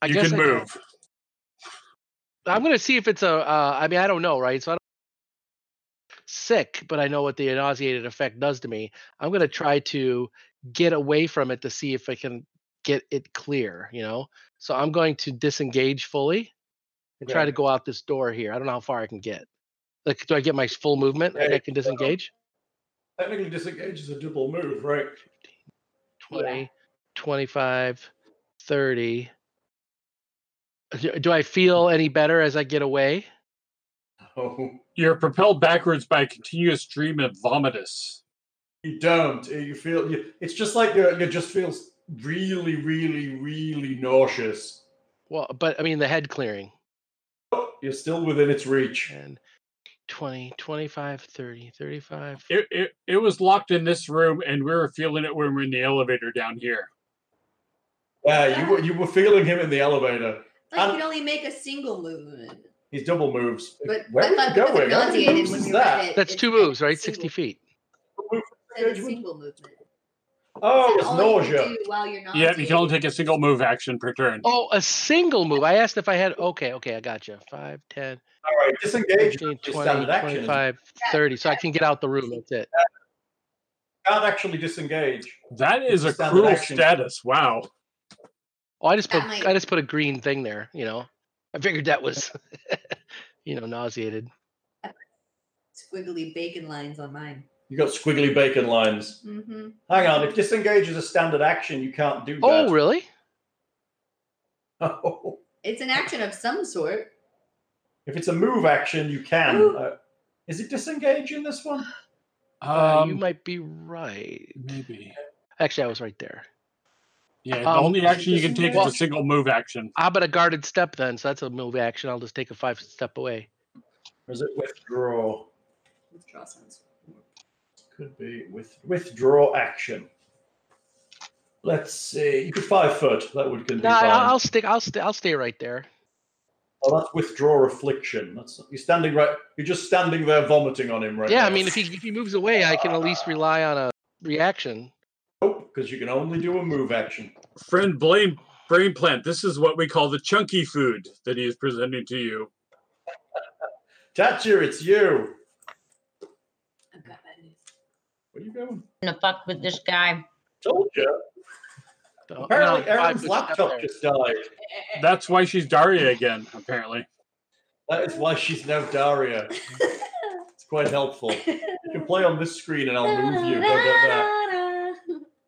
Speaker 3: I
Speaker 4: you
Speaker 3: guess
Speaker 4: can
Speaker 3: I
Speaker 4: move.
Speaker 3: I'm gonna see if it's a. Uh, I mean, I don't know, right? So I don't sick, but I know what the nauseated effect does to me. I'm gonna try to get away from it to see if I can get it clear. You know, so I'm going to disengage fully and try
Speaker 2: Okay.
Speaker 3: to go out this door here. I don't know how far I can get. Like, do I get my full movement? Like,
Speaker 2: Yeah,
Speaker 3: I can disengage.
Speaker 2: Technically, disengage is a double move, right?
Speaker 3: 20, 25, 30. Do- Do I feel any better as I get away?
Speaker 2: Oh,
Speaker 4: You're propelled backwards by a continuous stream of vomitus.
Speaker 2: you don't. You feel you, it's just like you. You just feel really, really, really nauseous.
Speaker 3: Well, but I mean, the head clearing.
Speaker 2: Oh, You're still within its reach.
Speaker 3: And 20, 25, 30, 35.
Speaker 4: It, it, it was locked in this room, and we were feeling it when we were in the elevator down here.
Speaker 2: Yeah, you were you were feeling him in the elevator.
Speaker 5: Like
Speaker 2: I'm-
Speaker 5: you can only make a single movement.
Speaker 2: He's double moves.
Speaker 5: But
Speaker 2: Where
Speaker 5: I
Speaker 2: are
Speaker 5: thought
Speaker 2: you
Speaker 5: because
Speaker 2: going?
Speaker 5: of
Speaker 2: How many
Speaker 5: nauseated
Speaker 2: moves
Speaker 5: when
Speaker 2: is
Speaker 5: you
Speaker 2: that?
Speaker 5: read it.
Speaker 3: That's
Speaker 5: it's
Speaker 3: two
Speaker 5: like a
Speaker 3: moves, right?
Speaker 5: single-
Speaker 3: 60 feet.
Speaker 2: Double move
Speaker 5: it's like a
Speaker 2: disengage would-
Speaker 5: single movement.
Speaker 2: Oh,
Speaker 5: Is
Speaker 2: it's
Speaker 5: that all you can
Speaker 2: nausea.
Speaker 5: do while you're not
Speaker 4: Yeah, you can only take a single move action per turn.
Speaker 3: Oh, a single move. I asked if I had. Okay, okay, I got you. 5, 10,
Speaker 2: All right, disengage.
Speaker 3: 15,
Speaker 2: Your
Speaker 3: 20,
Speaker 2: standard action is-
Speaker 3: 25, 30. So I can get out the room. That's it.
Speaker 2: Can't actually disengage.
Speaker 4: That is a
Speaker 2: Standard
Speaker 4: cruel
Speaker 2: action.
Speaker 4: status. Wow.
Speaker 3: Oh, I just put
Speaker 5: That might-
Speaker 3: I just put a green thing there. You know, I figured that was, [LAUGHS] you know, nauseated.
Speaker 5: squiggly bacon lines on mine.
Speaker 2: You got squiggly bacon lines.
Speaker 5: Mm-hmm.
Speaker 2: Hang on, if disengage is a standard action, you can't do that.
Speaker 3: Oh, really?
Speaker 5: It's an action of some sort.
Speaker 2: [LAUGHS] if it's a move action, you can. Uh, is it disengage in this one?
Speaker 3: Uh,
Speaker 4: Um,
Speaker 3: you might be right.
Speaker 4: maybe.
Speaker 3: Actually, I was right there.
Speaker 4: Yeah, the
Speaker 3: Um,
Speaker 4: only action you can take is a
Speaker 2: disengage.
Speaker 4: single move action.
Speaker 3: How about a guarded step then? So that's a move action. I'll just take a five step away.
Speaker 2: Or is it withdraw?
Speaker 5: Withdraw sounds.
Speaker 2: Could be with withdraw action. Let's see. You could five foot. That would can be
Speaker 3: No, I-
Speaker 2: fine.
Speaker 3: I'll, I'll stick. I'll stay. I'll stay right there.
Speaker 2: Oh, that's withdraw affliction. That's you're standing right. You're just standing there vomiting on him right
Speaker 3: Yeah,
Speaker 2: now.
Speaker 3: I mean, if he if he moves away, I can at least rely on a reaction.
Speaker 2: nope, because Oh, you can only do a move action.
Speaker 4: Friend Blame Brain Plant, this is what we call the chunky food that he is presenting to you.
Speaker 2: Tatcher, it's you.
Speaker 5: I've got bad news.
Speaker 2: Where you going?
Speaker 7: I'm gonna fuck with this guy.
Speaker 2: Told you.
Speaker 3: So, no,
Speaker 2: Apparently,
Speaker 3: five
Speaker 2: Aaron's
Speaker 3: foot step
Speaker 2: laptop
Speaker 3: there.
Speaker 2: just died.
Speaker 4: That's why she's Daria again, apparently.
Speaker 2: That is why she's now Daria. It's quite helpful. You can play on this screen, and I'll move you. How about that?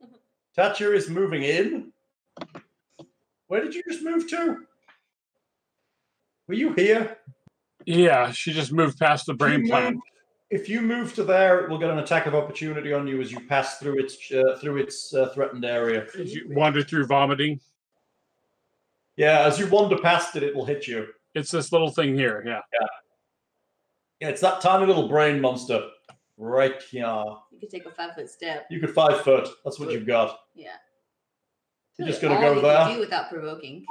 Speaker 5: [LAUGHS]
Speaker 2: Thatcher is moving in. Where did you just move to? Were you here?
Speaker 4: Yeah, she just moved past the
Speaker 2: If you
Speaker 4: brain plant.
Speaker 2: move- If you move to there, it will get an attack of opportunity on you as you pass through its uh, through its uh, threatened area.
Speaker 4: As you wander through vomiting.
Speaker 2: Yeah, as you wander past it, it will hit you.
Speaker 4: It's this little thing here. Yeah.
Speaker 2: Yeah, it's that tiny little brain monster right here.
Speaker 5: You could take a five foot step.
Speaker 2: You could five foot. That's what you've got.
Speaker 5: Yeah.
Speaker 2: You're
Speaker 5: Really
Speaker 2: just gonna
Speaker 5: all
Speaker 2: go
Speaker 5: you
Speaker 2: there.
Speaker 5: can Do
Speaker 2: [LAUGHS]
Speaker 5: without provoking.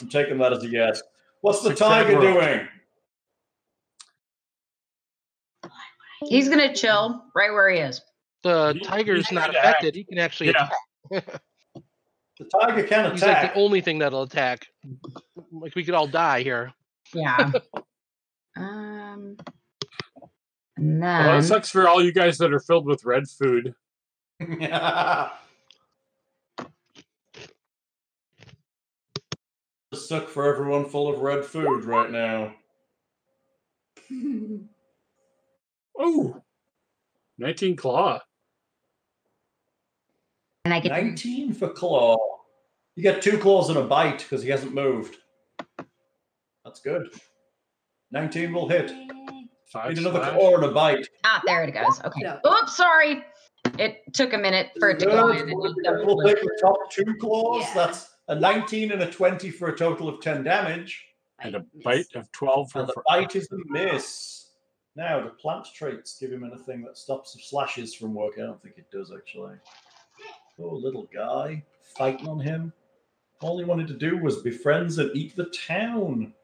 Speaker 2: I'm taking that as a yes. What's the
Speaker 4: Six headed
Speaker 2: tiger
Speaker 4: worm.
Speaker 2: doing?
Speaker 7: He's gonna chill right where he is.
Speaker 3: The
Speaker 4: He-
Speaker 3: tiger's
Speaker 4: he's
Speaker 3: not
Speaker 4: gonna act.
Speaker 3: affected. He can actually.
Speaker 4: Yeah.
Speaker 3: attack.
Speaker 2: The tiger can
Speaker 3: He's like
Speaker 2: attack.
Speaker 3: the only thing that'll attack. Like we could all die here.
Speaker 7: Yeah. [LAUGHS] um. And
Speaker 4: Well, it
Speaker 7: then
Speaker 4: sucks for all you guys that are filled with red food.
Speaker 2: Just suck for everyone full of red food right now.
Speaker 4: Oh, 19 claw.
Speaker 7: and I get
Speaker 2: 19 for claw. You get two claws and a bite because he hasn't moved. That's good. 19 will hit.
Speaker 4: Five
Speaker 2: Need another
Speaker 4: slash.
Speaker 2: claw and a bite.
Speaker 7: ah, there it goes. Okay.
Speaker 5: No.
Speaker 7: Oops, sorry. It took a minute for it to go in.
Speaker 2: Good.
Speaker 7: It
Speaker 2: We'll
Speaker 7: looked up-
Speaker 2: we'll take the top two claws.
Speaker 5: Yeah.
Speaker 2: That's a 19 and a 20 for a total of 10 damage.
Speaker 4: And a
Speaker 5: Miss.
Speaker 4: bite of 12 for
Speaker 2: And the
Speaker 4: for-
Speaker 2: bite is a miss. Now, do plant traits give him anything that stops the slashes from working? I don't think it does, actually. Poor little guy, fighting on him. All he wanted to do was be friends and eat the town.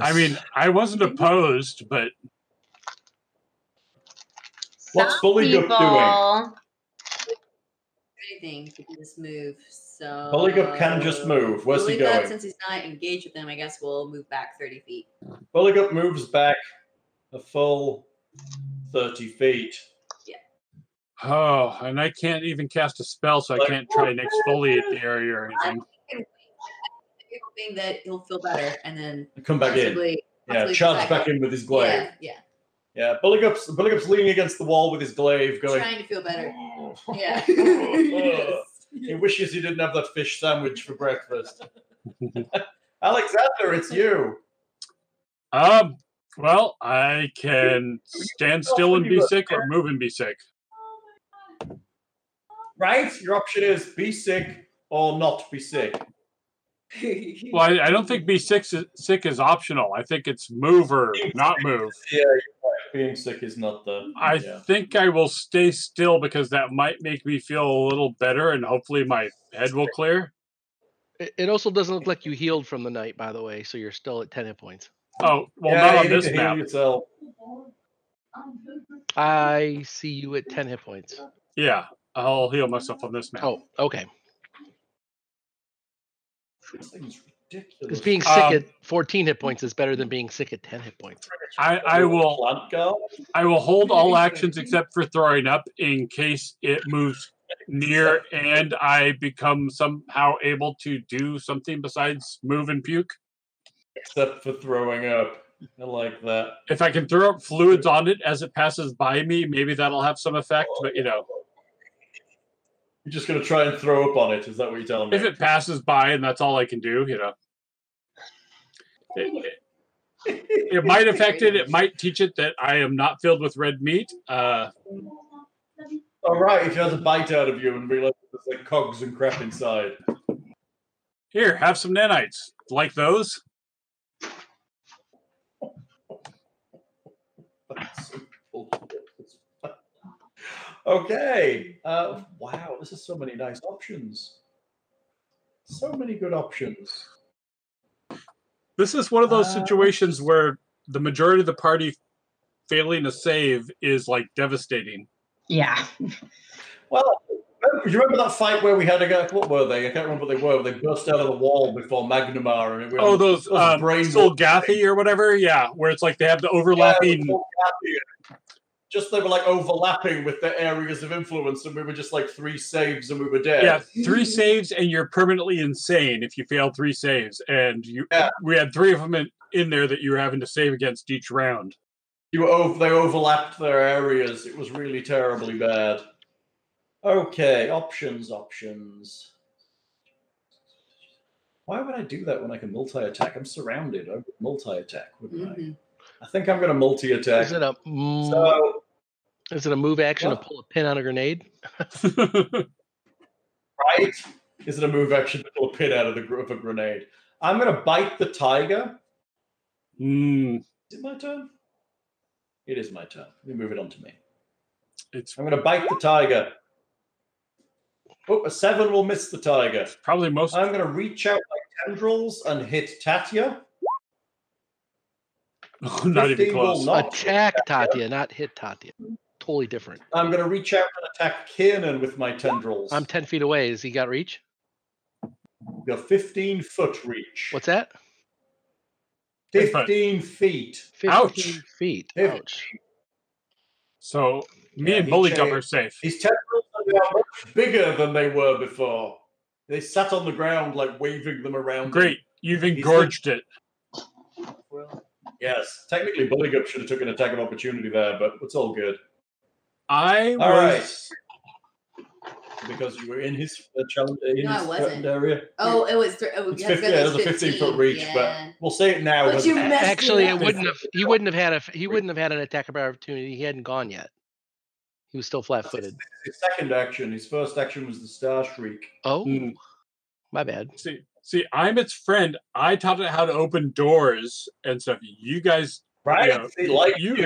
Speaker 4: I mean, I wasn't opposed, but
Speaker 2: What's
Speaker 7: Some
Speaker 2: Bully Goop doing?
Speaker 7: people-
Speaker 5: anything to this move. So
Speaker 2: Bullygup can just move. Where's he
Speaker 5: Bullygup,
Speaker 2: going?
Speaker 5: Since he's not engaged with them, I guess we'll move back thirty feet.
Speaker 2: Bulligup moves back a full 30 feet.
Speaker 4: Oh, and I can't even cast a spell, so I
Speaker 2: Like-
Speaker 4: can't try and exfoliate the area or anything.
Speaker 5: You're hoping that he'll feel better and then
Speaker 2: Come back in.
Speaker 5: possibly,
Speaker 2: Yeah,
Speaker 5: possibly
Speaker 2: charge back in with his glaive.
Speaker 5: Yeah, yeah.
Speaker 2: Yeah, Bulligup's Bulligup's leaning against the wall with his glaive going.
Speaker 5: Trying to feel better. Yeah.
Speaker 2: He wishes he didn't have that fish sandwich for
Speaker 5: [LAUGHS]
Speaker 2: breakfast. [LAUGHS] Alexander, it's you.
Speaker 4: Um, well, I can stand still and be sick or move and be sick.
Speaker 2: Right? Your option is be sick or not be
Speaker 4: [LAUGHS]
Speaker 2: sick.
Speaker 5: Yes.
Speaker 4: Well, I, I don't think be sick is, sick is optional. I think it's move or not move.
Speaker 2: Yeah, you're right. Being sick is not the.
Speaker 4: I
Speaker 2: yeah.
Speaker 4: think I will stay still because that might make me feel a little better and hopefully my head will clear.
Speaker 3: It, it also doesn't look like you healed from the night, by the way. So you're still at ten hit points.
Speaker 4: Oh, well,
Speaker 2: Yeah,
Speaker 4: not
Speaker 2: you
Speaker 4: on
Speaker 2: need
Speaker 4: this
Speaker 2: to heal
Speaker 4: map.
Speaker 2: yourself.
Speaker 3: I see you at 10 hit points.
Speaker 4: Yeah, I'll heal myself on this map.
Speaker 3: Oh, okay.
Speaker 2: This thing's
Speaker 3: Because
Speaker 2: ridiculous.
Speaker 3: being sick
Speaker 4: Um,
Speaker 3: at 14 hit points is better than being sick at 10 hit points.
Speaker 4: I, I will
Speaker 2: Plant guard?
Speaker 4: I will hold all actions except for throwing up in case it moves near and I become somehow able to do something besides move and puke.
Speaker 2: Except for throwing up. I like that.
Speaker 4: If I can throw up fluids on it as it passes by me, maybe that'll have some effect. But you know,
Speaker 2: You're just going to try and throw up on it. Is that what you're telling me?
Speaker 4: if it passes by and that's all I can do, you know, it, it- it might affect it. It might teach it that I am not filled with red meat. Uh,
Speaker 2: All Oh, right, if it has a bite out of you and realizes there's like cogs and crap inside.
Speaker 4: here, have some nanites. Like those?
Speaker 2: That's so bullshit. okay. Uh, wow, this is so many nice options. So many good options.
Speaker 4: This is one of those
Speaker 2: Uh,
Speaker 4: situations where the majority of the party failing a save is like devastating.
Speaker 7: Yeah.
Speaker 2: Well, remember- you remember that fight where we had a guy? What were they? I can't remember what they were. They burst out of the wall before Magnamar, and it
Speaker 4: Oh, those
Speaker 2: those
Speaker 4: um,
Speaker 2: brain-
Speaker 4: Solgathy or whatever, yeah, where it's like they have the overlapping.
Speaker 2: Just they were like overlapping with their areas of influence, and we were just like three saves and we were dead.
Speaker 4: Yeah, three saves, and you're permanently insane if you fail three saves. And you,
Speaker 2: Yeah.
Speaker 4: we had three of them in, in there that you were having to save against each round. [LAUGHS]
Speaker 2: You were over, they overlapped their areas. It was really terribly bad. Okay, options, options. Why would I do that when I can multi-attack? I'm surrounded. I would multi-attack, wouldn't
Speaker 5: Mhm.
Speaker 2: I? I think I'm going to multi-attack.
Speaker 3: Mm-hmm. Is it a mm,
Speaker 2: So
Speaker 3: is it a move action
Speaker 2: What?
Speaker 3: to pull a pin on a grenade?
Speaker 2: right, is it a move action to pull a pin out of the gr- of a grenade? I'm going to bite the tiger.
Speaker 4: Hmm,
Speaker 2: Is it my turn? It is my turn. You move it on to me.
Speaker 4: it's
Speaker 2: I'm going to bite the tiger. Oh, a seven will miss the tiger.
Speaker 4: probably most.
Speaker 2: I'm going to reach out my tendrils and hit Tatya.
Speaker 4: [LAUGHS] not even
Speaker 2: 15 will
Speaker 4: close.
Speaker 2: not.
Speaker 3: Attack Tatya, not hit Tatya. Totally different.
Speaker 2: I'm going to reach out and attack Kiernan with my tendrils.
Speaker 3: I'm 10 feet away. Has he got reach?
Speaker 2: Your 15 foot reach.
Speaker 3: What's that?
Speaker 2: 15 feet.
Speaker 3: 15
Speaker 4: Ouch.
Speaker 3: feet.
Speaker 2: Hit.
Speaker 3: Ouch.
Speaker 4: So me
Speaker 2: Yeah,
Speaker 4: and
Speaker 2: he
Speaker 4: Bully
Speaker 2: cha-
Speaker 4: Gum are safe.
Speaker 2: These tendrils are now much bigger than they were before. They sat on the ground like waving them around.
Speaker 4: Great, you've
Speaker 2: the-
Speaker 4: engorged it.
Speaker 2: Yes. Technically, Bulligup should have took an attack of opportunity there, but it's all good.
Speaker 4: I
Speaker 2: All right.
Speaker 4: was
Speaker 2: Because you were in his uh, challenge in
Speaker 5: No, I
Speaker 2: his
Speaker 5: wasn't.
Speaker 2: threatened area.
Speaker 5: Oh, it was. Th- oh,
Speaker 2: It's
Speaker 5: you have
Speaker 2: 15,
Speaker 5: to
Speaker 2: yeah,
Speaker 5: go
Speaker 2: there's
Speaker 5: to
Speaker 2: a 15 foot reach,
Speaker 5: yeah.
Speaker 2: but we'll say it now.
Speaker 5: But
Speaker 2: as
Speaker 5: you
Speaker 2: an
Speaker 5: messed it
Speaker 3: Actually, it
Speaker 5: up.
Speaker 3: wouldn't have. He wouldn't have had a. He wouldn't have had an attack of opportunity. He hadn't gone yet. He was still flat-footed.
Speaker 2: His second action. His first action was the Star Shriek.
Speaker 3: Oh,
Speaker 4: Hmm.
Speaker 3: my bad.
Speaker 4: see, see, I'm its friend. I taught it how to open doors and stuff. You guys,
Speaker 2: Right?
Speaker 4: Yeah.
Speaker 2: He liked
Speaker 4: you,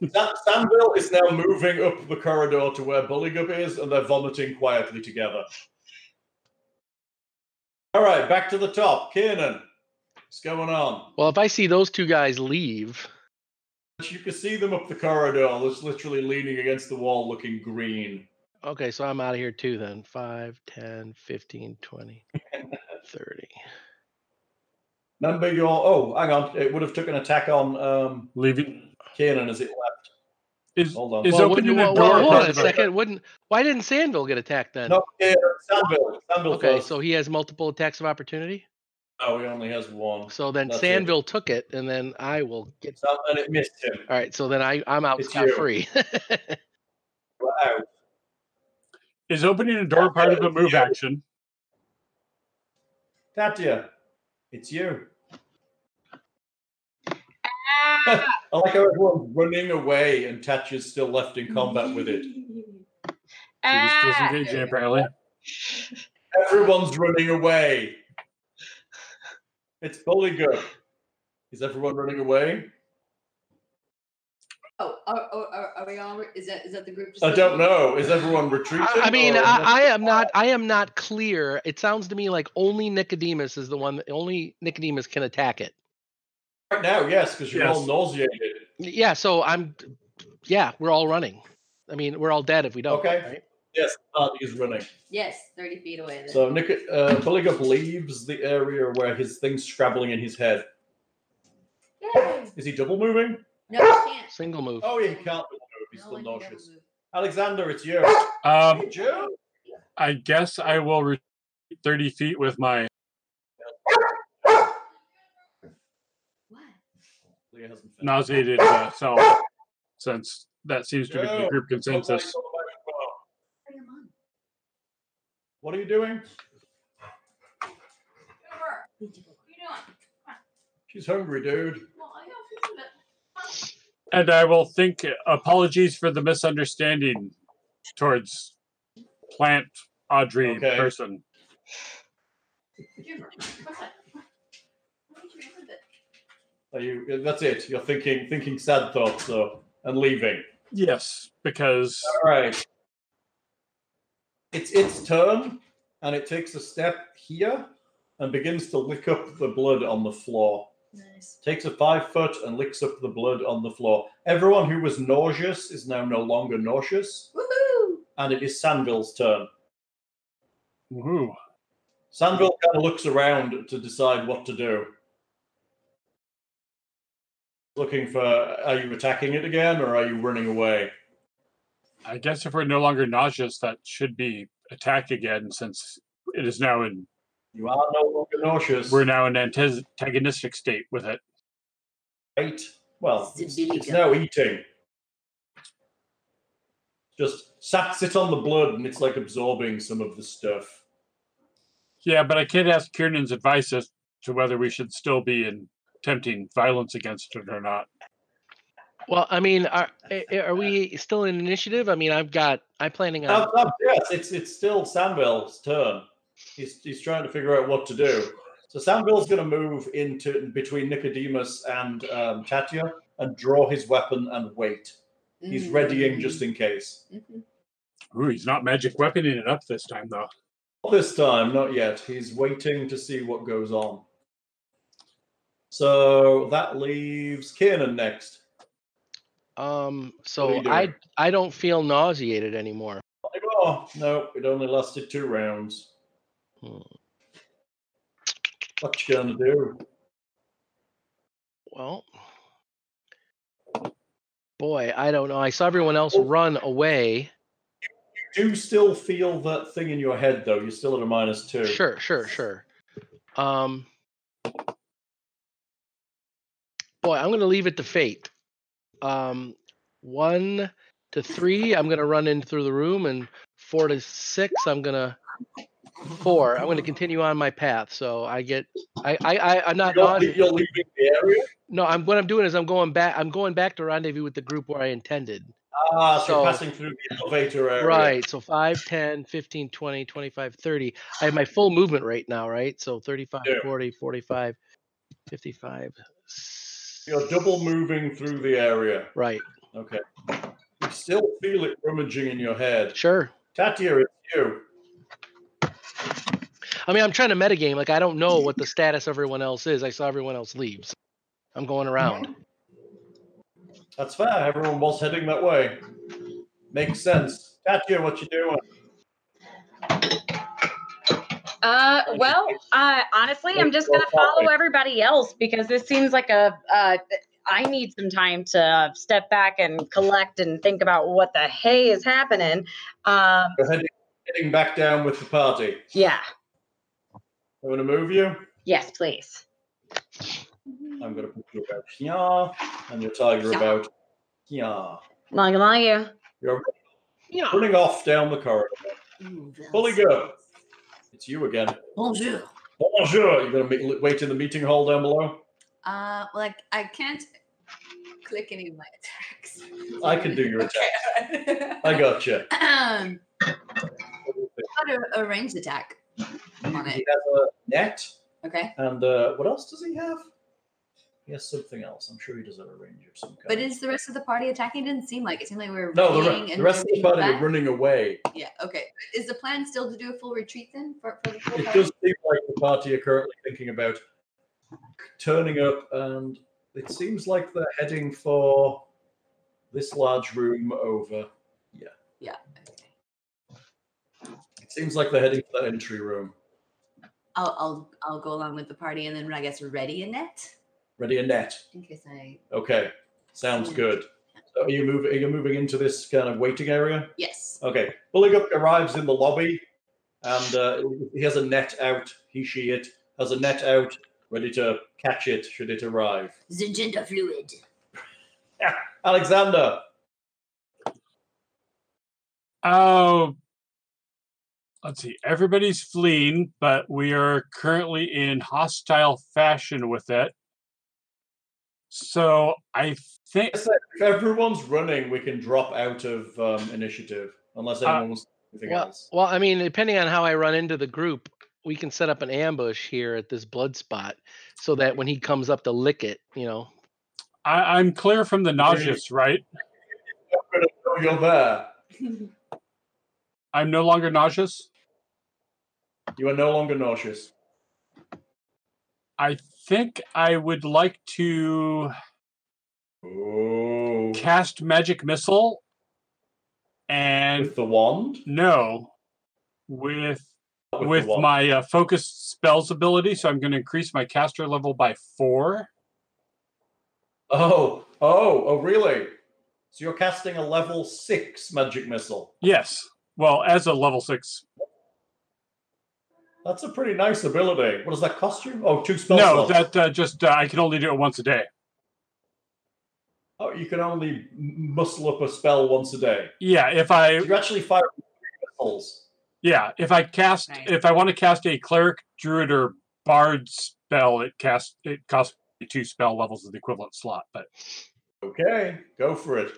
Speaker 2: you. That Sandville is now moving up the corridor to where Bulligup is, and they're vomiting quietly together. All right, back to the top. Kiernan, what's going on?
Speaker 3: Well, if I see those two guys leave,
Speaker 2: You can see them up the corridor. It's literally leaning against the wall, looking green.
Speaker 3: okay, so I'm out of here too then. 5, 10, 15, 20, 30.
Speaker 2: Remember your oh, hang on. It would have took an attack on um,
Speaker 4: leaving
Speaker 2: Kiernan as it left.
Speaker 4: is
Speaker 2: Hold on.
Speaker 4: is
Speaker 3: Well,
Speaker 4: opening
Speaker 3: wouldn't,
Speaker 4: a
Speaker 3: well,
Speaker 4: door.
Speaker 3: well, hold
Speaker 4: part
Speaker 3: on a
Speaker 4: of it?
Speaker 3: second. Wouldn't why didn't Sandville get attacked then?
Speaker 2: No, Kiernan, Sandville. Sandville
Speaker 3: okay,
Speaker 2: first.
Speaker 3: so he has multiple attacks of opportunity.
Speaker 2: Oh, he only has one.
Speaker 3: So then
Speaker 2: That's it.
Speaker 3: Sandville took it, and then I will get.
Speaker 2: So- and it missed him.
Speaker 3: All right, so then I I'm out
Speaker 2: It's
Speaker 3: scot
Speaker 2: you.
Speaker 3: free.
Speaker 2: Wow.
Speaker 4: Is opening a door part of a move action?
Speaker 2: Tatya, it's you. I like how everyone's running away and Tatya's still left in combat with it.
Speaker 4: She was
Speaker 7: Ah!
Speaker 4: disengaging apparently.
Speaker 2: Everyone's running away. It's bully good. Is everyone running away?
Speaker 5: Oh, are, are, are, are we all? Is that is that the group?
Speaker 2: I don't
Speaker 5: discussion?
Speaker 2: know. Is everyone retreating?
Speaker 3: I, I mean,
Speaker 2: or-
Speaker 3: I, I am not I am not clear. It sounds to me like only Nicodemus is the one. that Only Nicodemus can attack it.
Speaker 2: right now, yes, because you're all nauseated.
Speaker 3: Yeah, so I'm yeah, we're all running. I mean, we're all dead if we don't.
Speaker 2: Okay.
Speaker 3: right?
Speaker 2: Yes, the party is running.
Speaker 9: Yes, 30 feet away. Then.
Speaker 2: So Nick uh, Bullygup leaves the area where his thing's scrabbling in his head.
Speaker 9: Yay.
Speaker 2: Is he double moving?
Speaker 9: No, I can't.
Speaker 3: Single move.
Speaker 2: Oh, he can't double move. He's
Speaker 9: No
Speaker 2: still
Speaker 9: one can double
Speaker 2: nauseous.
Speaker 9: move.
Speaker 2: Alexander, it's [LAUGHS] you.
Speaker 4: Um,
Speaker 2: Hey, Joe.
Speaker 4: I guess I will retreat 30 feet with my.
Speaker 9: What?
Speaker 2: Leah hasn't finished.
Speaker 4: nauseated uh, self, since that seems to be the
Speaker 2: Joe,
Speaker 4: group consensus.
Speaker 9: Bring him on.
Speaker 2: What are you doing?
Speaker 9: Over. What are you doing?
Speaker 2: She's hungry, dude.
Speaker 9: Well, I gotta fix it.
Speaker 4: And I will think apologies for the misunderstanding towards plant Audrey
Speaker 2: Okay.
Speaker 4: person.
Speaker 9: Jimmer, what's that? Why don't you remember that?
Speaker 2: Are you? That's it. You're thinking, thinking sad thoughts, though, and leaving.
Speaker 4: Yes, because
Speaker 2: All right. It's its turn, and it takes a step here and begins to lick up the blood on the floor.
Speaker 9: Nice.
Speaker 2: Takes a five foot and licks up the blood on the floor. Everyone who was nauseous is now no longer nauseous,
Speaker 9: Woohoo!
Speaker 2: and it is Sandville's turn.
Speaker 4: woohoo.
Speaker 2: Sandville kind of looks around to decide what to do. Looking for are you attacking it again or are you running away?
Speaker 4: I guess if we're no longer nauseous, that should be attack again, since it is now in
Speaker 2: You are no longer nauseous.
Speaker 4: we're now in antis- antagonistic state with it.
Speaker 2: Right. Well,
Speaker 9: It's a
Speaker 2: it's,
Speaker 9: billy
Speaker 2: it's
Speaker 9: goat.
Speaker 2: now eating. Just sats it on the blood and it's like absorbing some of the stuff.
Speaker 4: Yeah, but I can't ask Kiernan's advice as to whether we should still be in tempting violence against it or not.
Speaker 3: Well, I mean, are i- i- are we still in initiative? I mean, I've got. I'm planning on.
Speaker 2: Uh, uh, yes, it's it's still Samville's turn. He's he's trying to figure out what to do. So Samville's going to move into between Nicodemus and um, Tatya and draw his weapon and wait.
Speaker 5: Mm.
Speaker 2: He's readying just in case.
Speaker 9: Mhm.
Speaker 4: Ooh, he's not magic weaponing it up this time, though.
Speaker 2: Not this time, not yet. He's waiting to see what goes on. So that leaves Kiernan next.
Speaker 3: Um.
Speaker 2: are
Speaker 3: So
Speaker 2: you
Speaker 3: I
Speaker 2: doing?
Speaker 3: I don't feel nauseated anymore.
Speaker 2: Not anymore. Oh, No, it only lasted two rounds.
Speaker 3: Hmm.
Speaker 2: What you gonna do?
Speaker 3: Well, boy, I don't know. I saw everyone else run away.
Speaker 2: You do still feel that thing in your head though. You're still at a minus two.
Speaker 3: Sure, sure, sure. Um. Boy, I'm gonna leave it to fate. Um, one to three, I'm gonna run in through the room, and four to six, I'm gonna four. I'm gonna continue on my path. So I get, I, I, I I'm not
Speaker 2: You're,
Speaker 3: nauseous.
Speaker 2: you're leaving the area.
Speaker 3: No, I'm what I'm doing is I'm going back. I'm going back to rendezvous with the group where I intended.
Speaker 2: Ah, so,
Speaker 3: So-
Speaker 2: you're passing through the elevator [LAUGHS] area.
Speaker 3: Right. So 5, 10, 15, 20, 25, 30. I have my full movement right now, right? So 35,
Speaker 2: Yeah.
Speaker 3: 40, 45, 55.
Speaker 2: You're double moving through the area.
Speaker 3: Right.
Speaker 2: Okay. You still feel it rummaging in your head.
Speaker 3: Sure.
Speaker 2: Tatia, it's you.
Speaker 3: I mean, I'm trying to metagame. Like, I don't know what the status of everyone else is. I saw everyone else leaves. I'm going around.
Speaker 2: That's fair. Everyone was heading that way. Makes sense. Tatia, what you doing?
Speaker 7: Uh,
Speaker 2: Okay.
Speaker 7: well, uh, honestly, I'm just gonna follow everybody else because this seems like a. Uh, I need some time to step back and collect and think about what the hey is happening. Um,
Speaker 2: You're heading, heading back down with the party.
Speaker 7: yeah.
Speaker 2: I'm going to move you.
Speaker 7: Yes, please.
Speaker 2: I'm going to put you about here, and your tiger
Speaker 7: Yeah.
Speaker 2: about here.
Speaker 7: Long along you.
Speaker 2: You're
Speaker 3: Yeah.
Speaker 2: running off down the corridor.
Speaker 9: Ooh, that's-
Speaker 2: Bully go. It's you again.
Speaker 9: Bonjour.
Speaker 2: Bonjour. You're going to meet, wait in the meeting hall down below?
Speaker 9: Uh, like I can't click any of my attacks.
Speaker 2: I can do your attack.
Speaker 9: attack.
Speaker 2: I got you.
Speaker 9: [LAUGHS] Um,
Speaker 2: He
Speaker 9: how to a ranged attack on
Speaker 2: has
Speaker 9: it?
Speaker 2: a net,
Speaker 9: Okay,
Speaker 2: and uh, what else does he have? He has something else. I'm sure he does have a range of some kind.
Speaker 9: but is the rest of the party attacking? It didn't seem like it. seemed like we were
Speaker 2: no, the,
Speaker 9: running
Speaker 2: re-
Speaker 9: and
Speaker 2: the rest of the
Speaker 9: retreating
Speaker 2: party are
Speaker 9: back.
Speaker 2: running away.
Speaker 9: Yeah. Okay. Is the plan still to do a full retreat then for, for the full
Speaker 2: It
Speaker 9: party?
Speaker 2: does seem like the party are currently thinking about turning up, and it seems like they're heading for this large room over. Yeah.
Speaker 9: Yeah.
Speaker 2: It seems like they're heading for that entry room.
Speaker 9: I'll I'll I'll go along with the party and then when I guess ready Annette
Speaker 2: Ready, Annette?
Speaker 9: in case I
Speaker 2: Okay. Sounds good. So are you moving? Are you moving into this kind of waiting area?
Speaker 9: yes.
Speaker 2: Okay. Bulligup arrives in the lobby, and uh, he has a net out. He, she, it has a net out, ready to catch it should it arrive.
Speaker 5: The gender
Speaker 9: [LAUGHS]
Speaker 5: fluid.
Speaker 2: Alexander,
Speaker 4: Oh, let's see. Everybody's fleeing, but we are currently in hostile fashion with it. So I think
Speaker 2: if everyone's running, we can drop out of um, initiative unless
Speaker 4: Uh,
Speaker 2: anyone wants anything
Speaker 3: Well,
Speaker 2: else.
Speaker 3: well, I mean, depending on how I run into the group, we can set up an ambush here at this blood spot so that when he comes up to lick it, you know.
Speaker 4: I, I'm clear from the nauseous, right?
Speaker 2: Oh, You're there.
Speaker 4: I'm no longer nauseous.
Speaker 2: You are no longer nauseous.
Speaker 4: I think I would like to
Speaker 2: Oh,
Speaker 4: cast magic missile and
Speaker 2: with the wand.
Speaker 4: no with
Speaker 2: the
Speaker 4: with
Speaker 2: wand.
Speaker 4: my uh, focus spells ability so i'm going to increase my caster level by four
Speaker 2: Oh, oh, oh, really? So you're casting a level six magic missile.
Speaker 4: yes well as a level six
Speaker 2: That's a pretty nice ability. What does that cost you? Oh, two spell
Speaker 4: no
Speaker 2: slots.
Speaker 4: that uh, just uh, i can only do it once a day
Speaker 2: Oh, you can only m- muscle up a spell once a day.
Speaker 4: yeah if i
Speaker 2: You're actually firing three missiles.
Speaker 4: yeah if i cast
Speaker 9: Right.
Speaker 4: if i want to cast a cleric druid or bard spell it cast it costs me two spell levels of the equivalent slot but
Speaker 2: Okay, go for it.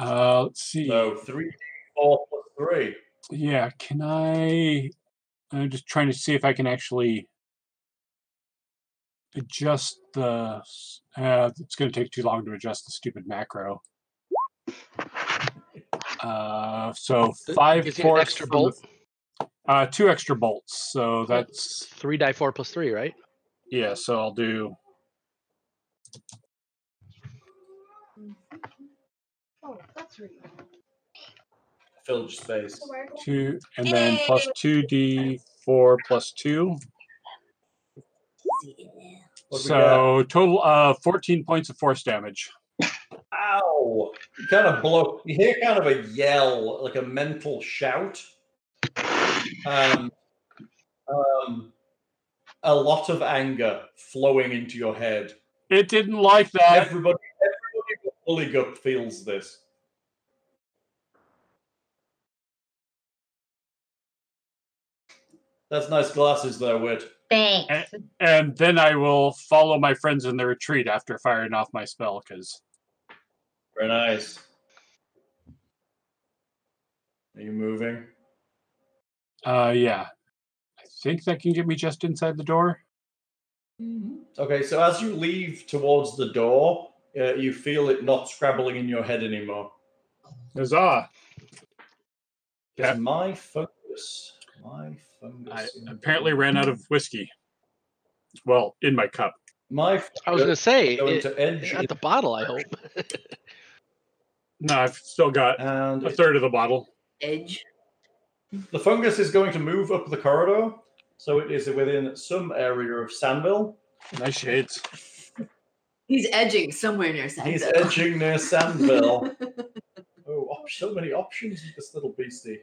Speaker 4: uh let's see
Speaker 2: So three, four plus three.
Speaker 4: Yeah, can I? I'm just trying to see if I can actually adjust the. s- Uh, it's going to take too long to adjust the stupid macro. Uh, so
Speaker 3: Th-
Speaker 4: five
Speaker 3: gives you an
Speaker 4: fourths
Speaker 3: extra
Speaker 4: from the
Speaker 3: bolt.
Speaker 4: f- uh, two extra bolts. So that's
Speaker 3: Three die four plus three, right?
Speaker 4: yeah. So I'll do.
Speaker 8: Oh, that's really
Speaker 2: Filled your space.
Speaker 4: two and then plus two d four plus two
Speaker 2: What we got?
Speaker 4: so total uh 14 points of force damage
Speaker 2: ow! You kind of blow. You hear kind of a yell, like a mental shout. Um, um, a lot of anger flowing into your head.
Speaker 4: it didn't like that
Speaker 2: Everybody, everybody but Bully Gup feels this. That's nice glasses there, Whit.
Speaker 7: [LAUGHS] Thanks.
Speaker 4: and then I will follow my friends in the retreat after firing off my spell because
Speaker 2: Very nice. Are you moving?
Speaker 4: uh yeah. I think that can get me just inside the door.
Speaker 2: Okay, so as you leave towards the door, uh, you feel it not scrabbling in your head anymore.
Speaker 4: Huzzah!
Speaker 2: Is
Speaker 4: Yeah.
Speaker 2: my fungus. My fungus.
Speaker 4: I apparently ran out of whiskey. Well, in my cup.
Speaker 2: My
Speaker 3: I was going to
Speaker 2: fungus
Speaker 3: say,
Speaker 2: going
Speaker 3: it,
Speaker 2: to edge
Speaker 3: not the bottle, I hope.
Speaker 4: No, I've still got
Speaker 2: and
Speaker 4: a third of the bottle.
Speaker 9: Edge.
Speaker 2: The fungus is going to move up the corridor, so it is within some area of Sandville.
Speaker 4: Nice shades.
Speaker 9: He's edging somewhere near
Speaker 2: He's
Speaker 9: Sansa.
Speaker 2: edging near
Speaker 5: [LAUGHS]
Speaker 2: Sandville. oh, op- so many options with this little beastie.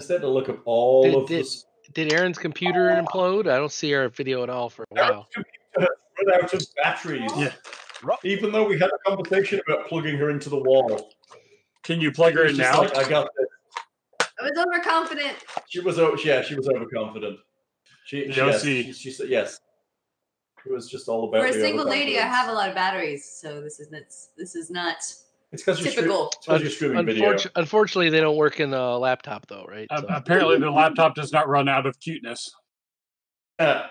Speaker 2: Instead to look up all
Speaker 3: Did-
Speaker 2: of
Speaker 3: did-
Speaker 2: this,
Speaker 3: Did Aaron's computer implode? I don't see our video at all for a while.
Speaker 2: run out of batteries.
Speaker 4: Yeah.
Speaker 2: Even though we had a conversation about plugging her into the wall,
Speaker 4: Can you plug her in
Speaker 2: It's just
Speaker 4: now?
Speaker 2: like, I got this.
Speaker 9: [LAUGHS] I was overconfident.
Speaker 2: She was, o- yeah, she was overconfident. She,
Speaker 4: The
Speaker 2: she, yes,
Speaker 4: OC.
Speaker 2: she, she said yes. It was just all about
Speaker 9: For a
Speaker 2: the
Speaker 9: single lady, I
Speaker 2: overconfidence.
Speaker 9: have a lot of batteries, so this is not this is not
Speaker 2: It's because you're, stre-
Speaker 9: typical.
Speaker 2: it's 'cause you're streaming video.
Speaker 3: Unfortu- unfortunately, they don't work in a laptop, though, right?
Speaker 4: A-
Speaker 3: So-
Speaker 4: apparently, the laptop does not run out of cuteness.
Speaker 2: Yeah.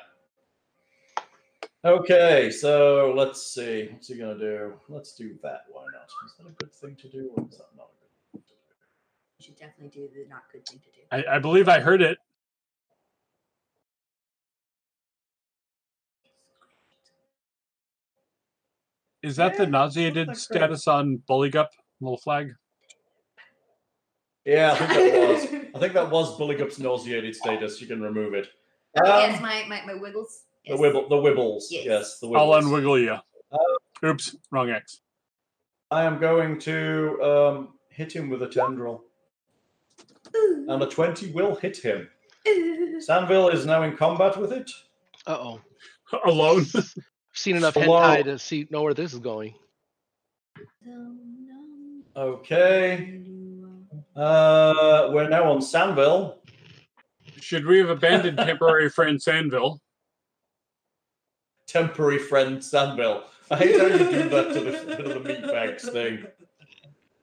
Speaker 2: Okay, so let's see. What's he gonna do? Let's do that. Why not? Is that a good thing to do, or is that not a good thing to
Speaker 9: You should definitely do the not good thing to do.
Speaker 4: I, I believe I heard it. Is that the
Speaker 2: Yeah,
Speaker 4: nauseated
Speaker 2: that's great.
Speaker 4: status on Bullygup little flag?
Speaker 2: Yeah, I think that
Speaker 4: [LAUGHS]
Speaker 2: was. I think that was Bullygup's nauseated status. You can remove it. Um,
Speaker 9: [LAUGHS] yes, my, my, my wiggles.
Speaker 2: the
Speaker 9: Yes.
Speaker 2: wibble, the wibbles. Yes,
Speaker 9: Yes.
Speaker 2: the
Speaker 4: I'll
Speaker 2: wibbles.
Speaker 4: unwiggle you. Oops, wrong X.
Speaker 2: I am going to um, hit him with a tendril, and a twenty will hit him. Sanville is now in combat with it.
Speaker 3: Uh oh.
Speaker 4: Alone.
Speaker 3: [LAUGHS] I've seen enough
Speaker 2: Hello.
Speaker 3: hentai to see know where this is going.
Speaker 2: Okay. Uh, we're now on Sanville.
Speaker 4: Should we have abandoned temporary friend Sandville?
Speaker 2: Temporary friend Sanville. I hate how you do that to the, to the meatbags thing.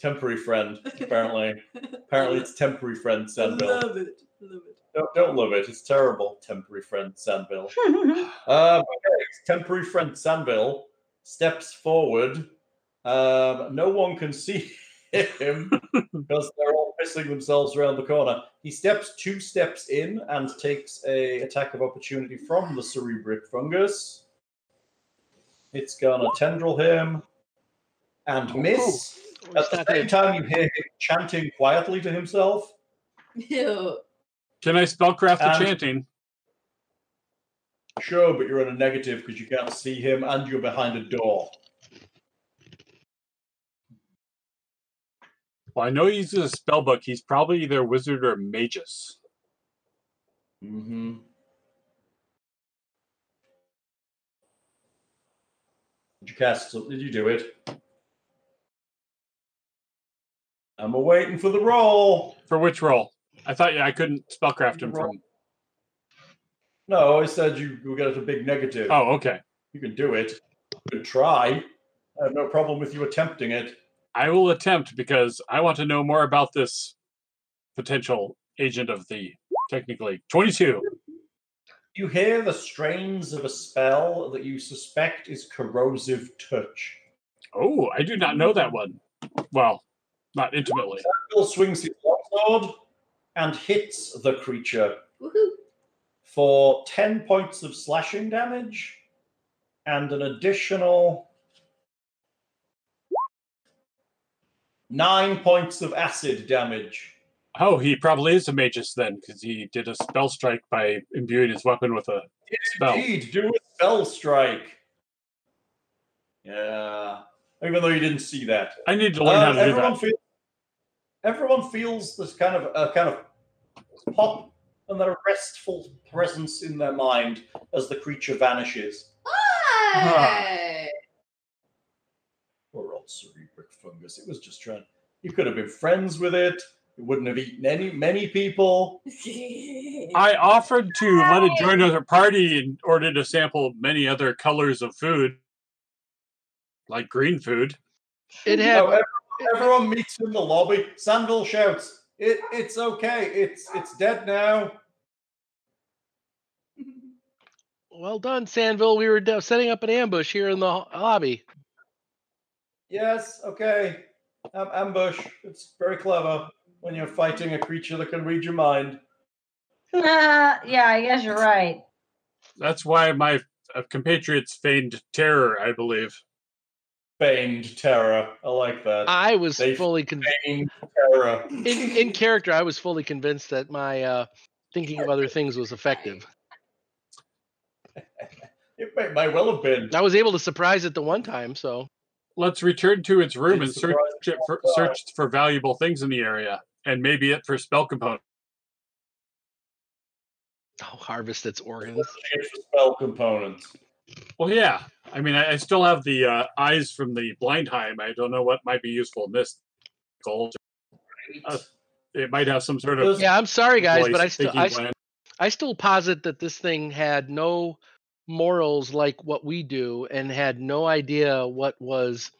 Speaker 2: Temporary friend, apparently. Apparently, it's temporary friend Sanville.
Speaker 8: Love it. Love it.
Speaker 2: Don't, don't love it. It's terrible. Temporary friend Sanville.
Speaker 7: Uh,
Speaker 2: Um, okay, temporary friend Sanville steps forward. Um, no one can see [LAUGHS] him because they're all pissing themselves around the corner. He steps two steps in and takes a attack of opportunity from the cerebric fungus. It's gonna tendril him and miss.
Speaker 3: Oh,
Speaker 2: At
Speaker 3: it's
Speaker 2: the
Speaker 3: not
Speaker 2: same
Speaker 3: gonna-
Speaker 2: time, you hear him chanting quietly to himself.
Speaker 9: [LAUGHS] Ew.
Speaker 4: Can I spellcraft the
Speaker 2: Um,
Speaker 4: chanting?
Speaker 2: Sure, but you're on a negative because you can't see him and you're behind a door.
Speaker 4: Well, I know he uses a spell book. He's probably either a wizard or a magus.
Speaker 2: Mm-hmm. Did you cast something? Did you do it? I'm waiting for the roll.
Speaker 4: For which role? I thought yeah, I couldn't spellcraft him
Speaker 2: Roll.
Speaker 4: from.
Speaker 2: No, I said you we got a big negative.
Speaker 4: Oh, okay.
Speaker 2: You can do it. You can try. I have no problem with you attempting it.
Speaker 4: I will attempt because I want to know more about this potential agent of the technically 22.
Speaker 2: You hear the strains of a spell that you suspect is corrosive touch.
Speaker 4: Oh, I do not know that one. Well, not intimately.
Speaker 2: Bill swings his longsword and hits the creature
Speaker 9: Woohoo.
Speaker 2: for 10 points of slashing damage and an additional 9 points of acid damage.
Speaker 4: Oh, he probably is a magus then because he did a spell strike by imbuing his weapon with a spell.
Speaker 2: Indeed, do a spell strike. Yeah. Even though you didn't see that.
Speaker 4: I need to learn how
Speaker 2: Uh,
Speaker 4: to do
Speaker 2: everyone,
Speaker 4: that.
Speaker 2: feels, everyone feels this kind of uh, kind of pop and then a restful presence in their mind as the creature vanishes.
Speaker 9: [LAUGHS] Hi.
Speaker 2: Poor old cerebric fungus. It was just trying. You could have been friends with it. It wouldn't have eaten any many people.
Speaker 4: I offered to let it join another party in order to sample many other colors of food, like green food.
Speaker 3: It
Speaker 2: No,
Speaker 3: had
Speaker 2: ev- everyone meets in the lobby. Sandville shouts, "It it's okay. It's it's dead now."
Speaker 3: well done, Sandville. We were de- setting up an ambush here in the ho- lobby.
Speaker 2: Yes, okay. Um, ambush. It's very clever when you're fighting a creature that can read your mind.
Speaker 7: Uh, yeah, I guess you're right.
Speaker 4: That's why my uh, compatriots feigned terror, I believe.
Speaker 2: Feigned terror. I like that.
Speaker 3: I was
Speaker 2: They-
Speaker 3: fully con-
Speaker 2: Feigned terror. [LAUGHS]
Speaker 3: in, in character. I was fully convinced that my uh, thinking of other things was effective.
Speaker 2: It may, may well have been.
Speaker 3: I was able to surprise it the one time, so
Speaker 4: Let's return to its room and
Speaker 2: It's
Speaker 4: search it for,
Speaker 2: surprising.
Speaker 4: search for valuable things in the area, and maybe it for spell components.
Speaker 3: I'll Oh, harvest its organs.
Speaker 2: It's a spell components.
Speaker 4: Well, yeah. I mean, I, I still have the uh, eyes from the blindheim. I don't know what might be useful in this. Gold. Uh, it might have some sort of
Speaker 2: Does-
Speaker 3: Yeah, I'm sorry, guys,
Speaker 4: voice
Speaker 3: but I still
Speaker 4: thinking
Speaker 3: I,
Speaker 4: plan.
Speaker 3: I still posit that this thing had no morals like what we do and had no idea what was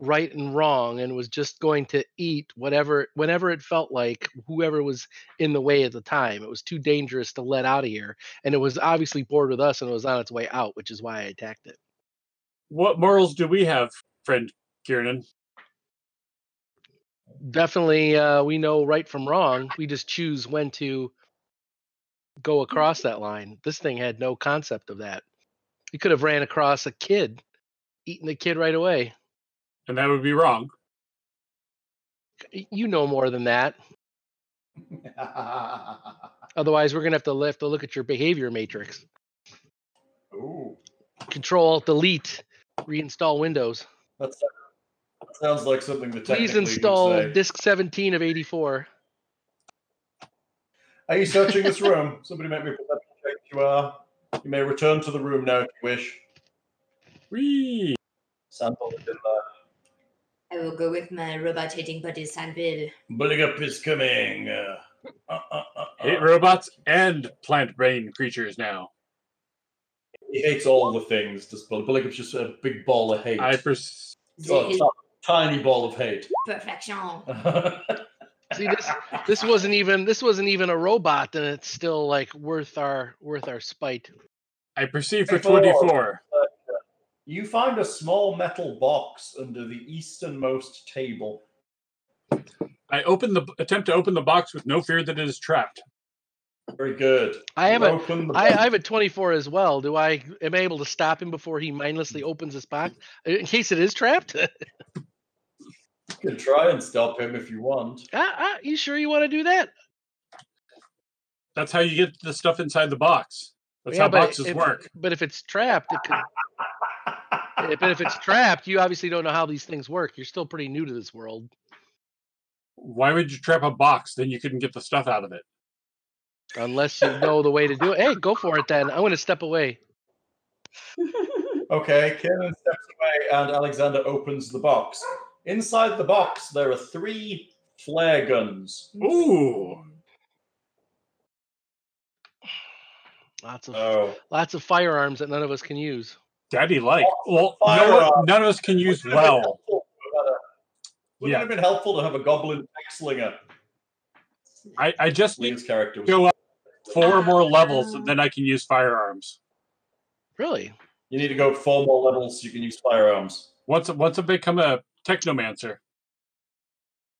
Speaker 3: right and wrong and was just going to eat whatever whenever it felt like whoever was in the way at the time it was too dangerous to let out of here and it was obviously bored with us and it was on its way out which is why i attacked it
Speaker 4: What morals do we have, friend Kiernan?
Speaker 3: definitely uh, we know right from wrong we just choose when to
Speaker 2: Mm.
Speaker 3: go across that line this thing had no concept of that it could have ran across a kid eating the kid right away.
Speaker 4: and that would be wrong.
Speaker 3: Y- You know more than that. Otherwise, we're gonna have to lift to look at your behavior matrix.
Speaker 2: [LAUGHS] Ooh,
Speaker 3: Control, delete, reinstall Windows.
Speaker 2: that's, that sounds like something the
Speaker 3: Please
Speaker 2: technically
Speaker 3: install
Speaker 2: Would say.
Speaker 3: disk 17 of 84.
Speaker 2: Are you searching this room? Somebody make me a perception check. if You are. You may return to the room now if you wish.
Speaker 4: Whee!
Speaker 2: Sandball is in there.
Speaker 9: I will go with my robotating buddy Sandville.
Speaker 2: Bullying up is coming. Uh, uh, uh, uh,
Speaker 4: Hate
Speaker 2: uh.
Speaker 4: robots and plant brain creatures now.
Speaker 2: He hates all the things. Does Bully Bully Gup's just a big ball of hate?
Speaker 4: I pers-
Speaker 2: Oh,
Speaker 9: This is
Speaker 2: ti- tiny ball of hate. [LAUGHS]
Speaker 9: perfection.
Speaker 3: See this this wasn't even this wasn't even a robot, and it's still like worth our worth our spite.
Speaker 4: I perceive for
Speaker 2: Twenty-four.
Speaker 4: 24.
Speaker 2: You find a small metal box under the easternmost table.
Speaker 4: I open the attempt to open the box with no fear that it is trapped.
Speaker 2: Very good.
Speaker 3: I have
Speaker 2: You
Speaker 3: a
Speaker 2: open the
Speaker 3: I,
Speaker 2: box.
Speaker 3: I have a 24 as well. Do I am I able to stop him before he mindlessly opens his box uh, in case it is trapped? [LAUGHS] ah,
Speaker 2: You can try and stop him if you want.
Speaker 3: ah, you sure you want to do that?
Speaker 4: That's how you get the stuff inside the box. That's
Speaker 3: Yeah,
Speaker 4: how
Speaker 3: but
Speaker 4: boxes
Speaker 3: if-
Speaker 4: work.
Speaker 3: But if it's trapped, it
Speaker 4: [LAUGHS]
Speaker 3: could. eh, but if it's trapped, you obviously don't know how these things work. You're still pretty new to this world.
Speaker 4: Why would you trap a box? Then you couldn't get the stuff out of it.
Speaker 3: Unless you know the way to do it. Hey, go for it then. I'm going to step away.
Speaker 2: Okay, Kanan steps away and Alexander opens the box. Inside the box, there are three flare guns.
Speaker 3: Mm.
Speaker 4: Ooh.
Speaker 3: Lots of
Speaker 4: Uh.
Speaker 2: Oh,
Speaker 3: lots of firearms that none of us can use.
Speaker 4: Daddy like. Well, no one,
Speaker 2: Firearm.
Speaker 4: none of us can use well.
Speaker 2: Wouldn't
Speaker 4: Yeah.
Speaker 2: it have been helpful to have a goblin slinger?
Speaker 4: I, I just need
Speaker 2: Lee's character was-
Speaker 4: go up four more levels and then I can use firearms.
Speaker 3: Really?
Speaker 2: You need to go four more levels so you can use firearms.
Speaker 4: Once once I become a technomancer,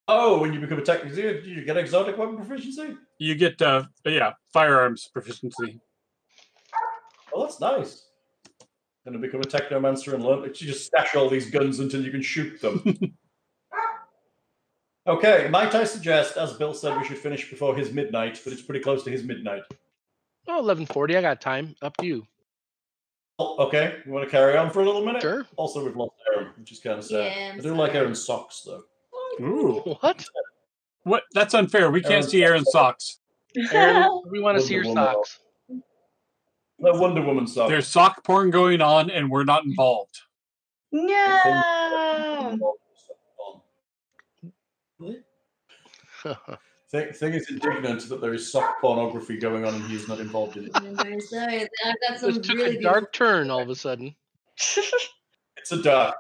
Speaker 2: Oh, when you become a technic, do you get exotic weapon proficiency?
Speaker 4: you get uh yeah, firearms proficiency.
Speaker 2: Oh, that's nice. Gonna become a technomancer and learn. You just stash all these guns until you can shoot them. okay, might I suggest, as Bill said, we should finish before his midnight, but it's pretty close to his midnight.
Speaker 3: Oh, 11:40. I got time. Up to you.
Speaker 2: Oh, okay, you want to carry on for a little minute?
Speaker 3: Sure.
Speaker 2: Also, we've lost Aaron, which is kind of sad.
Speaker 9: Yeah,
Speaker 2: I
Speaker 9: I'm
Speaker 2: do like
Speaker 9: sorry.
Speaker 2: Aaron's socks, though.
Speaker 4: Ooh.
Speaker 3: What?
Speaker 4: What that's unfair. We can't
Speaker 2: Aaron's
Speaker 4: see Aaron's socks.
Speaker 3: Aaron, we want to
Speaker 2: Wonder
Speaker 3: see your
Speaker 2: Woman.
Speaker 3: socks.
Speaker 2: The Wonder Woman socks.
Speaker 4: There's sock porn going on and we're not involved.
Speaker 7: No.
Speaker 2: What?
Speaker 3: [LAUGHS]
Speaker 2: Thing, thing is indignant that there is sock pornography going on and he is not involved in it.
Speaker 9: I'm very sorry. I've got some
Speaker 3: this took
Speaker 9: really
Speaker 3: a dark turn all of a sudden.
Speaker 2: It's a dark.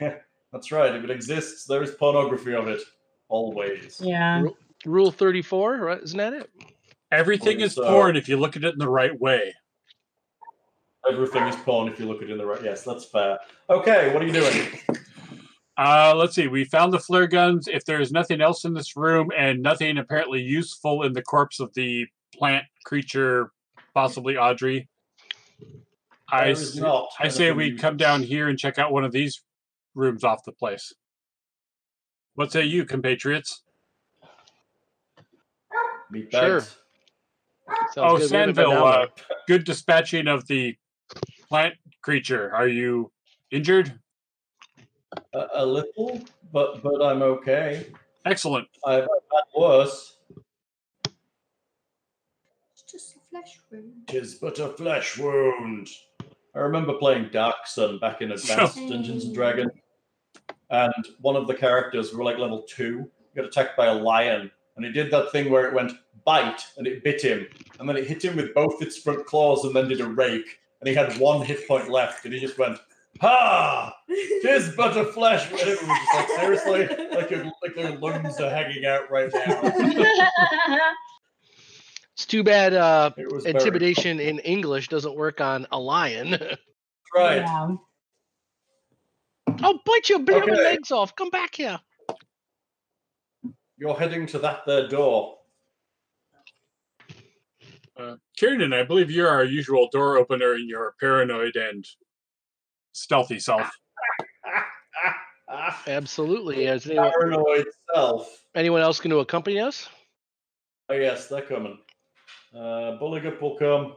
Speaker 2: Uh, [LAUGHS] that's right. If it exists, there is pornography of it. Always.
Speaker 7: Yeah. [LAUGHS]
Speaker 3: Rule 34, right? Isn't that it?
Speaker 4: Everything
Speaker 2: Well,
Speaker 4: is
Speaker 2: so-
Speaker 4: porn if you look at it in the right way.
Speaker 2: Everything is porn if you look at it in the right. Yes, that's fair. Okay, what are you doing?
Speaker 4: Uh let's see. We found the flare guns. If there is nothing else in this room and nothing apparently useful in the corpse of the plant creature, possibly Audrey. I
Speaker 2: There is
Speaker 4: s-
Speaker 2: not
Speaker 4: I say
Speaker 2: anything
Speaker 4: we
Speaker 2: you-
Speaker 4: come down here and check out one of these rooms off the place. What say you, compatriots?
Speaker 2: Meat
Speaker 3: Sure.
Speaker 2: bags.
Speaker 4: Oh,
Speaker 3: We haven't been
Speaker 4: Sandville,
Speaker 3: down
Speaker 4: uh, Good dispatching of the plant creature. Are you injured?
Speaker 2: A, a little, but but I'm okay.
Speaker 4: Excellent.
Speaker 2: I've had worse.
Speaker 9: It's just a flesh room.
Speaker 2: Tis but a flesh wound. I remember playing Dark Sun back in Advanced Dungeons and Dragons, and one of the characters, we were like level two, got attacked by a lion, and it did that thing where it went bite and it bit him, and then it hit him with both its front claws and then did a rake, and he had one hit point left, and he just went, Ha! Tis but a flesh wound. And everyone was just like, seriously? Like, your, like their lungs are hanging out right now.
Speaker 3: It's too bad uh,
Speaker 2: It was very-
Speaker 3: [LAUGHS] intimidation in English doesn't work on a lion. [LAUGHS]
Speaker 2: Right.
Speaker 7: Yeah.
Speaker 3: I'll bite your blooming
Speaker 2: Okay.
Speaker 3: legs off. Come back here.
Speaker 2: You're heading to that there door.
Speaker 4: Uh, Kiernan, I believe you're our usual door opener and you're paranoid and stealthy self.
Speaker 2: Ah,
Speaker 3: Absolutely. Is anyone,
Speaker 2: Paranoid self.
Speaker 3: anyone else going to accompany us?
Speaker 2: Oh yes, they're coming. Uh, Bulligup will come.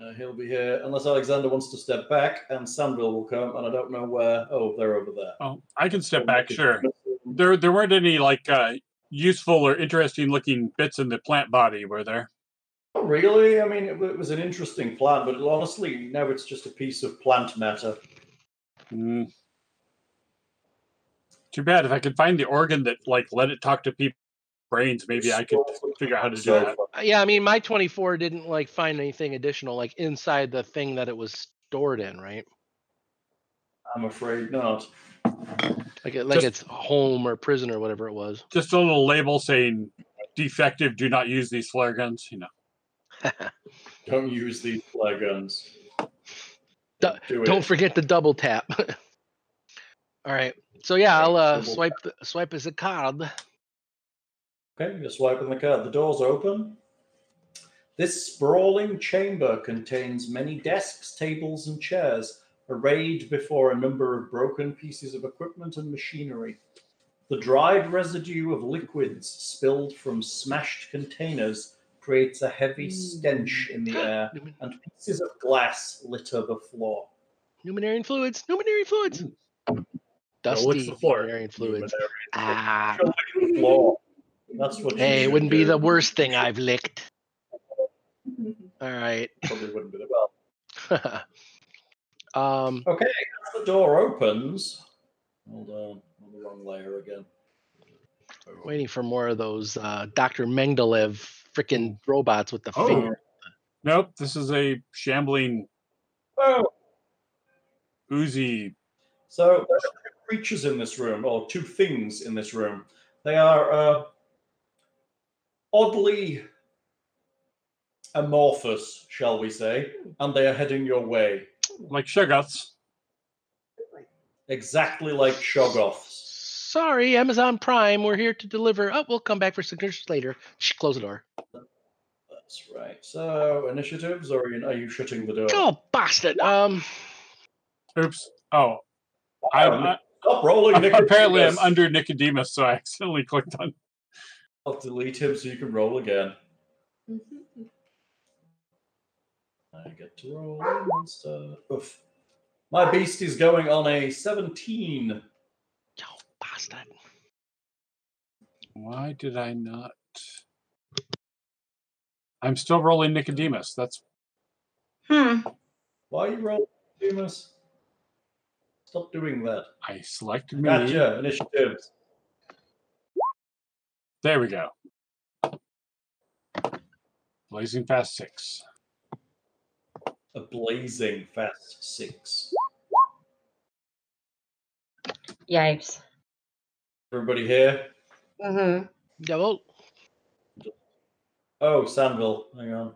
Speaker 2: Uh, he'll be here unless Alexander wants to step back, and Sandville will come, and I don't know where. Oh, they're over there.
Speaker 4: Oh, I can step back, sure. There there weren't any like uh, useful or interesting looking bits in the plant body, were there?
Speaker 2: Not really. I mean, it, w- it was an interesting plant, but honestly, now it's just a piece of plant matter.
Speaker 4: Mm. Too bad. If I could find the organ that like let it talk to people's brains, maybe I could figure out how to do that.
Speaker 3: Uh, Yeah, I mean, my 24 didn't like find anything additional like inside the thing that it was stored in, right?
Speaker 2: I'm afraid not.
Speaker 3: Like it, like its
Speaker 4: Just-
Speaker 3: home or prison or whatever it was.
Speaker 4: Just a little label saying defective, do not use these flare guns, you know.
Speaker 2: Don't use these flare guns.
Speaker 3: Du-
Speaker 2: do
Speaker 3: Don't forget the double tap. [LAUGHS] All right. So yeah, I'll uh,
Speaker 2: Double
Speaker 3: swipe the, swipe as a card.
Speaker 2: Okay, you're swiping the card. The doors open. This sprawling chamber contains many desks, tables, and chairs arrayed before a number of broken pieces of equipment and machinery. The dried residue of liquids spilled from smashed containers creates a heavy stench in the air,
Speaker 3: Numin-
Speaker 2: and pieces of glass litter the floor.
Speaker 3: Numinarian fluids. Numinarian fluids. Dusty
Speaker 4: lick the floor,
Speaker 3: numinarian fluids. Ah,
Speaker 2: The floor. That's what. you
Speaker 3: hey, it
Speaker 2: should
Speaker 3: wouldn't be
Speaker 2: do.
Speaker 3: the worst thing I've licked. All right. [LAUGHS]
Speaker 2: Probably wouldn't be the well.
Speaker 3: um,
Speaker 2: Okay, as the door opens. Hold on, on the wrong layer again.
Speaker 3: waiting for more of those uh, Dr. Mengelev freaking robots with the
Speaker 4: Oh.
Speaker 3: finger.
Speaker 4: Nope, this is a shambling
Speaker 2: Oh,
Speaker 4: oozy
Speaker 2: so there are two creatures in this room, or two things in this room. They are uh, oddly amorphous, shall we say, and they are heading your way,
Speaker 4: like Shoggoths.
Speaker 2: exactly like Shoggoths.
Speaker 3: Sorry, Amazon Prime. We're here to deliver. Oh, we'll come back for signatures later. Shh, close the door.
Speaker 2: That's right. So, initiatives, or are you, are you shutting the door?
Speaker 3: Oh, bastard. Um,
Speaker 4: Oops. Oh, I'm,
Speaker 2: Um,
Speaker 4: I-
Speaker 2: Stop rolling, Nicodemus.
Speaker 4: apparently I'm under Nicodemus, so I accidentally clicked on.
Speaker 2: I'll delete him so you can roll again. I get to roll and stuff. Oof. My beast is going on a 17.
Speaker 3: yo, bastard.
Speaker 4: Why did I not? I'm still rolling Nicodemus. That's
Speaker 7: Hmm.
Speaker 2: Why are you rolling, Demas? Stop doing that.
Speaker 4: I selected me.
Speaker 2: Gotcha. Initiatives.
Speaker 4: There we go. Blazing Fast Six.
Speaker 2: A blazing fast six.
Speaker 7: Yikes.
Speaker 2: Everybody here?
Speaker 7: Mm-hmm.
Speaker 3: Yeah, well,
Speaker 2: Oh, Sandville. Hang on.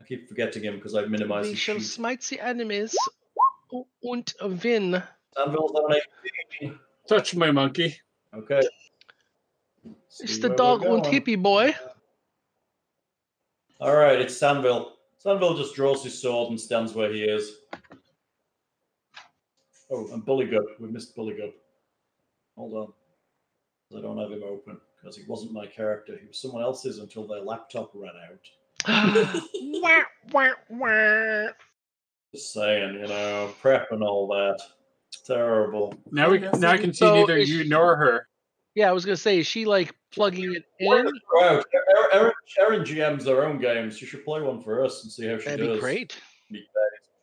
Speaker 2: I keep forgetting him because I've minimized
Speaker 3: we
Speaker 2: his
Speaker 3: shall
Speaker 2: sheet.
Speaker 3: smite the enemies u- und win.
Speaker 2: Sandville's on an
Speaker 4: Touch my monkey.
Speaker 2: 8. Okay.
Speaker 3: It's
Speaker 2: See
Speaker 3: the
Speaker 2: where we're
Speaker 3: dog und
Speaker 2: going.
Speaker 3: hippie boy.
Speaker 2: All right, it's Sandville. Sandville just draws his sword and stands where he is. Oh, and Bullygub. We missed Bullygub. Hold on. I don't have him open because he wasn't my character. He was someone else's until their laptop ran out.
Speaker 3: [LAUGHS] Wah, wah, wah.
Speaker 2: Just saying, you know, prep and all that. Terrible.
Speaker 4: Now we now I can see
Speaker 3: So
Speaker 4: neither
Speaker 3: is
Speaker 4: you
Speaker 3: she-
Speaker 4: nor her.
Speaker 3: yeah, I was gonna say, is she like
Speaker 2: [LAUGHS]
Speaker 3: plugging it in?
Speaker 2: Wow, Erin- Erin Erin GMs their own games. She should play one for us and see how she
Speaker 3: That'd
Speaker 2: does.
Speaker 3: be great.
Speaker 2: These days.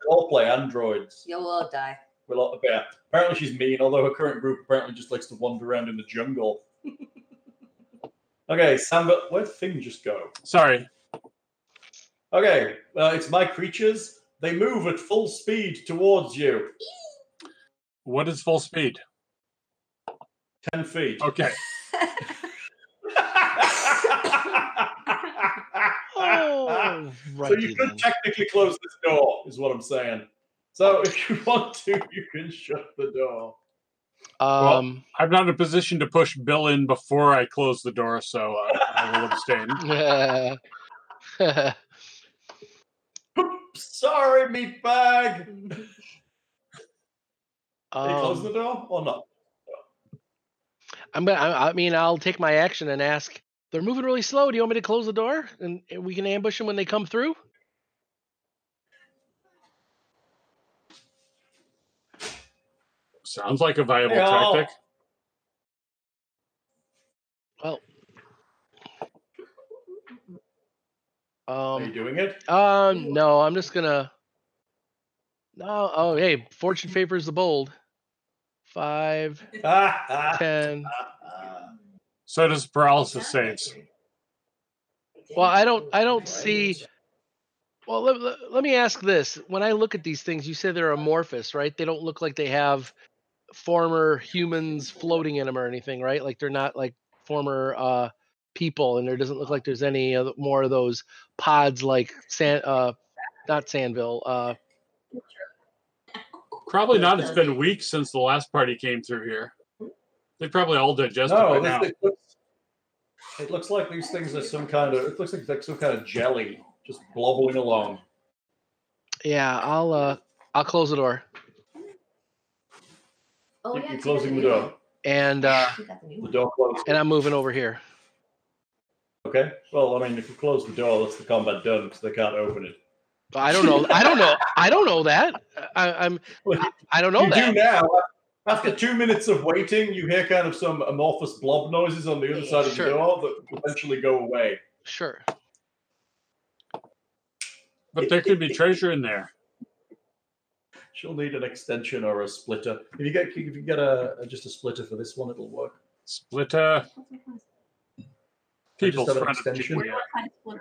Speaker 2: We'll all play androids.
Speaker 9: You will die.
Speaker 2: We'll all, yeah. Apparently she's mean, although her current group apparently just likes to wander around in the jungle. okay, Samba, where'd Thing just go?
Speaker 4: Sorry.
Speaker 2: Okay, uh, it's my creatures. They move at full speed towards you.
Speaker 4: What is full speed?
Speaker 2: 10 feet.
Speaker 3: [LAUGHS]
Speaker 4: Okay.
Speaker 3: Oh,
Speaker 2: [LAUGHS] So you
Speaker 3: righty
Speaker 2: could
Speaker 3: then.
Speaker 2: technically close this door, is what I'm saying. So [LAUGHS] if you want to, you can shut the door.
Speaker 3: Um, [LAUGHS]
Speaker 4: I'm not in a position to push Bill in before I close the door, so
Speaker 3: [LAUGHS]
Speaker 4: uh, I will abstain.
Speaker 3: yeah.
Speaker 2: Sorry, meat bag. Did he close
Speaker 3: Um,
Speaker 2: the door or not?
Speaker 3: I'm gonna. I, I mean, I'll take my action and ask. They're moving really slow. Do you want me to close the door and and we can ambush them when they come through?
Speaker 4: Sounds like a viable
Speaker 2: Hey, all.
Speaker 4: tactic.
Speaker 3: Well,
Speaker 2: Are you
Speaker 3: um,
Speaker 2: doing it?
Speaker 3: um, no, I'm just gonna. No, oh, hey, fortune favors the bold.
Speaker 2: [LAUGHS]
Speaker 3: Five,
Speaker 2: Ah, ah,
Speaker 3: ten.
Speaker 2: ah, ah.
Speaker 4: So does paralysis saves.
Speaker 3: Well, I don't, I don't [LAUGHS] see. Well, let, let, let me ask this: When I look at these things, you say they're amorphous, right? They don't look like they have former humans floating in them or anything, right? Like they're not like former uh, people, and there doesn't look like there's any other, more of those pods like San, uh, not Sandville, uh,
Speaker 4: Probably not. It's been weeks since the last party came through here. They probably all digested by
Speaker 2: No,
Speaker 4: now.
Speaker 2: this, it, looks, it looks like these things are some kind of. It looks like, like some kind of jelly just blobbling along.
Speaker 3: Yeah, I'll uh I'll close the door.
Speaker 9: Oh,
Speaker 2: You-
Speaker 9: yeah,
Speaker 2: You're
Speaker 9: she got
Speaker 2: closing the
Speaker 9: new
Speaker 2: door.
Speaker 3: And uh
Speaker 9: one. She got the new
Speaker 2: The
Speaker 9: one.
Speaker 2: door closed.
Speaker 3: and I'm moving over here.
Speaker 2: Okay. Well, I mean, if you close the door, that's the combat done because they can't open it.
Speaker 3: But I don't know. I don't know. I don't know that. I,
Speaker 2: [LAUGHS]
Speaker 3: I'm I don't know
Speaker 2: you
Speaker 3: that.
Speaker 2: do now. After two minutes of waiting, you hear kind of some amorphous blob noises on the other side of
Speaker 3: Sure.
Speaker 2: the door that eventually go away.
Speaker 3: Sure.
Speaker 4: But there could be treasure in there.
Speaker 2: She'll need an extension or a splitter. If you get if you get a a- just a splitter for this one, it'll work. I
Speaker 4: Splitter.
Speaker 2: just
Speaker 4: uh, People's
Speaker 2: have an
Speaker 4: friend of
Speaker 2: extension.
Speaker 4: people. yeah.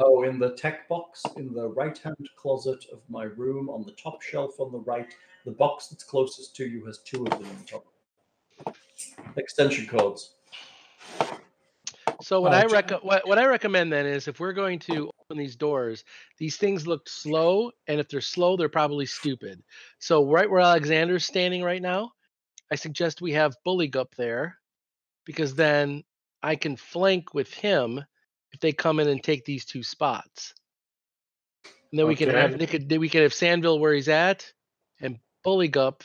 Speaker 2: Oh, in the tech box in the right hand closet of my room on the top shelf on the right, the box that's closest to you has two of them on top. Extension cords.
Speaker 3: So what
Speaker 4: Uh,
Speaker 3: I
Speaker 4: Jack-
Speaker 3: rec- what, what I recommend then is if we're going to open these doors, these things look slow, and if they're slow, they're probably stupid. So right where Alexander's standing right now, I suggest we have Bullygup there, because then I can flank with him if they come in and take these two spots. And then we can have
Speaker 4: Okay.
Speaker 3: they could, we can have Sandville where he's at, and Bullygup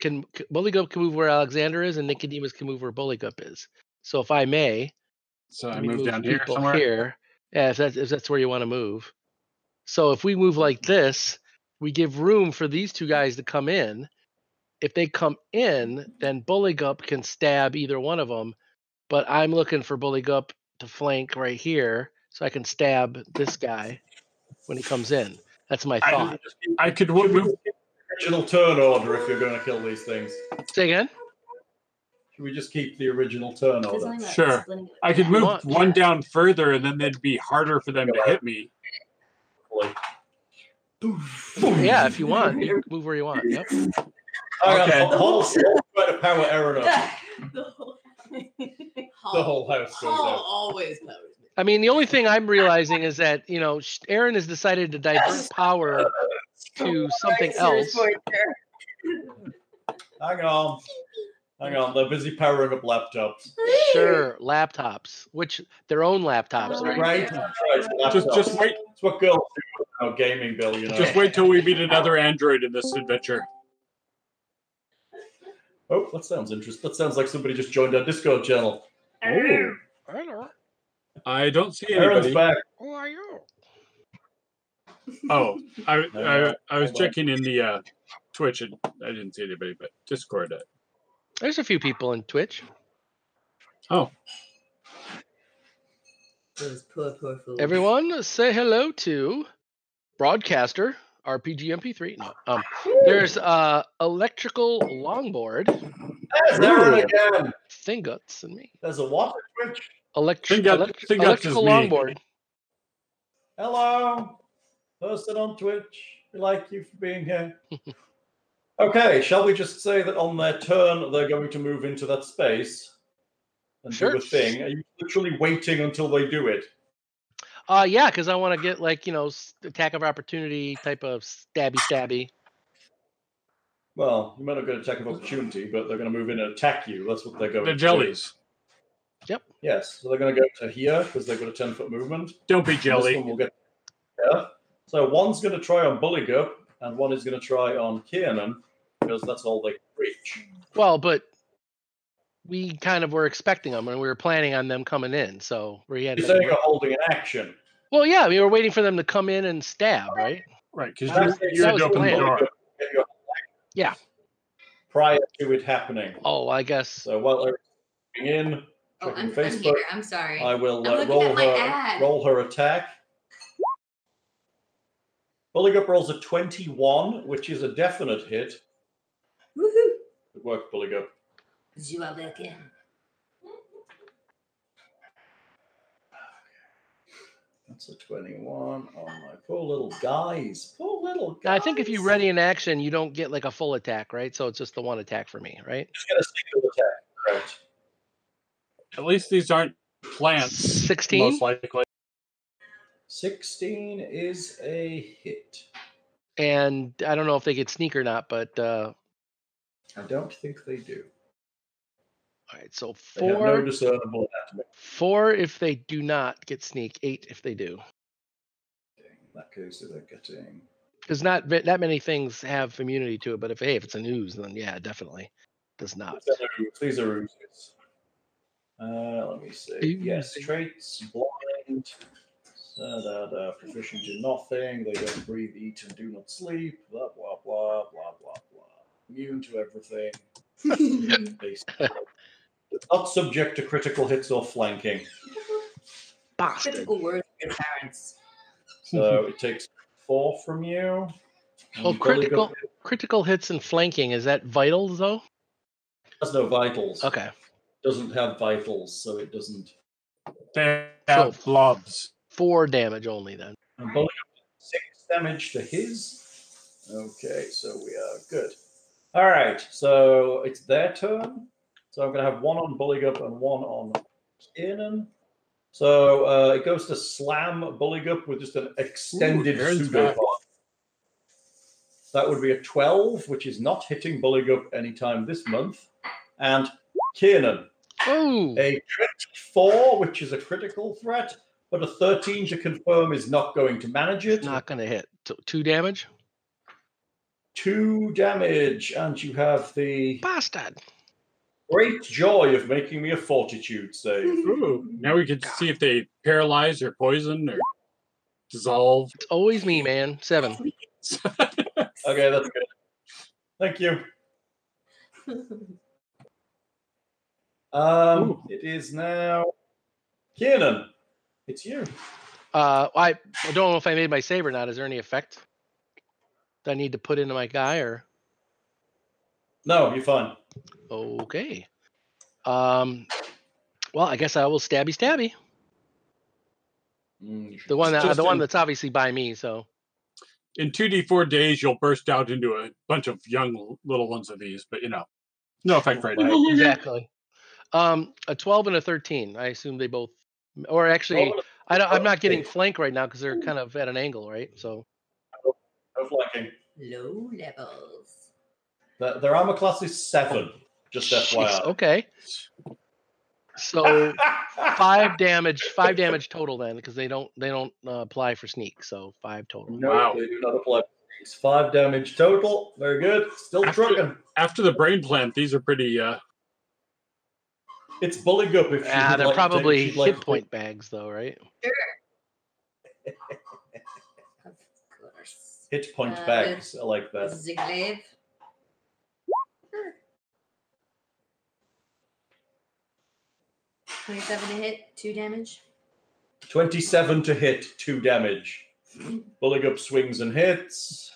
Speaker 3: can c- Bully Gup can move where Alexander is, and Nicodemus can move where Bullygup is. So if I may.
Speaker 4: So I
Speaker 3: We
Speaker 4: moved
Speaker 3: move
Speaker 4: down here
Speaker 3: people
Speaker 4: somewhere.
Speaker 3: Here, yeah, if that's if that's where you want to move. So if we move like this, we give room for these two guys to come in. If they come in, then Bully Gup can stab either one of them. But I'm looking for Bully Gup to flank right here, so I can stab this guy when he comes in. That's my
Speaker 4: I,
Speaker 3: thought.
Speaker 4: I could w- move.
Speaker 2: original turn order if you're going to kill these things.
Speaker 3: Say again.
Speaker 2: Should we just keep the original turn
Speaker 9: There's
Speaker 2: order?
Speaker 9: something about
Speaker 4: Sure.
Speaker 9: splitting it.
Speaker 4: I could
Speaker 9: Yeah.
Speaker 4: move
Speaker 3: What?
Speaker 4: one down further, and then it'd be harder for them to hit me.
Speaker 3: Yeah, if you want,
Speaker 4: [LAUGHS]
Speaker 3: you can move where you want. Yep.
Speaker 4: Okay.
Speaker 2: The whole, the whole to power Aaron
Speaker 5: [LAUGHS]
Speaker 2: up.
Speaker 8: the whole
Speaker 2: The whole house goes
Speaker 8: Paul
Speaker 2: out.
Speaker 8: always knows.
Speaker 3: I mean, the only thing I'm realizing is that you know, sh- Aaron has decided to divert power to something else.
Speaker 2: Hang on. Hang on. They're busy powering up laptops.
Speaker 3: Sure, laptops, which their own laptops,
Speaker 9: Oh,
Speaker 3: right?
Speaker 2: Right? Christ,
Speaker 4: Just, just
Speaker 2: laptops.
Speaker 4: wait.
Speaker 2: It's what girls do with our gaming bill, you know.
Speaker 4: Just wait till we meet another android in this adventure.
Speaker 2: oh, that sounds interesting. That sounds like somebody just joined our Discord channel.
Speaker 3: Oh, hello.
Speaker 4: I don't see
Speaker 2: Aaron's
Speaker 4: anybody.
Speaker 2: back.
Speaker 3: Who are you?
Speaker 4: Oh, [LAUGHS] I, I, I
Speaker 2: Hold
Speaker 4: was
Speaker 2: on.
Speaker 4: checking in the uh, Twitch, and I didn't see anybody, but Discord. uh,
Speaker 3: There's a few people in Twitch.
Speaker 4: Oh,
Speaker 8: Those poor, poor fools.
Speaker 3: Everyone, say hello to broadcaster RPG MP3. No, um, there's uh, electrical longboard,
Speaker 2: There's Aaron again.
Speaker 3: Thinguts, and me.
Speaker 2: There's a what? Twitch.
Speaker 3: Electric,
Speaker 4: Thingut-
Speaker 3: elect-
Speaker 4: Thinguts is
Speaker 3: electrical
Speaker 4: me.
Speaker 3: longboard.
Speaker 2: Hello, person on Twitch. We like you for being here. [LAUGHS] okay, shall we just say that on their turn they're going to move into that space and
Speaker 3: Sure.
Speaker 2: do a thing? Are you literally waiting until they do it?
Speaker 3: Uh, yeah, because I want to get like you know s- attack of opportunity type of stabby stabby.
Speaker 2: Well, you might not get an attack of opportunity, but they're going to move in and attack you. That's what they're going
Speaker 4: they're
Speaker 2: to.
Speaker 4: jellies.
Speaker 2: Do. Yes, so they're going to go to here because they've got a ten foot movement.
Speaker 4: Don't be
Speaker 2: and This
Speaker 4: jelly.
Speaker 2: one will get there. So one's going to try on Bulligup, and one is going to try on Kiernan, because that's all they can reach.
Speaker 3: Well, but we kind of were expecting them and we were planning on them coming in. So we had.
Speaker 2: You're saying you're holding an action.
Speaker 3: Well, yeah, we were waiting for them to come in and stab, right?
Speaker 4: Right, because
Speaker 2: That
Speaker 4: you,
Speaker 2: was-
Speaker 4: you
Speaker 3: that
Speaker 4: had
Speaker 3: was
Speaker 4: to open the
Speaker 3: planned.
Speaker 4: door.
Speaker 2: Get your-
Speaker 3: Yeah.
Speaker 2: Prior to it happening.
Speaker 3: Oh, I guess.
Speaker 2: So while they're coming in,
Speaker 9: Oh,
Speaker 2: checking
Speaker 9: I'm, I'm
Speaker 2: Facebook,
Speaker 9: here. I'm sorry.
Speaker 2: I will
Speaker 9: I'm
Speaker 2: uh,
Speaker 9: looking
Speaker 2: roll
Speaker 9: at my
Speaker 2: her
Speaker 9: ad.
Speaker 2: roll her attack. Bulligup rolls a 21, which is a definite hit.
Speaker 5: Woohoo!
Speaker 2: Good work, Bulligup.
Speaker 5: You are welcome.
Speaker 2: That's a 21 on my poor little guys. Poor little
Speaker 3: Now,
Speaker 2: guys.
Speaker 3: I think if you ready in action, you don't get like a full attack, right? So it's just the one attack for me, right?
Speaker 2: Just get a single attack. Correct.
Speaker 4: At least these aren't plants,
Speaker 3: 16
Speaker 4: most likely.
Speaker 2: 16 is a hit.
Speaker 3: and i don't know if they get sneak or not but uh
Speaker 2: I don't think they do.
Speaker 3: all right so
Speaker 2: They have no
Speaker 3: four
Speaker 2: discernible anatomy.
Speaker 3: four if they do not get sneak eight if they do
Speaker 2: In that case, they're getting.
Speaker 3: because not ve- not many things have immunity to it but if hey if it's an ooze then yeah definitely does not
Speaker 2: These are oozes. These are oozes. Uh, let me see. Yes,
Speaker 3: Oozes.
Speaker 2: traits, blind, da, da, da, proficient in nothing, they don't breathe, eat, and do not sleep, blah, blah, blah, blah, blah, blah. Immune to everything.
Speaker 3: [LAUGHS]
Speaker 2: basically. not subject to critical hits or flanking.
Speaker 3: bastard
Speaker 5: Critical words for your parents.
Speaker 3: [LAUGHS]
Speaker 2: So it takes four from you. and
Speaker 3: well
Speaker 2: you've only got-
Speaker 3: Oh, critical critical hits and flanking is that vital though
Speaker 2: has no vitals.
Speaker 3: okay
Speaker 2: Doesn't have vitals, so it doesn't.
Speaker 4: They have blobs.
Speaker 3: four damage only then
Speaker 2: I'm pulling up six damage to his. Okay, so we are good. All right, so it's their turn. So I'm going to have one on Bulligup and one on Kiernan. So uh, it goes to slam Bulligup with just an extended
Speaker 4: Karen's
Speaker 2: pseudopod.
Speaker 4: back.
Speaker 2: That would be a 12, which is not hitting Bulligup anytime this month. And Kiernan,
Speaker 3: oh
Speaker 2: a crit 4, which is a critical threat, but a 13 to confirm is not going to manage it.
Speaker 3: it's not gonna hit so two damage
Speaker 2: two damage, and you have the
Speaker 3: bastard
Speaker 2: great joy of making me a fortitude
Speaker 4: [LAUGHS]
Speaker 2: save.
Speaker 4: Ooh, now we can see if they paralyze or poison or dissolve. [LAUGHS]
Speaker 3: it's always me man seven
Speaker 2: Okay, that's good. Thank you. Um,
Speaker 4: Ooh.
Speaker 2: it is now Kiernan. It's you.
Speaker 3: Uh, I, I don't know if I made my save or not. Is there any effect that I need to put into my guy or
Speaker 2: No, you're fine.
Speaker 3: okay? Um, well, I guess I will stabby stabby
Speaker 2: Mm, you should
Speaker 3: the one that,
Speaker 4: Just
Speaker 3: the one
Speaker 4: in-
Speaker 3: that's obviously by me. So
Speaker 4: In 2d4 days, you'll burst out into a bunch of young l- little ones of these, but you know, no effect right now.
Speaker 3: exactly. Um, a twelve and a thirteen. I assume they both, or actually,
Speaker 2: Roll it-
Speaker 3: I don't, I'm not getting
Speaker 2: okay.
Speaker 3: flank right now because they're kind of at an angle, right? So
Speaker 2: no flanking.
Speaker 5: Low levels.
Speaker 2: Their, their armor class is seven. Just
Speaker 3: Jeez,
Speaker 2: FYI.
Speaker 3: okay.
Speaker 2: [LAUGHS]
Speaker 3: So five damage, five damage total then because they don't they don't uh, apply for sneak. So five total.
Speaker 2: No,
Speaker 4: Wow.
Speaker 2: they do not apply. It's five damage total. Very good. Still
Speaker 4: After-
Speaker 2: trucking.
Speaker 4: After the brain plant, these are pretty. Uh,
Speaker 2: It's bullying up if she
Speaker 3: Ah,
Speaker 2: would like
Speaker 3: they're
Speaker 2: to take-
Speaker 3: probably
Speaker 2: she'd
Speaker 3: hit
Speaker 2: like to-
Speaker 3: point bags, though, right?
Speaker 5: Of course.
Speaker 2: Hit point
Speaker 9: Uh,
Speaker 2: bags. I like that.
Speaker 9: Ziglev. Twenty-seven to hit, two damage.
Speaker 2: 27 to hit, two damage. Bullying up swings and
Speaker 3: [LAUGHS]
Speaker 2: hits.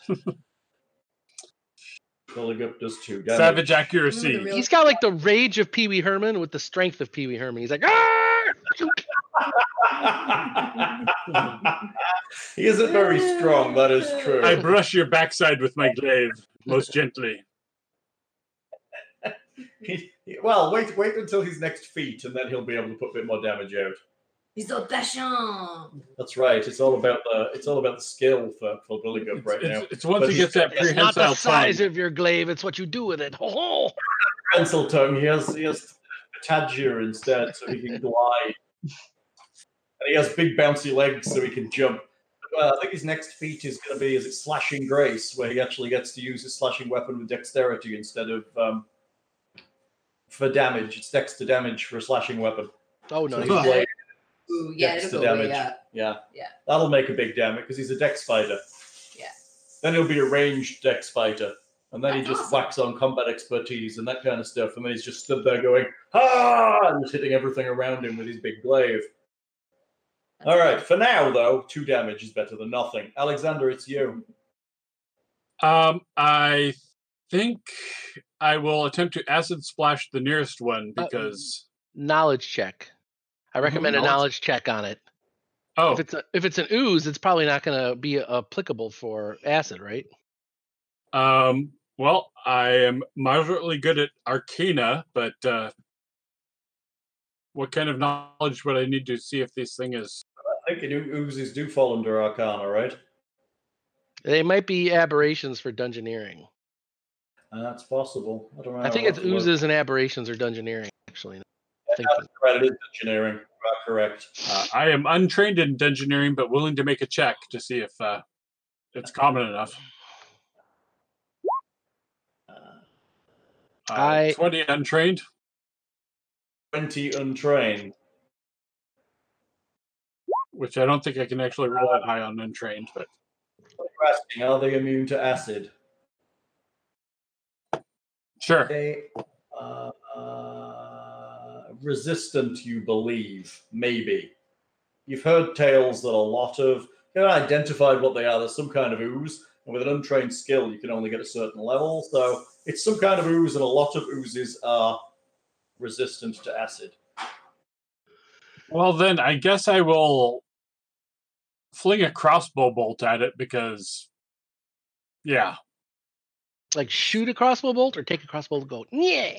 Speaker 2: Bullying up does two damage. [LAUGHS]
Speaker 4: savage
Speaker 9: Remember the
Speaker 4: accuracy.
Speaker 9: real-
Speaker 3: He's got like the rage of Pee Wee Herman with the strength of Pee Wee Herman. He's like, "Arr!"
Speaker 2: he isn't very strong, that is true.
Speaker 4: I brush your backside with my glaive most gently.
Speaker 2: He- he- well, wait wait until his next feat, and then he'll be able to put a bit more damage out.
Speaker 5: He's all passion.
Speaker 2: That's right. It's all about the it's all about the skill for, for bullying up
Speaker 4: It's,
Speaker 2: right now.
Speaker 4: it's- it's once
Speaker 2: But
Speaker 4: he
Speaker 2: he's-
Speaker 4: gets that
Speaker 3: It's not the
Speaker 4: prehensile
Speaker 3: size
Speaker 4: tongue.
Speaker 3: of your glaive; it's what you do with it. [LAUGHS] Oh, Ho ho!
Speaker 2: pencil tongue. He has he has Tadger instead, so he can glide. And he has big bouncy legs, so he can jump. uh, I think his next feat is going to be is it slashing grace, where he actually gets to use his slashing weapon with dexterity instead of um, for damage. It's dex to damage for a slashing weapon.
Speaker 3: Oh
Speaker 2: So
Speaker 3: no.
Speaker 2: he's like,
Speaker 9: Ooh, yeah,
Speaker 2: Dex
Speaker 9: it'll
Speaker 2: to
Speaker 9: go way
Speaker 2: damage.
Speaker 9: up.
Speaker 2: yeah,
Speaker 9: Yeah.
Speaker 2: that'll make a big damage because he's a dex fighter.
Speaker 9: Yeah.
Speaker 2: Then he'll be a ranged dex fighter, and then he
Speaker 9: That's
Speaker 2: just
Speaker 9: awesome.
Speaker 2: whacks on combat expertise and that kind of stuff. And then he's just stood there going ah, and just hitting everything around him with his big glaive. All
Speaker 9: [LAUGHS]
Speaker 2: right, for now though, two damage is better than nothing. Alexander, it's you.
Speaker 4: Um, I think I will attempt to acid splash the nearest one
Speaker 3: Uh,
Speaker 4: because
Speaker 3: Knowledge check. I recommend a
Speaker 4: knowledge-
Speaker 3: knowledge check on it.
Speaker 4: oh,
Speaker 3: If it's a, if it's an ooze, it's probably not going to be applicable for acid, right?
Speaker 4: um, well, I am moderately good at Arcana, but uh, what kind of knowledge would I need to see if this thing is?
Speaker 2: I think it oo- oozes do fall under Arcana, right?
Speaker 3: They might be aberrations for dungeoneering.
Speaker 2: Uh, that's possible. I don't know.
Speaker 3: I think
Speaker 2: I'll
Speaker 3: it's
Speaker 2: have to Oh, look.
Speaker 3: oozes and aberrations or dungeoneering. Actually, now I'm thinking.
Speaker 2: Right, it is engineering. You are correct.
Speaker 4: Uh, I am untrained in dungeoneering, but willing to make a check to see if uh, it's common enough. Uh,
Speaker 3: I-
Speaker 4: twenty untrained.
Speaker 2: 20 untrained.
Speaker 4: which I don't think I can actually roll that high on untrained, but
Speaker 2: What are you asking? Are they immune to acid?
Speaker 4: sure.
Speaker 2: They are uh, resistant, you believe, maybe. You've heard tales that a lot of. You haven't identified what they are. There's some kind of ooze. And with an untrained skill, you can only get a certain level. So it's some kind of ooze, and a lot of oozes are resistant to acid.
Speaker 4: Well, then I guess I will fling a crossbow bolt at it because, yeah,
Speaker 3: like shoot a crossbow bolt or take a crossbow bolt. Yeah.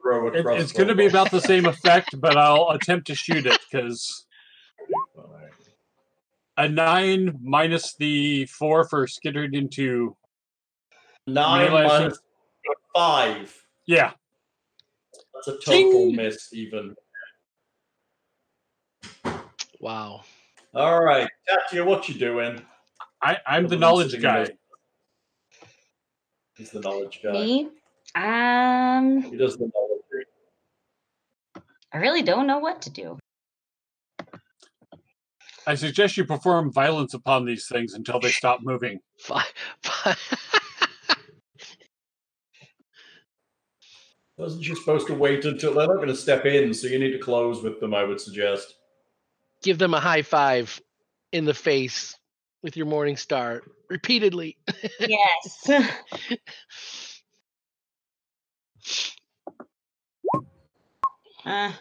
Speaker 2: Throw
Speaker 4: it-
Speaker 2: across
Speaker 4: it's going to be
Speaker 2: [LAUGHS]
Speaker 4: about the same effect, but I'll attempt to shoot it because a nine minus the four for skittered into,
Speaker 2: Nine
Speaker 4: Realize that-
Speaker 2: minus five.
Speaker 4: yeah,
Speaker 2: That's a total
Speaker 4: Ding!
Speaker 2: miss, even.
Speaker 3: Wow.
Speaker 2: All right, Tatia, what you doing?
Speaker 4: I, I'm the
Speaker 2: Everyone's
Speaker 4: knowledge
Speaker 2: sitting in
Speaker 4: guy.
Speaker 2: those- He's the knowledge guy.
Speaker 7: Me? Um,
Speaker 2: He does the knowledge.
Speaker 7: I really don't know what to do.
Speaker 4: I suggest you perform violence upon these things until they stop moving.
Speaker 3: Fi [LAUGHS] fi-
Speaker 2: Wasn't you supposed to wait until they're not going to step in? So you need to close with them, I would suggest.
Speaker 3: Give them a high five in the face with your morning star repeatedly.
Speaker 7: Yes. uh,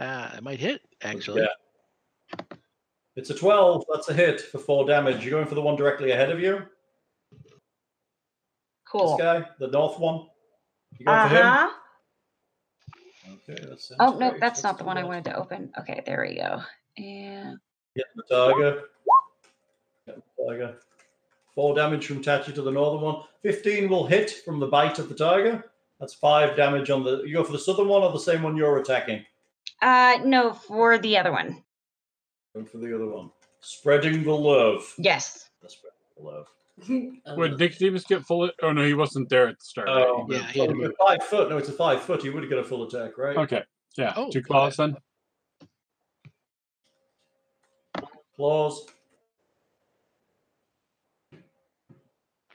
Speaker 3: Ah, it might hit actually.
Speaker 2: Yeah. It's a 12. That's a hit for four damage. You're going for the one directly ahead of you?
Speaker 7: cool.
Speaker 2: This guy? The north one? You going
Speaker 7: Uh
Speaker 2: for him?
Speaker 7: huh.
Speaker 2: Okay, that sounds
Speaker 7: Oh no,
Speaker 2: great.
Speaker 7: that's not the
Speaker 2: do
Speaker 7: one I
Speaker 2: that.
Speaker 7: wanted to open. Okay, there we go. Yeah.
Speaker 2: Get the tiger. Get the tiger. Four damage from Tachi to the northern one. 15 will hit from the bite of the tiger. That's five damage on the. You go for the southern one or the same one you're attacking?
Speaker 7: Uh, no, for the other one.
Speaker 2: Go for the other one. Spreading the love.
Speaker 7: Yes.
Speaker 2: That's spreading the love.
Speaker 9: Um,
Speaker 4: Would Nicodemus get full? Oh, no, he wasn't there at the start. right?
Speaker 2: Oh,
Speaker 3: Yeah, he had to
Speaker 2: oh,
Speaker 3: move.
Speaker 2: five foot. No, it's a five foot. He would have got a full attack, right?
Speaker 4: Okay. Yeah.
Speaker 3: Oh,
Speaker 4: Two
Speaker 3: good.
Speaker 4: claws then.
Speaker 2: Claws.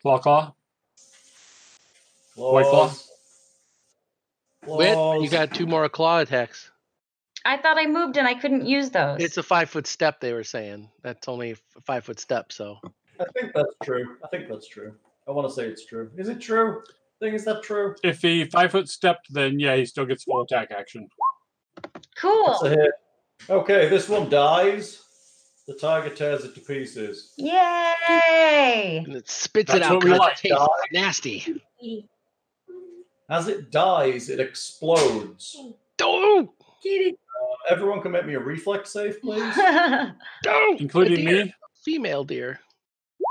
Speaker 4: Claw claw.
Speaker 2: Claws.
Speaker 4: White claw.
Speaker 3: Wait,
Speaker 2: Claws.
Speaker 3: you got two more claw attacks.
Speaker 7: I thought I moved and I couldn't use those.
Speaker 3: It's a five foot step. They were saying that's only a f- five foot step. So
Speaker 2: I think that's true. I think that's true. I want to say it's true. Is it true? Thing is that true?
Speaker 4: If he five foot stepped, then yeah, he still gets full attack action.
Speaker 7: cool.
Speaker 2: That's a hit. Okay, this one dies. The tiger tears it to pieces.
Speaker 7: Yay!
Speaker 3: and it spits it
Speaker 4: That's
Speaker 3: out
Speaker 4: what we
Speaker 3: because
Speaker 4: like,
Speaker 3: it tastes nasty.
Speaker 2: As it dies, it explodes.
Speaker 3: Oh,
Speaker 5: Kitty.
Speaker 2: Everyone can make me a reflex save, [LAUGHS]
Speaker 7: [LAUGHS]
Speaker 2: please.
Speaker 3: oh,
Speaker 4: Including me
Speaker 3: female deer.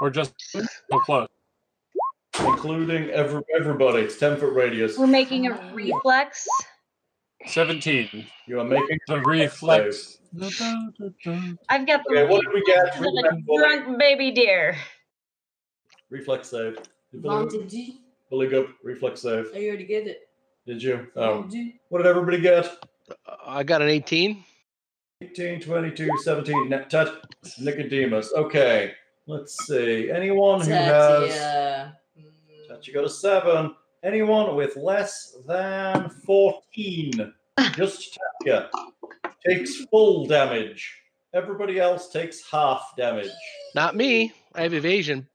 Speaker 4: or just so close.
Speaker 2: Including every, everybody. It's 10 foot radius.
Speaker 7: We're making a reflex
Speaker 4: Seventeen.
Speaker 2: You are making.
Speaker 4: The reflex.
Speaker 7: I've got the
Speaker 2: Okay, what did we get?
Speaker 7: reflexes of a drunk baby deer. [LAUGHS]
Speaker 2: Reflex save. Did Billy,
Speaker 8: Vendredi.
Speaker 2: Billy go reflex save.
Speaker 8: Oh, you already get it.
Speaker 2: Did you? Oh.
Speaker 8: Vendredi.
Speaker 2: What did everybody get?
Speaker 3: Uh, I got an 18.
Speaker 2: 18, 22, 17. Na- Ted, Nicodemus. Okay. Let's see. Anyone who has.
Speaker 8: Tatia. Mm.
Speaker 2: Ted, you got a 7. Anyone with less than
Speaker 3: [LAUGHS]
Speaker 2: 14. Just Tatia takes full damage. Everybody else takes half damage.
Speaker 3: Not me. I have evasion.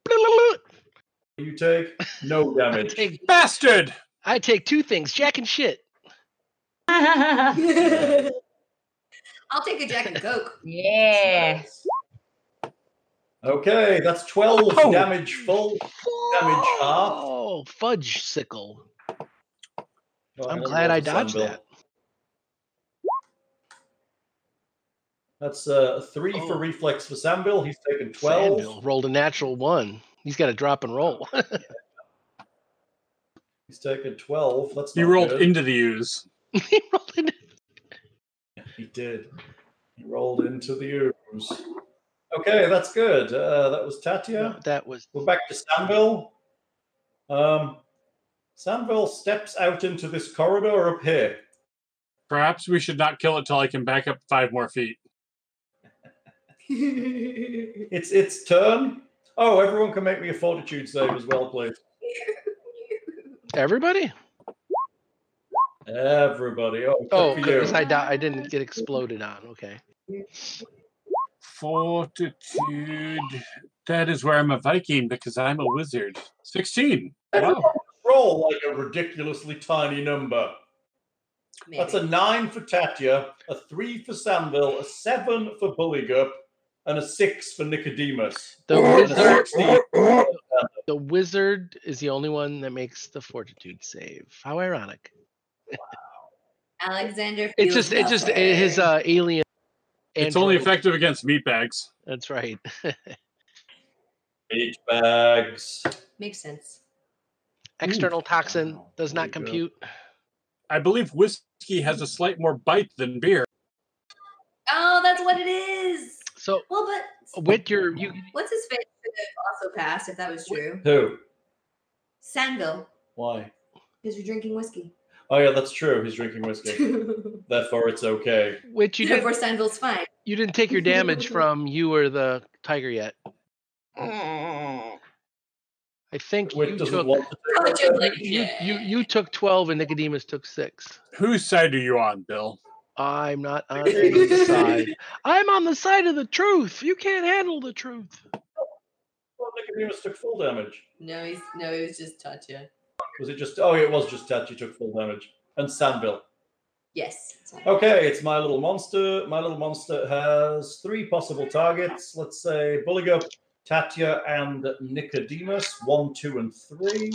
Speaker 2: You take
Speaker 3: [LAUGHS]
Speaker 2: no
Speaker 3: I
Speaker 2: damage.
Speaker 3: take,
Speaker 4: Bastard!
Speaker 3: I take two things, jack and shit.
Speaker 9: [LAUGHS] I'll take a Jack and Coke.
Speaker 7: yeah.
Speaker 2: Okay, that's 12
Speaker 4: Oh.
Speaker 2: damage full. Damage half.
Speaker 3: Oh, fudge sickle.
Speaker 2: Oh,
Speaker 3: I'm glad I dodged
Speaker 2: Sunbill.
Speaker 3: that.
Speaker 2: That's uh, three for
Speaker 3: Oh.
Speaker 2: reflex for Sambil. He's taken 12.
Speaker 3: Sandville rolled a natural one. He's got to drop and roll. [LAUGHS]
Speaker 2: He's taken 12. That's
Speaker 4: He
Speaker 2: not
Speaker 4: rolled
Speaker 2: good.
Speaker 4: into the ooze.
Speaker 3: He rolled a
Speaker 2: He did. He rolled into the ooze. Okay, that's good. Uh, that was
Speaker 3: No,
Speaker 2: Tatia.
Speaker 3: that was
Speaker 2: We're back to Sambil. Um, Sambil steps out into this corridor up here.
Speaker 4: Perhaps we should not kill it till I can back up five more feet.
Speaker 2: It's its turn. Oh, everyone can make me a fortitude save as well, please.
Speaker 3: everybody.
Speaker 2: Everybody. Oh, except
Speaker 3: Oh,
Speaker 2: for you.
Speaker 3: because I di- I didn't get exploded on. Okay,
Speaker 4: Fortitude. That is where I'm a Viking because I'm a wizard. Sixteen. Wow.
Speaker 2: roll like a ridiculously tiny number. That's a
Speaker 9: Maybe.
Speaker 2: nine for Tatya, a three for Samville, a seven for Bulligup, and a six for Nicodemus.
Speaker 3: the
Speaker 2: And a
Speaker 3: wizard
Speaker 2: 16.
Speaker 3: the wizard is the only one that makes the fortitude save. How ironic!
Speaker 9: Alexander.
Speaker 3: It
Speaker 9: feels
Speaker 3: just it just
Speaker 9: nothing.
Speaker 3: it, his uh, alien.
Speaker 4: It's only
Speaker 3: android-
Speaker 4: effective against meatbags.
Speaker 3: That's
Speaker 2: [LAUGHS]
Speaker 3: right.
Speaker 2: Beach bags.
Speaker 9: Makes sense.
Speaker 3: External toxin
Speaker 2: wow,
Speaker 3: does
Speaker 2: there
Speaker 3: not
Speaker 2: you go.
Speaker 3: compute.
Speaker 4: I believe whiskey has a slight more bite than beer.
Speaker 9: Oh, that's what it is.
Speaker 3: So uh,
Speaker 9: Well,
Speaker 2: Oh,
Speaker 9: but
Speaker 3: with your you
Speaker 9: what's his face could have also passed if that was true?
Speaker 2: Who?
Speaker 9: Sandville,
Speaker 2: Why?
Speaker 9: because you're drinking whiskey.
Speaker 2: Oh, yeah, that's true. He's drinking
Speaker 9: [LAUGHS]
Speaker 5: [LAUGHS]
Speaker 2: whiskey. Therefore, it's okay.
Speaker 3: which you didn't
Speaker 9: Therefore,
Speaker 2: [LAUGHS]
Speaker 9: Sandville's fine.
Speaker 3: you didn't take your damage from you or the tiger yet. I think
Speaker 2: Which
Speaker 3: you
Speaker 2: doesn't
Speaker 3: took
Speaker 2: want to
Speaker 9: Oh,
Speaker 2: take
Speaker 9: it's just
Speaker 2: that
Speaker 9: like- [LAUGHS]
Speaker 2: damage.
Speaker 3: you, you you took twelve and Nicodemus took six.
Speaker 4: Whose side are you on, Bill?
Speaker 2: [LAUGHS]
Speaker 3: I'm not on any side. I'm on the side of the truth. You can't handle the truth.
Speaker 2: Well, Nicodemus took full damage.
Speaker 8: No, he's no, it was just Tatya.
Speaker 2: Was it just? Oh, it was just Tatya took full damage. And Samville.
Speaker 9: Yes. it's fine.
Speaker 2: Okay, it's my little monster. My little monster has three possible targets. Let's say Bulliger, Tatya, and Nicodemus. One, two, and three.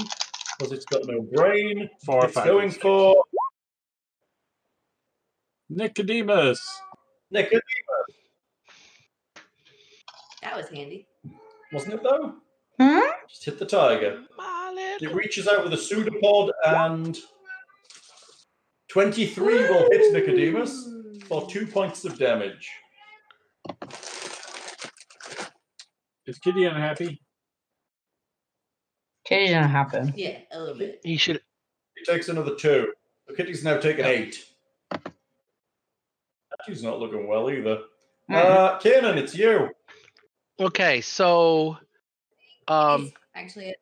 Speaker 2: Because it's got no brain.
Speaker 4: Four,
Speaker 2: it's
Speaker 4: five,
Speaker 2: going
Speaker 4: and six.
Speaker 2: for
Speaker 4: Nicodemus.
Speaker 2: Nicodemus,
Speaker 9: That was handy.
Speaker 2: wasn't it though?
Speaker 7: Hmm?
Speaker 2: Just hit the tiger. It reaches out with a pseudopod and 23 will hit Nicodemus for two points of damage.
Speaker 4: Is Kitty unhappy?
Speaker 7: It didn't happen.
Speaker 9: Yeah, a little bit.
Speaker 3: He should
Speaker 2: He takes another two. So Kitty's now taken eight. Tatya's not looking well either.
Speaker 9: Mm-hmm.
Speaker 2: Uh, Kanan, it's you.
Speaker 3: Okay, so um
Speaker 9: He's actually at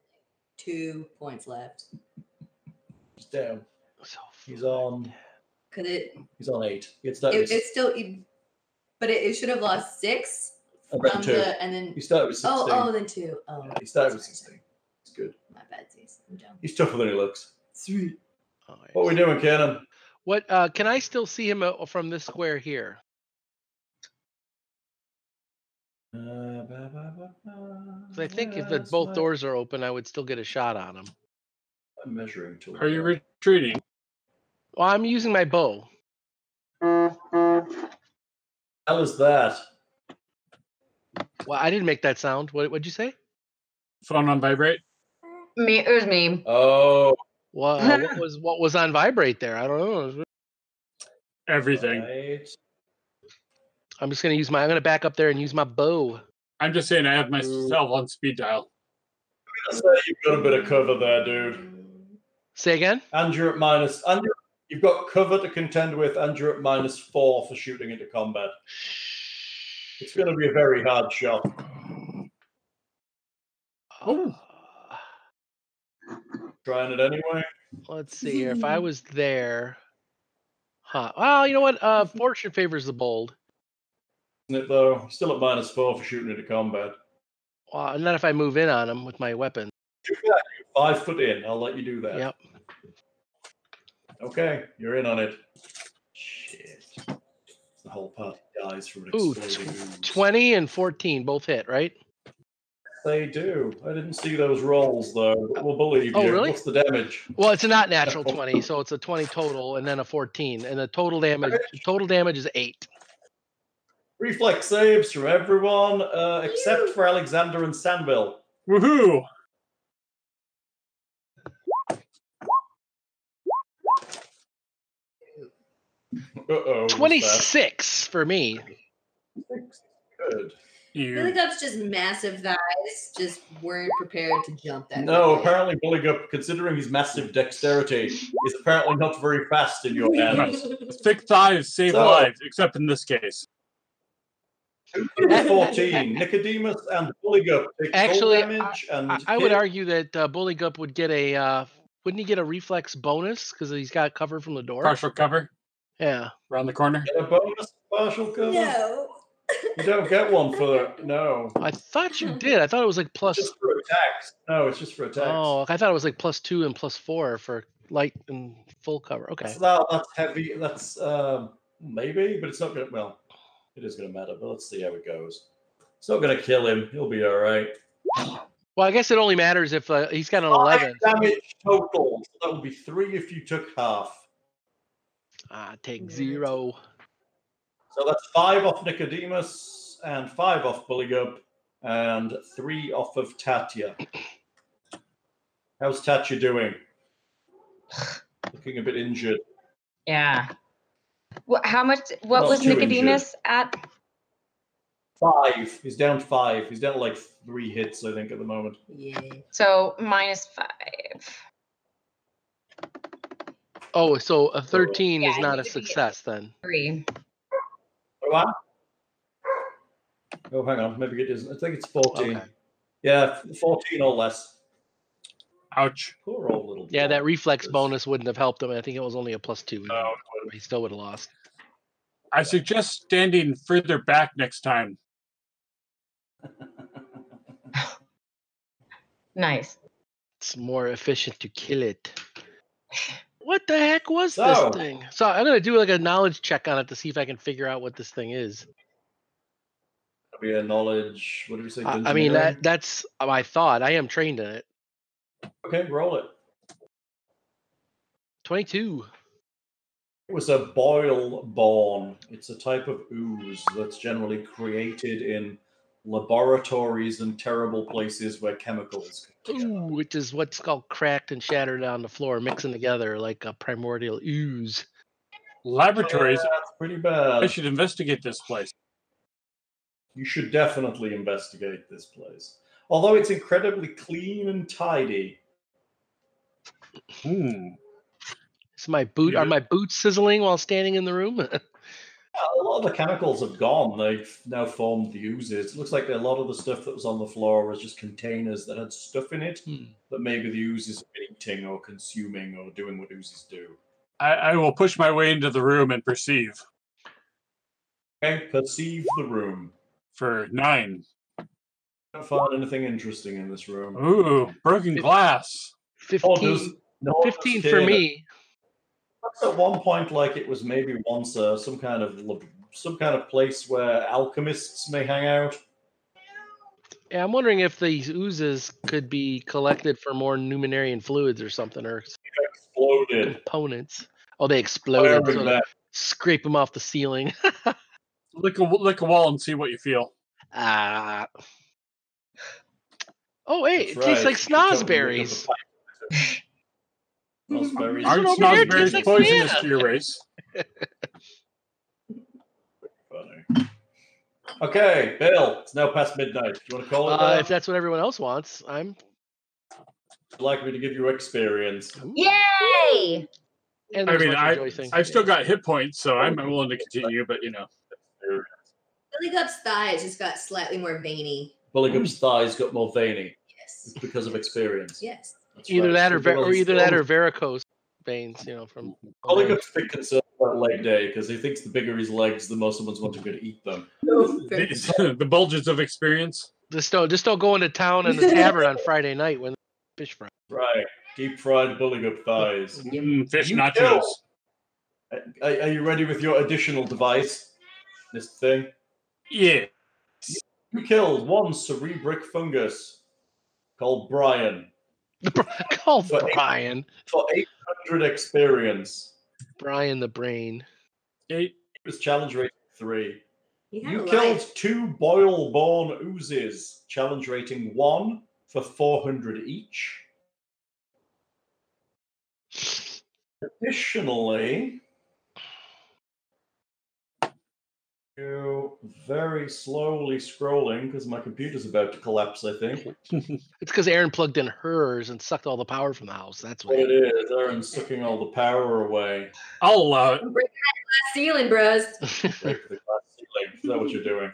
Speaker 9: two points left
Speaker 2: He's down.
Speaker 3: so
Speaker 2: He's on.
Speaker 9: because it,
Speaker 2: He's on eight. It's that.
Speaker 9: it it's still, e- but it, it should have lost six
Speaker 2: And then
Speaker 9: from
Speaker 2: two.
Speaker 9: the and then
Speaker 2: He started with sixteen.
Speaker 9: oh oh then two oh
Speaker 2: Yeah, he started with
Speaker 9: sorry,
Speaker 2: sixteen.
Speaker 9: sorry.
Speaker 2: It's good.
Speaker 9: My bad, Zeus. I'm dumb.
Speaker 2: He's tougher than he looks.
Speaker 8: Sweet.
Speaker 3: all right.
Speaker 2: What are we doing, Kanan?
Speaker 3: What uh can I still see him uh, from this square here?
Speaker 2: Uh, ba- ba- ba- ba-
Speaker 3: 'Cause I think if the,
Speaker 2: where's
Speaker 3: both
Speaker 2: my
Speaker 3: doors are open, I would still get a shot on him.
Speaker 2: measuring tool.
Speaker 4: Are you retreating?
Speaker 3: Well, I'm using my bow.
Speaker 2: How is that?
Speaker 3: Well, I didn't make that sound. What what'd you say?
Speaker 4: Phone on vibrate?
Speaker 7: Me, it was me.
Speaker 2: Oh,
Speaker 3: uh, Well, what was what was on vibrate there? I don't know.
Speaker 4: everything.
Speaker 2: Right.
Speaker 3: I'm just gonna use my. I'm gonna back up there and use my bow.
Speaker 4: I'm just saying I have myself on speed dial.
Speaker 2: That's where You've got a bit of cover there, dude.
Speaker 3: Say again.
Speaker 2: And you're at minus. And you're, you've got cover to contend with, and you're at minus four for shooting into combat. It's going to be a very hard shot.
Speaker 3: Oh.
Speaker 2: Trying it anyway.
Speaker 3: Let's see here. If I was there, huh? Well, you know what? Uh, fortune favors the bold.
Speaker 2: Isn't it though? Still at minus four for shooting into combat.
Speaker 3: Well, not if I move in on him with my weapon.
Speaker 2: Do that. You're five foot in. I'll let you do that.
Speaker 3: Yep.
Speaker 2: Okay, you're in on it. Shit. The whole party dies from an
Speaker 3: Ooh,
Speaker 2: exploding ooze.
Speaker 3: Twenty and fourteen both hit, right?
Speaker 2: They do. I didn't see those rolls though. But we'll believe
Speaker 3: Oh,
Speaker 2: you.
Speaker 3: really?
Speaker 2: What's the damage?
Speaker 3: Well, it's a not natural twenty, so it's a twenty total, and then a fourteen, and the total damage. Total damage is eight.
Speaker 2: Reflex saves from everyone uh, except for Alexander and Sanville.
Speaker 4: Woohoo!
Speaker 2: Uh oh.
Speaker 3: Twenty-six for me.
Speaker 2: Good.
Speaker 4: You
Speaker 9: Billigup's just massive thighs just weren't prepared to jump that.
Speaker 2: No,
Speaker 9: quickly.
Speaker 2: apparently Bulligup, considering his massive dexterity, is apparently not very fast in your
Speaker 9: [LAUGHS]
Speaker 2: hands.
Speaker 4: thick thighs save
Speaker 2: So-
Speaker 4: lives, except in this case.
Speaker 2: Number 14, Nicodemus and Bulligup take
Speaker 3: Actually,
Speaker 2: full damage and
Speaker 3: I, I would
Speaker 2: hit.
Speaker 3: argue that uh, Bully Gup would get a. Uh, wouldn't he get a reflex bonus because he's got cover from the door?
Speaker 4: Partial cover
Speaker 3: Yeah.
Speaker 4: around the corner.
Speaker 2: Get a bonus partial cover.
Speaker 5: No.
Speaker 2: You don't get one for no.
Speaker 3: I
Speaker 7: [LAUGHS]
Speaker 3: thought you did. I thought it was like plus.
Speaker 2: Just for attacks. No, it's just for attacks.
Speaker 3: Oh, I thought it was like plus two and plus four for light and full cover. Okay.
Speaker 2: That's that, that's heavy. That's um, maybe, but it's not gonna well, it is gonna matter, but let's see how it goes. It's not gonna kill him, he'll be alright.
Speaker 3: Well, I guess it only matters if uh, he's got an
Speaker 2: Five
Speaker 3: eleven.
Speaker 2: damage total. So that would be three if you took half.
Speaker 3: Ah, take
Speaker 8: Alright.
Speaker 3: zero.
Speaker 2: So that's five off Nicodemus and five off Bullygub and three off of Tatya. How's Tatya doing? [SIGHS] Looking a bit injured.
Speaker 7: Yeah. What, how much? What
Speaker 2: Not
Speaker 7: was
Speaker 2: too injured.
Speaker 7: Nicodemus at?
Speaker 2: Five. He's down five. He's down like three hits, I think, at the moment.
Speaker 8: Yeah.
Speaker 7: So minus five.
Speaker 3: Oh, so a thirteen
Speaker 7: Yeah,
Speaker 3: is
Speaker 7: I
Speaker 3: not a
Speaker 7: need to be-
Speaker 3: success then.
Speaker 7: Three.
Speaker 2: What am I? Oh, hang on. Maybe it isn't. I think it's 14.
Speaker 3: Okay.
Speaker 2: Yeah, 14 or less.
Speaker 4: Ouch.
Speaker 2: Poor old little.
Speaker 3: Yeah, that
Speaker 2: guy.
Speaker 3: reflex
Speaker 2: Yes.
Speaker 3: bonus wouldn't have helped him. I think it was only a plus two.
Speaker 2: No,
Speaker 3: He still would have lost.
Speaker 4: I suggest standing further back next time.
Speaker 7: Nice.
Speaker 3: It's more efficient to
Speaker 2: [SIGHS]
Speaker 3: kill it. What the heck was
Speaker 2: So-
Speaker 3: this thing? So I'm gonna do like a knowledge check on it to see if I can figure out what this thing is.
Speaker 2: That'd be a knowledge. What did we say?
Speaker 3: I, I mean
Speaker 2: engineering?
Speaker 3: that that's my thought. I am trained in it.
Speaker 2: Okay, roll it.
Speaker 3: Twenty-two.
Speaker 2: It was a boil born. It's a type of ooze that's generally created in laboratories and terrible places where chemicals. come together.
Speaker 3: Ooh, which is what's called cracked and shattered on the floor, mixing together like a primordial ooze.
Speaker 4: Laboratories.
Speaker 2: That's pretty
Speaker 4: I
Speaker 2: bad.
Speaker 4: should investigate this place.
Speaker 2: You should definitely investigate this place. Although it's incredibly clean and tidy.
Speaker 4: Hmm.
Speaker 3: Is my boot
Speaker 4: Yeah.
Speaker 3: are my boots sizzling while standing in the
Speaker 2: Oh,
Speaker 3: room? [LAUGHS]
Speaker 2: Yeah, a lot of the chemicals have gone. They've now formed the oozes. It looks like a lot of the stuff that was on the floor was just containers that had stuff in it
Speaker 3: Hmm.
Speaker 2: that maybe the oozes were eating or consuming or doing what oozes do.
Speaker 4: I, I will push my way into the room and perceive
Speaker 2: Okay, perceive the room.
Speaker 4: for nine.
Speaker 2: don't find anything interesting in this
Speaker 3: Mm,
Speaker 2: room.
Speaker 4: Ooh, broken glass.
Speaker 2: Oh, there's-
Speaker 3: 15,
Speaker 2: no one was
Speaker 3: 15 for
Speaker 2: here.
Speaker 3: me.
Speaker 2: Looks At one point, like it was maybe once uh, some kind of lab- some kind of place where alchemists may hang out.
Speaker 3: Yeah, I'm wondering if these oozes could be collected for more numinarian fluids or something or s-
Speaker 2: Exploded.
Speaker 3: components. Oh, they
Speaker 2: Firing
Speaker 3: exploded. So they
Speaker 2: back.
Speaker 3: scrape them off the ceiling.
Speaker 4: Lick a, lick a wall and see what you feel.
Speaker 3: Ah. Oh wait,
Speaker 2: That's
Speaker 3: it
Speaker 2: right.
Speaker 3: tastes like
Speaker 2: You totally looked at the
Speaker 3: snozberries.
Speaker 2: pipe.
Speaker 3: [LAUGHS]
Speaker 2: Snozberries.
Speaker 4: Aren't
Speaker 3: over here, it tastes
Speaker 4: snozberries
Speaker 3: like
Speaker 4: poisonous
Speaker 3: banana.
Speaker 4: to your race?
Speaker 2: Okay, Bill, it's now past midnight. Do you want to call it?
Speaker 3: Uh,
Speaker 2: that?
Speaker 3: if that's what everyone else wants, I'm
Speaker 2: I'd like me to give you experience.
Speaker 7: Yay!
Speaker 3: and
Speaker 4: I
Speaker 3: there's
Speaker 4: mean,
Speaker 3: much
Speaker 4: I,
Speaker 3: rejoicing.
Speaker 4: I've still got hit points, so
Speaker 2: Oh.
Speaker 4: I'm willing to continue, but you know.
Speaker 9: Billy Gup's thigh just got slightly more veiny.
Speaker 2: Bullygum's thighs got more veiny
Speaker 9: Yes.
Speaker 2: It's because of experience.
Speaker 9: Yes.
Speaker 2: That's
Speaker 3: either
Speaker 2: right.
Speaker 3: that or
Speaker 2: Everyone
Speaker 3: ver- or
Speaker 2: else-
Speaker 3: either that or varicose veins, you know, from
Speaker 2: Bullygum's a bit concerned about leg day because he thinks the bigger his legs, the more someone's going to eat them.
Speaker 4: [LAUGHS] The, the bulges of experience.
Speaker 3: just don't just don't go into town
Speaker 4: [LAUGHS]
Speaker 3: in the tavern on Friday night when fish fry. [LAUGHS]
Speaker 2: Right. Deep fried bullygum thighs.
Speaker 4: Mm, fish
Speaker 2: You
Speaker 4: nachos.
Speaker 2: kill. Are, are you ready with your additional device? This thing.
Speaker 4: Yeah.
Speaker 2: You killed one cerebric fungus called Brian
Speaker 3: Call
Speaker 2: So-
Speaker 3: Brian,
Speaker 2: for 800 experience.
Speaker 3: Brian the brain.
Speaker 4: Eight.
Speaker 2: His challenge rating three.
Speaker 9: He had
Speaker 2: You
Speaker 9: a
Speaker 2: killed
Speaker 9: life.
Speaker 2: two boil born oozes, challenge rating one for 400 each. Additionally, you very slowly scrolling because my computer's about to collapse, I think.
Speaker 3: It's because Aaron plugged in hers and sucked all the power from the house. That's
Speaker 2: What [LAUGHS]
Speaker 3: what.
Speaker 2: it is, Aaron's sucking all the power [LAUGHS] away.
Speaker 4: I'll uh, allow it.
Speaker 2: [LAUGHS]
Speaker 9: Ceiling, bros.
Speaker 3: [LAUGHS]
Speaker 2: Break the glass ceiling. Is that what you're doing?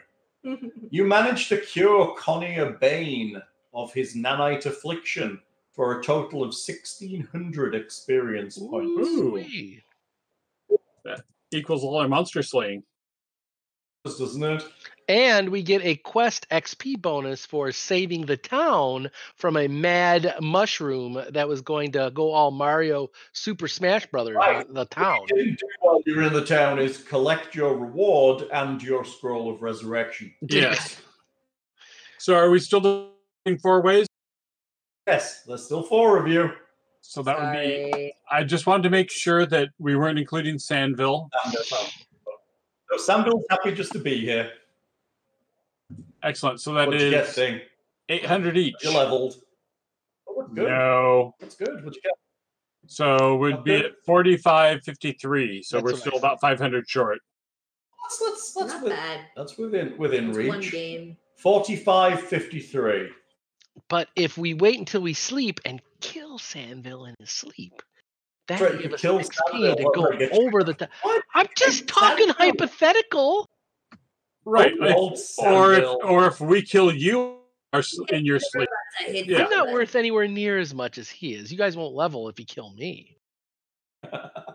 Speaker 2: You managed to cure Connie a bane of his nanite affliction for a total of 1600 experience points.
Speaker 3: Ooh-wee.
Speaker 4: Equals all our monster slaying.
Speaker 2: Doesn't it?
Speaker 3: And we get a quest XP bonus for saving the town from a mad mushroom that was going to go all Mario Super Smash Brothers, uh,
Speaker 2: Right.
Speaker 3: the- the town.
Speaker 2: What you didn't do while you're in the town is collect your reward and your scroll of resurrection.
Speaker 4: Yes. [LAUGHS] so are we still doing four ways?
Speaker 2: Yes, there's still four of you.
Speaker 4: So that would be
Speaker 9: Sorry.
Speaker 4: I just wanted to make sure that we weren't including Sandville.
Speaker 2: And, uh, Sam. So Samville's happy just to be here.
Speaker 4: Excellent. So that
Speaker 2: What'd you get,
Speaker 4: is
Speaker 2: Sing?
Speaker 4: 800 each.
Speaker 2: You leveled. Oh, that's good.
Speaker 4: No.
Speaker 2: That's good. What'd you get?
Speaker 4: So would be
Speaker 2: Okay.
Speaker 4: at 45.53. So
Speaker 3: That's
Speaker 4: we're
Speaker 3: what I
Speaker 4: still
Speaker 3: said.
Speaker 4: about 500 short.
Speaker 2: That's, that's, that's,
Speaker 9: Not
Speaker 2: with-
Speaker 9: bad.
Speaker 2: that's within within
Speaker 9: It's One
Speaker 2: reach.
Speaker 9: game.
Speaker 2: 45.53.
Speaker 3: But if we wait until we sleep and kill Sandville in his sleep, that
Speaker 2: right,
Speaker 3: would
Speaker 2: you
Speaker 3: give us
Speaker 2: kill Sandville,
Speaker 3: XP to
Speaker 2: what
Speaker 3: go
Speaker 2: would I get you?
Speaker 3: over the top.
Speaker 2: What?
Speaker 3: I'm just
Speaker 2: Sandville.
Speaker 3: talking hypothetical.
Speaker 4: Right.
Speaker 2: Oh, old
Speaker 4: or, if,
Speaker 2: Sandville.
Speaker 4: or if we kill you or s- in your sleep.
Speaker 9: I hid
Speaker 4: Yeah.
Speaker 3: I'm not
Speaker 9: something.
Speaker 3: worth anywhere near as much as he is. You guys won't level if you kill me.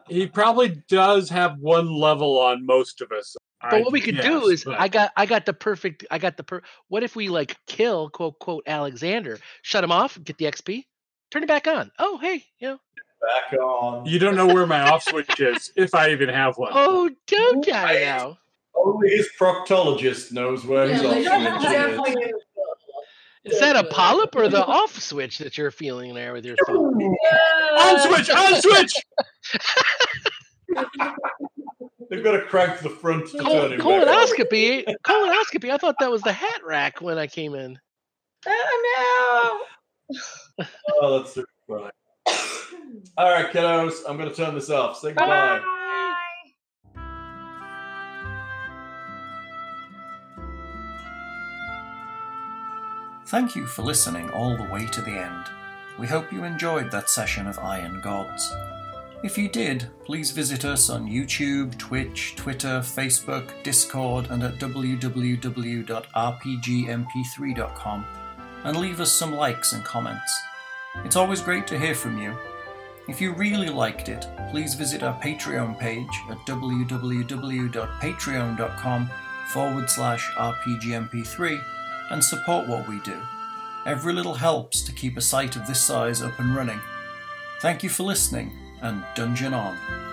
Speaker 4: He probably does have one level on most of us.
Speaker 3: But what we could do
Speaker 4: guess,
Speaker 3: is
Speaker 4: but-
Speaker 3: I got I got the perfect I got the per what if we like kill quote quote Alexander, shut him off, get the XP, turn it back on. Oh hey, you know.
Speaker 2: Back on.
Speaker 4: You don't know where my off switch is, if I even have one.
Speaker 3: Oh don't I
Speaker 2: Right.
Speaker 3: now?
Speaker 2: Only his proctologist knows where
Speaker 9: Yeah,
Speaker 2: he's
Speaker 9: like,
Speaker 2: off.
Speaker 9: that's
Speaker 2: switch
Speaker 9: definitely-
Speaker 3: Is that a
Speaker 9: Definitely.
Speaker 3: polyp or the off switch that you're feeling there with your thumb?
Speaker 9: Mm.
Speaker 2: is.
Speaker 4: On switch! On switch!
Speaker 2: They've got to crank the front to [LAUGHS]
Speaker 3: Col-
Speaker 2: turn him back on.
Speaker 3: colonoscopy. colonoscopy. I thought that was the hat rack when I came in.
Speaker 7: Oh
Speaker 2: Oh, that's super funny. [COUGHS] All right, kiddos, I'm going to turn this off. Say
Speaker 7: no!
Speaker 2: goodbye.
Speaker 7: Bye.
Speaker 1: Thank you for listening all the way to the end. We hope you enjoyed that session of Iron Gods. If you did, please visit us on YouTube, Twitch, Twitter, Facebook, Discord, and at www.rpgmp3.com, and leave us some likes and comments. It's always great to hear from you. If you really liked it, please visit our Patreon page at www.patreon.com forward slash rpgmp3 and support what we do. Every little helps to keep a site of this size up and running. Thank you for listening, and Dungeon On.